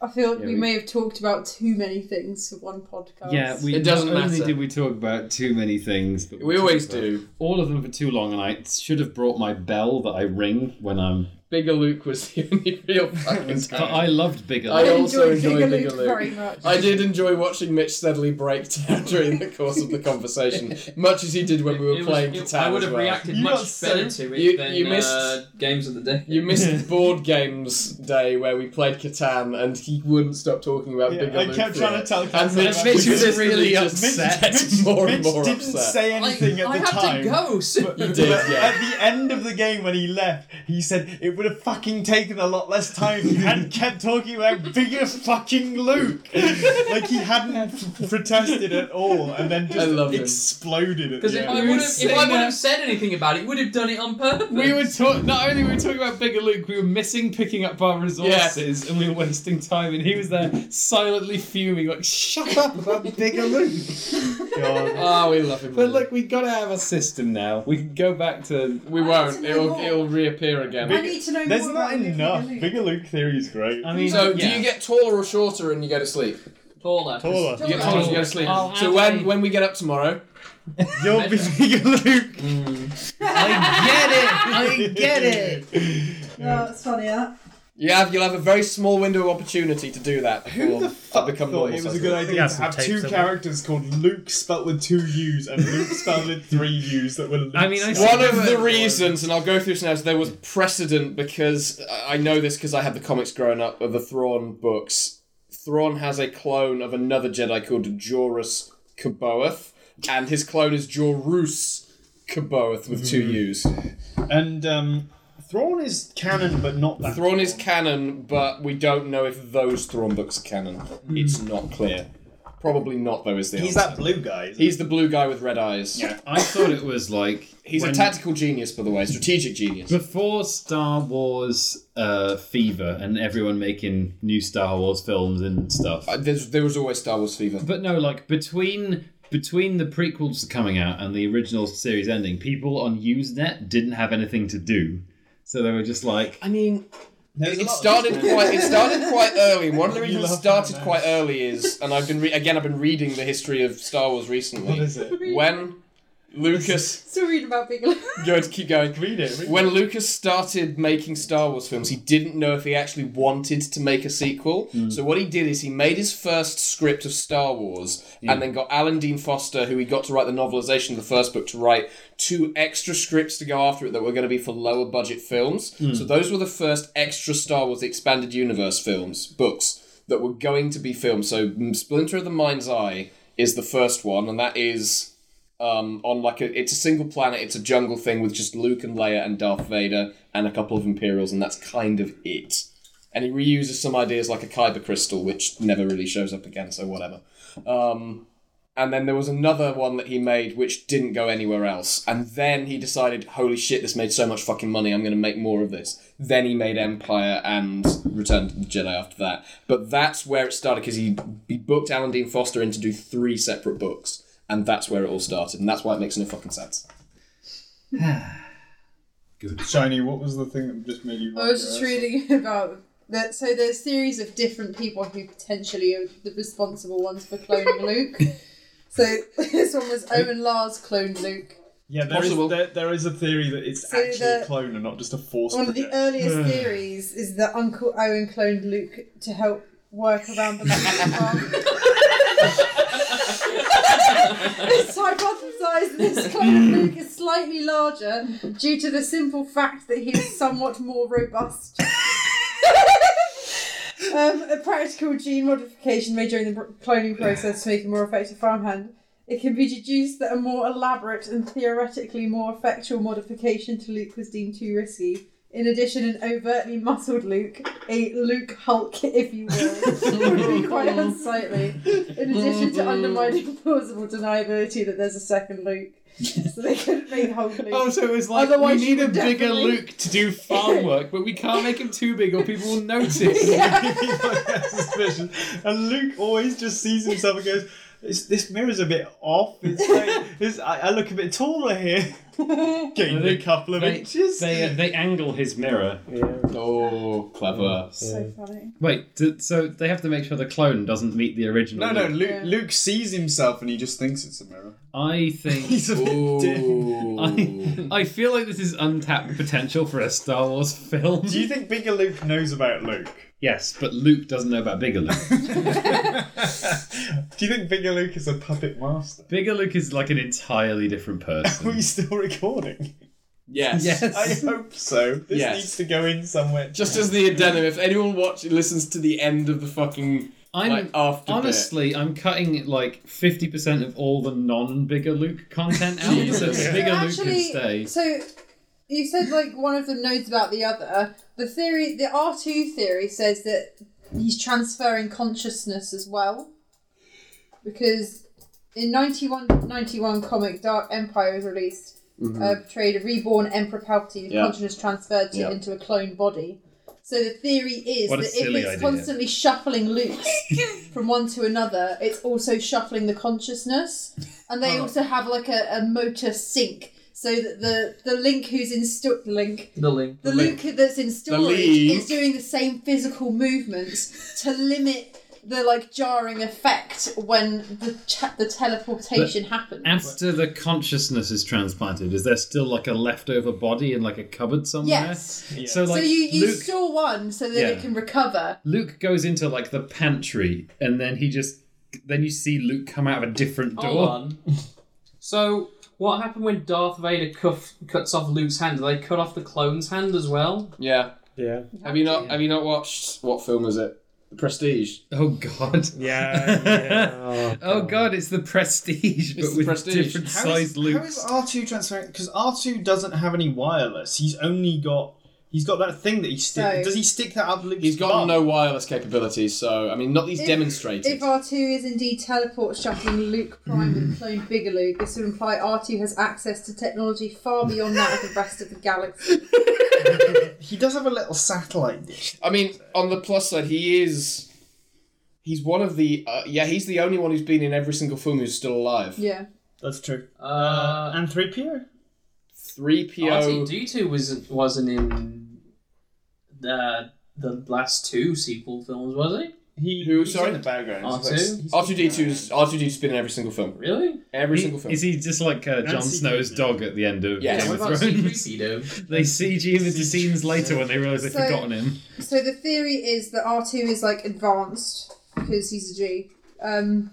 I feel
Yeah,
we,
we-
may have talked about too many things for one podcast.
Yeah, we
It doesn't
not only
matter.
did we talk about too many things, but
We
talked
always
about
do.
All of them for too long, and I should have brought my bell that I ring when I'm.
Bigger Luke was the only real fucking
But
time.
I loved bigger.
Uh, I
Luke.
also enjoy
Bigger
Bigger
Luke
Luke.
very much.
I did enjoy watching Mitch steadily break down during the course of the conversation, much as he did when we were
It was-
playing
it-
guitar
I would
as
have
well.
reacted
You got
much
so-
better to it
You-
than
you missed-
uh, games of the day.
You missed board games day where we played Catan and he wouldn't stop talking about
Yeah,
Bigger
I
Luke.
kept
for
trying
it.
to tell
and
Catan
Mitch,
about
Mitch
Bigger
was
was
Luke.
really
really
upset.
upset. more and
Mitch
more
didn't
upset.
say anything at
I
the
had
time.
to go. So
But,
did,
but
yeah.
At the end of the game, when he left, he said it would have fucking taken a lot less time if you hadn't kept talking about bigger fucking Luke. like he hadn't f- protested at all, and then
I
just
love him.
exploded at
Because
the
if
end.
I would
You were
have, if
sitting
I would
there-
have said anything about it, you would have done it on purpose.
We were talking. Not only were we talking about bigger Luke, we were missing picking up our resources, and we were wasting time. And he was there silently fuming, like, "Shut up about bigger Luke."
God.
Ah, we love him.
But look, we gotta have a system now. We can go back to.
we
I want to
won't.
know
It'll
more.
it'll reappear again.
I need to know
There's
more
not
about Luke
enough.
Luke.
Bigger Luke theory is great.
I mean,
So,
yeah.
do you get taller or shorter and you go to sleep?
taller.
Taller.
You
Taller.
get taller and you go to sleep.
Oh,
so
how
when
do I-
when we get up tomorrow,
You'll be bigger Luke.
I get it. I get it.
Oh, that's funny. That.
you have you'll have a very small window of opportunity to do that. before
Who the
I
fuck
become
thought
normal
it was a
size.
good
think
idea
that's
to
some
have
tape
two
somewhere.
characters called Luke spelt with two U's and Luke spelled with three U's that were Luke
I mean, I
One
spelled with
of the
two U's.
reasons, and I'll go through this now, is there was precedent because I I know this because I had the comics growing up of the Thrawn books. Thrawn has a clone of another Jedi called Jorus Kaboath, and his clone is Jorus Kaboath with two
Mm-hmm.
U's.
And um, Thrawn is canon, but not that.
Thrawn is canon, but we don't know if those Thrawn books are canon.
Hmm.
It's not clear. Probably not, though, is the
He's
answer.
that blue guy. isn't he?
He's the blue guy with red eyes.
Yeah.
I thought it was like
He's
when-
a tactical genius, by the way, strategic genius.
before Star Wars uh, fever and everyone making new Star Wars films and stuff.
Uh, there's, there was always Star Wars fever.
But no, like between between the prequels coming out and the original series ending, people on Usenet didn't have anything to do, so they were just like,
I mean,
There's a
it
lot of
started
these men.
quite. It started quite early. One of the
You
reasons it
laugh
started
at that.
quite early is, and I've been re- again, I've been reading the history of Star Wars
What
recently.
is it?
When Lucas,
Still reading about Big Luke.
go to keep going.
Read it. Read
When Lucas started making Star Wars films, he didn't know if he actually wanted to make a sequel. So what he did is he made his first script of Star Wars, and then got Alan Dean Foster, who he got to write the novelization of the first book, to write two extra scripts to go after it that were going to be for lower budget films. So those were the first extra Star Wars the Expanded Universe films books that were going to be filmed. So mm, Splinter of the Mind's Eye is the first one, and that is um, on like a it's a single planet, it's a jungle thing with just Luke and Leia and Darth Vader and a couple of Imperials, and that's kind of it. And he reuses some ideas like a kyber crystal, which never really shows up again, so whatever. Um, and then there was another one that he made which didn't go anywhere else. And then he decided, holy shit, this made so much fucking money, I'm going to make more of this. Then he made Empire and Return to the Jedi after that. But that's where it started because he, he booked Alan Dean Foster in to do three separate books. And that's where it all started. And that's why it makes no fucking sense.
it. Shiny, what was the thing that just made you?
I was just reading about that. So there's theories of different people who potentially are the responsible ones for cloning Luke. So this one was Owen Lars cloned Luke.
Yeah, there is,
Possible.
there, there is a theory that it's
So
actually
the-
a clone and not just a force
One of the
project.
earliest theories is that Uncle Owen cloned Luke to help work around the Mexican farm. It's hypothesised that this clone Luke is slightly larger due to the simple fact that he is somewhat more robust. um, a practical gene modification made during the br- cloning process to make him more effective farmhand. It can be deduced that a more elaborate and theoretically more effectual modification to Luke was deemed too risky. In addition, an overtly muscled Luke, a Luke Hulk, if you will, would be quite unsightly. In addition to undermining plausible deniability that there's a second Luke, so they couldn't make Hulk Luke.
"Oh, so it was like
Otherwise
we
you
need a
would
bigger
definitely-
Luke to do farm work, but we can't make him too big or people will notice."
Yeah.
People get suspicious. And Luke always just sees himself and goes, this, this mirror's a bit off. It's like, it's, I, I look a bit taller here. Gained a couple of
they,
inches.
They, uh, they angle his mirror.
Oh, clever.
So funny.
Wait, d- so they have to make sure the clone doesn't meet the original.
no, no.
Luke.
Luke,
Yeah.
Luke sees himself and he just thinks it's a mirror.
I think.
He's a bit dim.
I,
Ooh.
I feel like this is untapped potential for a Star Wars film.
Do you think Bigger Luke knows about Luke?
Yes, but Luke doesn't know about Bigger Luke.
Do you think Bigger Luke is a puppet master?
Bigger Luke is like an entirely different
Are we
person.
still recording?
Yes.
I hope so. This
Yes.
needs to go in somewhere.
Just as the addendum, if anyone watch listens to the end of the fucking
I'm
like after bit.
honestly, I'm cutting like fifty percent of all the non-Bigger Luke content out, so
Jesus.
Bigger
So
Luke can stay.
So you said like one of them knows about the other. The theory, the R two theory, says that he's transferring consciousness as well, because in 91, 91 comic Dark Empire was released. Uh, portrayed a reborn Emperor Palpatine's
Mm-hmm. Yeah.
consciousness transferred to,
Yeah.
into a clone body. So the theory is
What a
that if
silly
it's
idea.
constantly shuffling Luke's from one to another, it's also shuffling the consciousness and they
Oh.
also have like a, a motor sync so that the the link who's in sto- link
The link.
the link that's in storage
link.
is doing the same physical movements to limit the like jarring effect when the cha- the teleportation happens
After the consciousness is transplanted, is there still like a leftover body in like a cupboard somewhere?
Yes.
So like
so you, you
Luke,
store one so that
Yeah.
it can recover.
Luke goes into like the pantry, and then he just then you see Luke come out of a different
Hold
door.
on. So, what happened when Darth Vader cuff, cuts off Luke's hand? Did they cut off the clone's hand as well?
Yeah.
Yeah.
Have you not have you not watched what film is it? The Prestige.
Oh god.
Yeah. yeah.
Oh god, it's the Prestige, but
It's the
with
Prestige.
different
How
size
is-
Luke.
How is R two transferring? Because R two doesn't have any wireless. He's only got he's got that thing that he stick.
No.
Does he stick that up? Luke's
He's got
bum?
no wireless capabilities, so I mean, not these
If-
demonstrated.
If R2 is indeed teleport shuffling Luke Prime and clone Bigger Luke, this would imply R2 has access to technology far beyond that of the rest of the galaxy.
He does have a little satellite dish.
I mean, on the plus side, he is. He's one of the. Uh, yeah, he's the only one who's been in every single film who's still alive.
Yeah.
That's true. Uh,
Uh, oh,
and three PO.
3PO.
R2D2 wasn't, wasn't in the, the last two sequel films, was he?
He
Who,
he's
sorry?
in the background.
R2?
He's- he's-
R2D2's R2D2's been in every single film.
Really?
Every
He-
single film.
is he just like uh, Jon
Nancy
Snow's
Drew.
dog at the end of
Yes.
Game
What
of
about
Thrones?
C3PO though?
they CG him into scenes later when they realise they've
So-
forgotten him.
So the theory is that R2 is like advanced because he's a G. Um,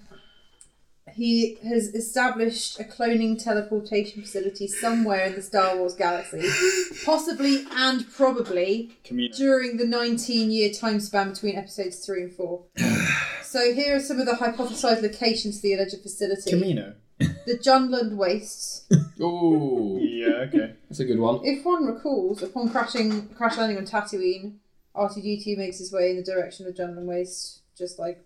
he has established a cloning teleportation facility somewhere in the Star Wars galaxy, possibly and probably
Camino.
Oh.
during the 19 year time span between episodes 3 and 4. so here are some of the hypothesized locations for the alleged facility
Camino.
the Junlund Wastes.
Ooh,
Yeah. Okay.
that's a good one.
If one recalls, upon crashing crash landing on Tatooine, R2D2 makes his way in the direction of Junlund Waste, just like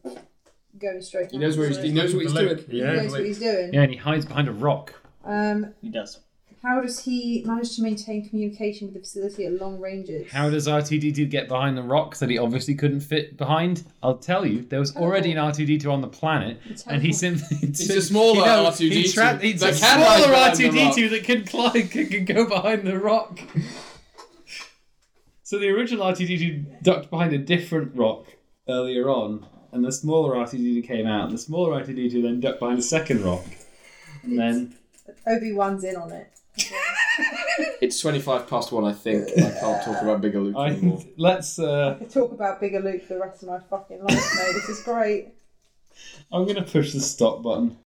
going straight.
He knows where he's, he knows what he's doing.
Luke.
He
Yeah.
knows what he's doing.
Yeah, and he hides behind a rock.
Um,
He does.
how does he manage to maintain communication with the facility at long ranges?
How does R2D2 get behind the rock that he obviously couldn't fit behind? I'll tell you, there was already an R2D2 on the planet, and he simply.
He's a smaller
he knows-
R2D2.
He trapped, he's
They
a
can hide
smaller
behind the rock.
R2D2 that can, climb, can, can go behind the rock. So the original R2D2 ducked behind a different rock earlier on, and the smaller R2D2 came out. The smaller R2D2 then ducked behind a second rock, and then.
Obi Wan's in on it.
It's 25 past one, I think. I can't talk about Bigger Luke
I,
anymore.
let's. Uh,
I could talk about Bigger Luke for the rest of my fucking life, mate. This is great.
I'm gonna push the stop button.